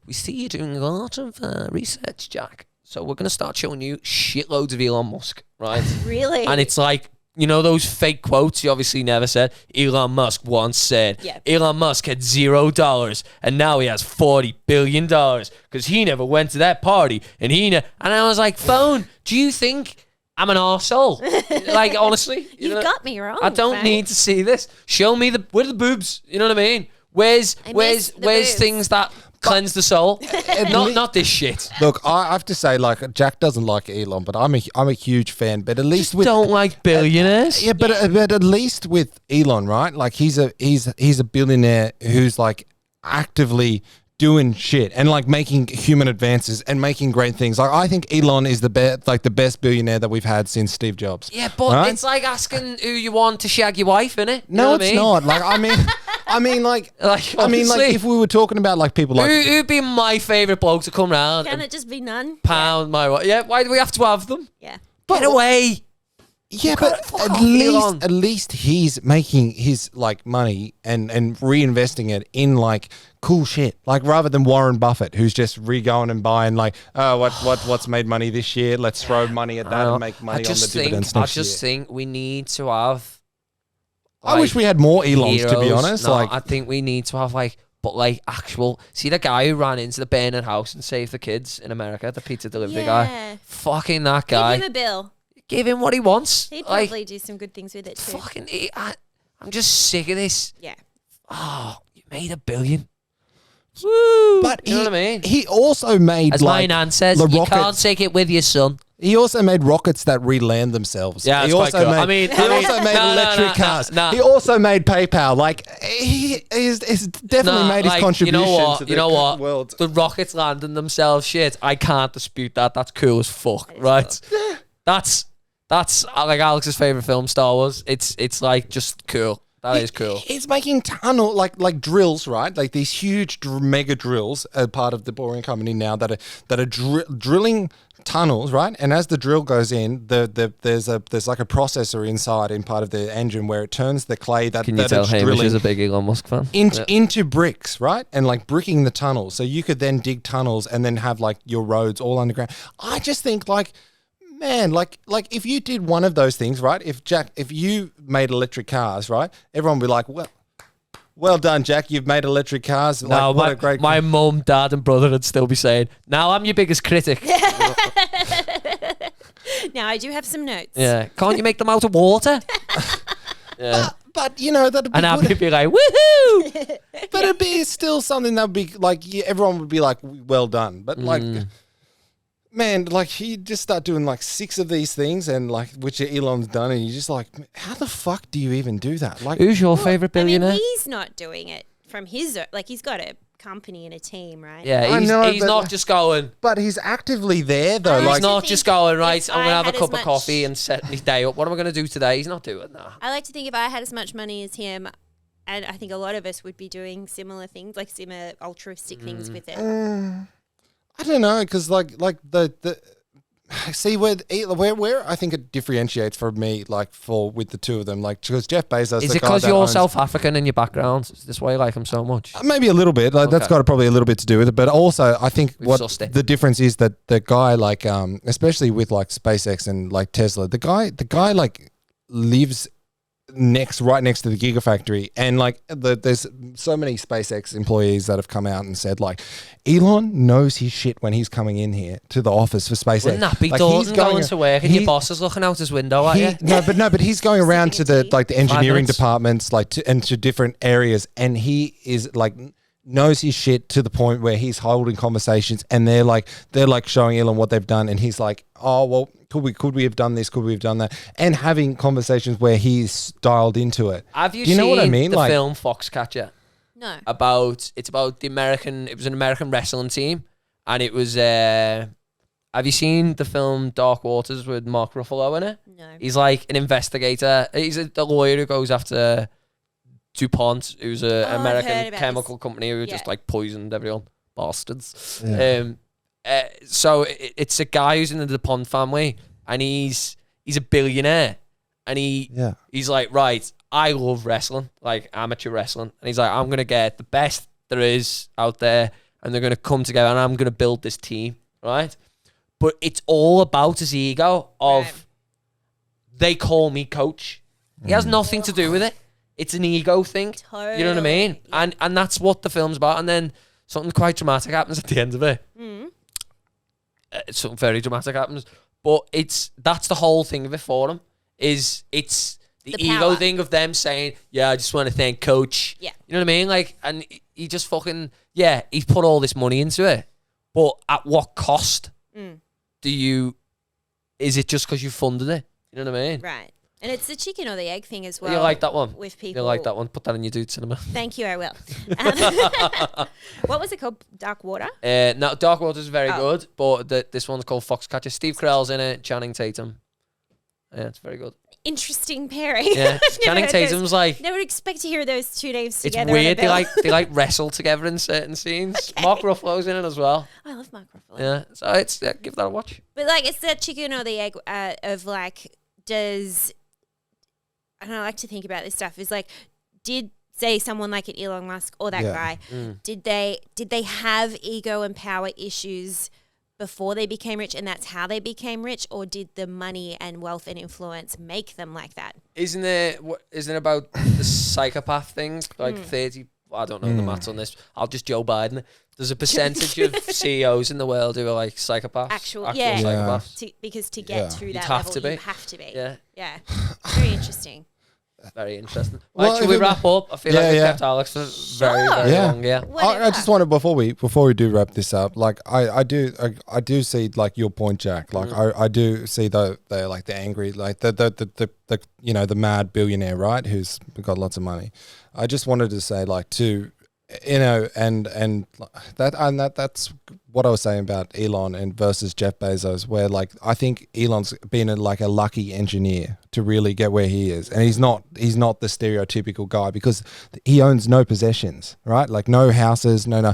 B: we see you doing a lot of uh, research, Jack. so we're gonna start showing you shitloads of Elon Musk, right?
D: Really?
B: and it's like you know those fake quotes he obviously never said. Elon Musk once said,
D: Yeah.
B: "Elon Musk had zero dollars, and now he has forty billion dollars because he never went to that party." And he ne-. and I was like, "Phone, do you think I'm an arsehole? like honestly, you
D: You've
B: know,
D: got me wrong.
B: I don't
D: mate.
B: need to see this. Show me the where are the boobs. You know what I mean? Where's
D: I
B: where's
D: miss the
B: where's
D: boobs.
B: things that cleanse the soul? not not this shit.
C: Look, I I have to say, like Jack doesn't like Elon, but I'm a I'm a huge fan. But at least
B: Just
C: with
B: don't like billionaires.
C: yeah, but but at least with Elon, right? Like he's a he's he's a billionaire who's like actively doing shit and like making human advances and making great things. Like I think Elon is the best, like the best billionaire that we've had since Steve Jobs.
B: Yeah, but
C: Right?
B: it's like asking who you want to shag your wife, innit? You know
C: no,
B: what
C: it's
B: I mean?
C: not. Like I mean, I mean, like,
B: Like,
C: I mean, like
B: honestly.
C: if we were talking about like people like
B: Who, who'd be my favourite bloke to come round
D: Can
B: and
D: it just be none?
B: pound my wife? Yeah, why do we have to have them?
D: Yeah.
B: Get away.
C: Yeah, but
B: fuck
C: at
B: off,
C: least
B: Elon.
C: at least he's making his like money and and reinvesting it in like cool shit. Like rather than Warren Buffett, who's just re going and buying like, oh, what what what's made money this year? Let's throw money at that and make money
B: I just
C: on the
B: think,
C: dividends
B: I
C: next
B: just
C: year.
B: think we need to have.
C: I wish we had more Elons, to be
B: heroes.
C: honest.
B: No,
C: like,
B: I think we need to have like, but like actual. See the guy who ran into the burning house and saved the kids in America, the pizza delivery
D: Yeah.
B: guy. Fucking that guy.
D: Give him a bill.
B: Give him what he wants.
D: He'd
B: like,
D: probably do some good things with it too.
B: fucking. he- I, I'm just sick of this.
D: Yeah.
B: Oh, you made a billion. Woo!
C: but
B: you know
C: he,
B: what I mean?
C: he also made
B: As
C: like
B: my nan says,
C: the
B: you
C: rockets.
B: can't take it with your son.
C: He also made rockets that re-land themselves.
B: Yeah,
C: he
B: that's quite
C: also
B: cool.
C: made.
B: I mean-
C: he
B: I mean-
C: also made
B: no, no,
C: electric
B: no, no,
C: cars.
B: no.
C: He also made PayPal. Like he is, is definitely
B: Nah,
C: made his
B: like,
C: contribution
B: you know what,
C: to the
B: you know what?
C: world.
B: The rockets landing themselves, shit. I can't dispute that. That's cool as fuck, right? that's that's uh, like Alex's favorite film, Star Wars. It's it's like just cool. That is cool.
C: He's making tunnel like like drills, right? Like these huge dr- mega drills are part of the boring company now that are that are dri- drilling tunnels, right? And as the drill goes in, the, the there's a there's like a processor inside in part of the engine where it turns the clay that that it's drilling
B: big Elon Musk fan?
C: into into bricks, right? And like bricking the tunnels. So you could then dig tunnels and then have like your roads all underground. I just think like man, like like if you did one of those things, right? If Jack if you made electric cars, right? Everyone would be like, "Well, well done, Jack. You've made electric cars. Like,
B: No,
C: what
B: my,
C: a great
B: my mum, dad, and brother would still be saying, "Now I'm your biggest critic."
D: Now I do have some notes.
B: yeah, can't you make them out of water?
C: But you know that
B: And I'd be like, "Woohoo!"
C: but it'd be still something that would be like yeah, everyone would be like, well done. But like,
B: Mm.
C: man, like you just start doing like six of these things, and like which Elon's done, and you're just like, how the fuck do you even do that? Like,
B: Who's your favorite
D: I mean,
B: billionaire?
D: he's not doing it from his like he's got a company and a team, right?
B: yeah,
C: I
B: he's,
C: know,
B: he's
C: but-
B: not just going.
C: but he's actively there though.
D: I
B: He's
C: Like,
D: actually
B: not
D: think
B: just going right.
D: if
B: I'm gonna
D: I
B: have a
D: had as
B: cup of
D: much-
B: coffee and set his day up. What am I gonna do today? He's not doing that.
D: I like to think if I had as much money as him, and I think a lot of us would be doing similar things, like similar altruistic things
B: Mm.
D: with it.
C: Uh, I don't know, because like, like the the. See where, E, where where I think it differentiates for me, like for with the two of them, like because Jeff Bezos
B: Is
C: the
B: it
C: guy
B: because
C: that
B: you're
C: owns-
B: South African in your background? Is this why you like him so much?
C: Uh, Maybe a little bit. Like, That's
B: Okay.
C: got probably a little bit to do with it. But also, I think
B: We've
C: what
B: sussed it.
C: the difference is that the guy, like, um, especially with like SpaceX and like Tesla, the guy, the guy, like, lives next, right next to the Gigafactory, and like, the, there's so many SpaceX employees that have come out and said like, Elon knows his shit when he's coming in here to the office for SpaceX.
B: Wouldn't that be
C: Like, he's
B: daunting going, to work and
C: he-
B: your boss is looking out his window at
C: he-
B: you?
C: No, but no, but he's going around to the like the engineering
B: minutes.
C: departments, like to, and to different areas, and he is like knows his shit to the point where he's holding conversations, and they're like they're like showing Elon what they've done, and he's like, oh well, could we could we have done this? Could we have done that? And having conversations where he's dialed into it.
B: Have you,
C: Do you
B: seen
C: know what I mean?
B: the
C: like,
B: film Foxcatcher?
D: No,
B: uh, about it's about the American. It was an American wrestling team, and it was. Uh, have you seen the film Dark Waters with Mark Ruffalo in it?
D: no.
B: He's like an investigator. He's a, a lawyer who goes after DuPont, who's an
D: Oh, I've heard
B: American
D: about
B: chemical company who just
D: Yeah.
B: like poisoned everyone, bastards.
C: Yeah.
B: Um, uh, so it, it's a guy who's in the DuPont family, and he's he's a billionaire, and he
C: yeah,
B: he's like, right, I love wrestling, like amateur wrestling. And he's like, I'm going to get the best there is out there and they're going to come together and I'm going to build this team, right? But it's all about his ego of
D: Right.
B: they call me coach. He has nothing to do with it. It's an ego thing. You know what I mean?
D: Totally,
B: And and that's what the film's about. And then something quite dramatic happens at the end of it. Uh, something very dramatic happens. But it's that's the whole thing of it for him. Is it's the,
D: The
B: ego
D: power.
B: thing of them saying, "Yeah, I just want to thank Coach."
D: Yeah.
B: you know what I mean. Like, and he- he just fucking yeah, he's put all this money into it, but at what cost?
D: Mm.
B: Do you? Is it just because you funded it? You know what I mean?
D: Right. And it's the chicken or the egg thing as well.
B: you like that one?
D: With
B: You
D: people.
B: like that one? Put that in your dude cinema.
D: Thank you, I will. Um, what was it called? Dark Water?
B: Uh, no, Dark Waters is very
D: Oh.
B: good, but th this one's called Foxcatcher. Steve Carell's in it. Channing Tatum. Yeah, it's very good.
D: Interesting pairing.
B: Yeah,
D: I've never
B: Channing
D: heard those-
B: Tatum's like
D: Never expect to hear those two names
B: it's
D: together. on a
B: weird. They
D: bill.
B: like they like wrestle together in certain scenes. Mark Ruffalo's in it as well.
D: I love Mark Ruffalo.
B: Yeah, so it's yeah, give that a watch.
D: But like, it's the chicken or the egg uh, of like, does I don't know, I like to think about this stuff is like, did say someone like an Elon Musk or that
C: Yeah.
D: guy,
B: Mm.
D: did they did they have ego and power issues before they became rich, and that's how they became rich, or did the money and wealth and influence make them like that?
B: Isn't there what isn't it about the psychopath thing? Like
D: Hmm.
B: thirty. I don't know the maths on this. I'll just Joe Biden. it. There's a percentage of CEOs in the world who are like psychopaths.
D: Actual- yeah. Yeah.
B: psychopaths.
D: To, because to get
C: Yeah.
D: to
B: You'd
D: that
B: have
D: level,
B: to be.
D: you have to be.
B: Yeah.
D: yeah. Very interesting.
B: Very interesting.
C: Well,
B: right, should
C: if
B: we
C: it-
B: wrap up? I feel
C: Yeah,
B: like we
C: yeah.
B: kept Alex for very, very
C: Yeah.
B: long. Yeah.
C: I, I
D: Whatever.
C: just wanted before we before we do wrap this up, like I, I do I, I do see like your point, Jack. Like I, I do see the the like the angry like the the, the the the you know the mad billionaire right who's got lots of money. I just wanted to say like to you know and and that and that that's what I was saying about Elon and versus Jeff Bezos, where like I think Elon's been a, like a lucky engineer to really get where he is, and he's not he's not the stereotypical guy because he owns no possessions, right? Like no houses, no no.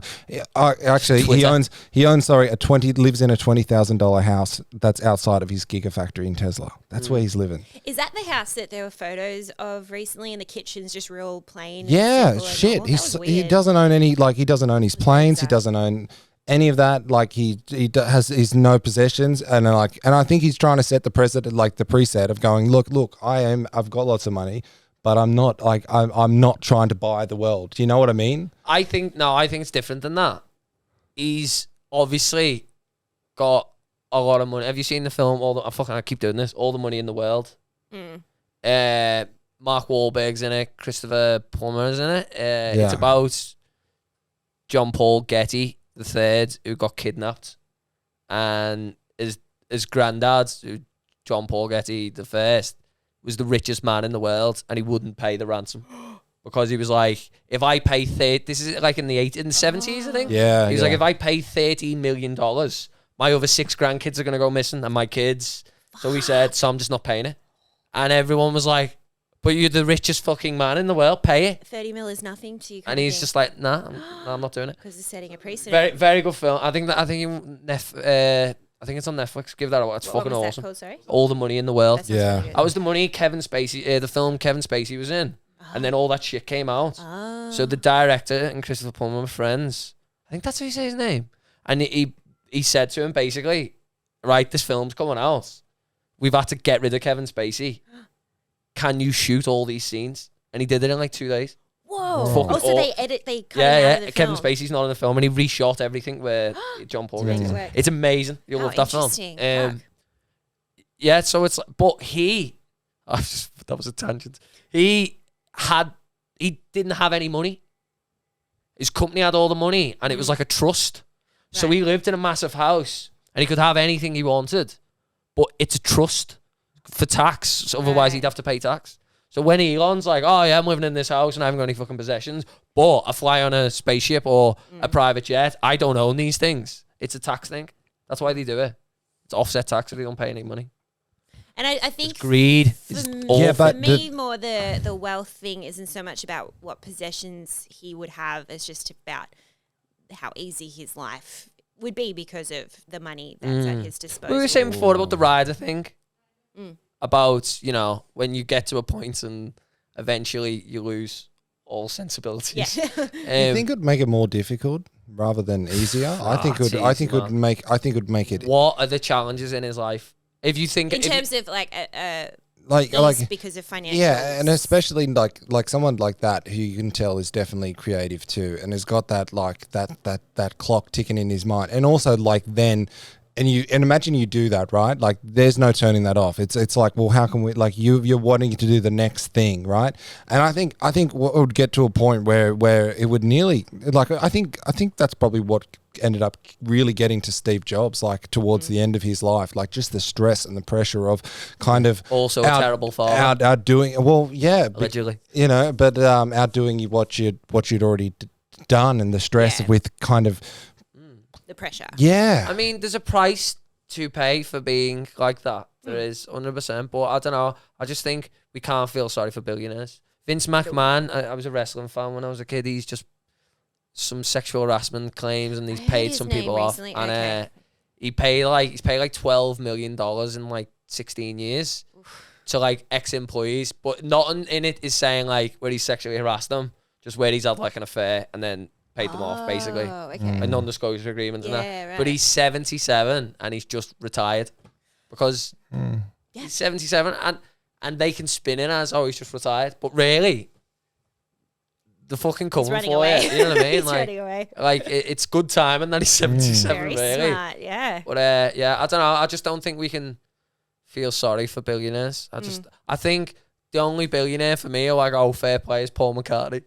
C: Uh, actually, he
B: Twitter.
C: owns he owns sorry a twenty lives in a twenty thousand dollar house that's outside of his gigafactory in Tesla. That's where he's living.
D: Is that the house that there were photos of recently, and the kitchen's just real plain? and
C: Yeah,
D: simple and
C: shit.
D: all? That
C: He's,
D: was
C: he
D: weird.
C: doesn't own any like he doesn't own his planes. He
D: Exactly.
C: doesn't own any of that. Like he he do- has he's no possessions and uh, like and I think he's trying to set the precedent like the preset of going look look I am I've got lots of money but I'm not like I'm I'm not trying to buy the world. Do you know what I mean?
B: I think no, I think it's different than that. He's obviously got a lot of money. Have you seen the film? All the I fucking I keep doing this. All the money in the world.
D: Mm.
B: Uh, Mark Wahlberg's in it. Christopher Plummer's in it. Uh, It's
C: Yeah.
B: about John Paul Getty the third, who got kidnapped, and his his granddad, who John Paul Getty the first, was the richest man in the world, and he wouldn't pay the ransom. Because he was like, if I pay thirty, this is like in the eight in the seventies, I think.
C: Yeah,
B: He was like,
C: Uh, yeah.
B: if I pay thirteen million dollars, my other six grandkids are gonna go missing, and my kids. So he said, so I'm just not paying it. And everyone was like, but you're the richest fucking man in the world, pay it.
D: Thirty mil is nothing to you.
B: And he's just like, nah, I'm, nah, I'm not doing it.
D: because it's setting a precedent.
B: Very, very good film. I think that I think you, Nef, uh, I think it's on Netflix. Give that a watch. It's
D: What- what
B: fucking
D: was that
B: awesome.
D: called? Sorry.
B: All the money in the world.
D: That sounds really
C: Yeah.
D: good.
B: That was the money Kevin Spacey, uh, the film Kevin Spacey was in, and then all that shit came out.
D: Ah.
B: So the director and Christopher Plummer were friends. I think that's how you say his name. And he he said to him basically, right, this film's coming out. We've had to get rid of Kevin Spacey. Can you shoot all these scenes? And he did it in like two days.
D: Whoa.
B: Fucking
D: Also,
B: aw-
D: they edit. They cut
B: yeah,
D: it out
B: yeah.
D: of the
B: Kevin
D: film.
B: Spacey's not in the film, and he reshot everything where John Paul
D: Amazing
B: Getty's in.
D: work.
B: It's amazing. You'll
D: How
B: love that film.
D: Oh, interesting.
B: Um,
D: Fuck.
B: yeah, so it's like, but he, I was just, that was a tangent. He had, he didn't have any money. His company had all the money, and it was like a trust. So
D: Mm. Right.
B: he lived in a massive house, and he could have anything he wanted, but it's a trust for tax. So otherwise,
D: Right.
B: he'd have to pay tax. So when Elon's like, "Oh yeah, I'm living in this house and I haven't got any fucking possessions," but I fly on a spaceship or
D: Mm.
B: a private jet, I don't own these things. It's a tax thing. That's why they do it. It's offset tax if they don't pay any money.
D: And I, I think
B: It's greed. It's
D: For,
B: awful.
C: Yeah,
D: for
C: but the-
D: me, more the the wealth thing isn't so much about what possessions he would have; it's just about how easy his life would be because of the money that's at his disposal.
B: Mm. we were saying before about the rider thing,
D: Mm.
B: about you know when you get to a point and eventually you lose all sensibilities.
D: yeah,
B: Um,
C: you think it'd make it more difficult rather than easier. I think it would, I
B: Nazis,
C: think it would
B: Ah, man.
C: make I think it would make it
B: What are the challenges in his life? If you think
D: in
B: if you-
D: terms of like uh, uh,
C: like
D: things
C: like
D: because of financial.
C: yeah, and especially like like someone like that who you can tell is definitely creative too, and has got that like that that that clock ticking in his mind, and also like then. And you and imagine you do that, right? Like, there's no turning that off. It's it's like, well, how can we? Like, you you're wanting to do the next thing, right? And I think I think what would get to a point where where it would nearly like I think I think that's probably what ended up really getting to Steve Jobs, like towards
B: Mm.
C: the end of his life, like just the stress and the pressure of kind of
B: Also a terrible father.
C: out outdoing well yeah be-
B: Allegedly.
C: you know but um outdoing you what you what you'd already d- done and the stress
D: Yeah.
C: with kind of
D: the pressure.
C: yeah
B: I mean, there's a price to pay for being like that.
D: Hmm.
B: There is 100%. But I don't know. I just think we can't feel sorry for billionaires. Vince McMahon, I, I was a wrestling fan when I was a kid. He's just some sexual harassment claims and he's
D: I heard
B: paid
D: his
B: some
D: name
B: people off.
D: recently,
B: And
D: okay.
B: uh, he paid like he's paid like 12 million dollars in like 16 years to like ex-employees, but nothing in it is saying like where he sexually harassed them, just where he's had like an affair and then paid them off basically
D: Oh, okay.
B: a non-disclosure agreement and that.
D: Yeah,
B: But
D: right.
B: he's 77 and he's just retired because
C: Mm.
D: Yeah.
B: he's 77 and and they can spin it as oh he's just retired, but really the fucking coming
D: running
B: for
D: away.
B: it. You know what I mean?
D: He's
B: like
D: running away.
B: like it, it's good time and that he's 77
D: Very
B: really.
D: smart. Yeah.
B: But uh, yeah, I don't know. I just don't think we can feel sorry for billionaires. I
D: Mm.
B: just I think the only billionaire for me who I go fair play is Paul McCartney.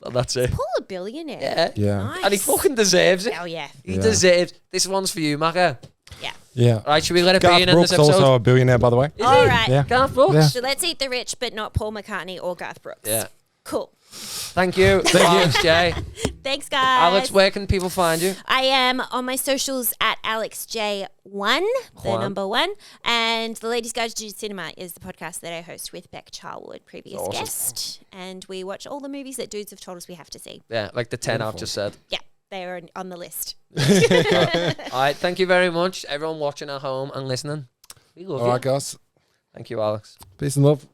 B: And that's it.
D: Pull a billionaire.
B: Yeah.
C: yeah
D: Nice.
B: And he fucking deserves it.
D: Hell yeah.
B: He
C: Yeah.
B: deserves. This one's for you, Maka.
D: Yeah.
C: yeah
B: Right, should we let it be
C: Garth
B: in, in this
C: Brooks
B: episode?
C: also a billionaire by the way
B: Is
D: All
B: he?
D: right.
C: Yeah.
B: Garth Brooks.
C: Yeah.
D: So let's eat the rich, but not Paul McCartney or Garth Brooks.
B: Yeah.
D: Cool.
B: Thank you. Thank you. Jay.
D: Thanks, guys.
B: Alex, where can people find you?
D: I am on my socials at AlexJ1, the
B: Juan.
D: number one. And The Ladies Guide to Jude Cinema is the podcast that I host with Beck Charwood, previous
B: Awesome.
D: guest. And we watch all the movies that dudes have told us we have to see.
B: Yeah, like the 10 I've just said.
D: Yeah, they are on- on the list.
B: All right, thank you very much, everyone watching at home and listening. We love
C: all
B: you.
C: right guys
B: Thank you, Alex.
C: peace and love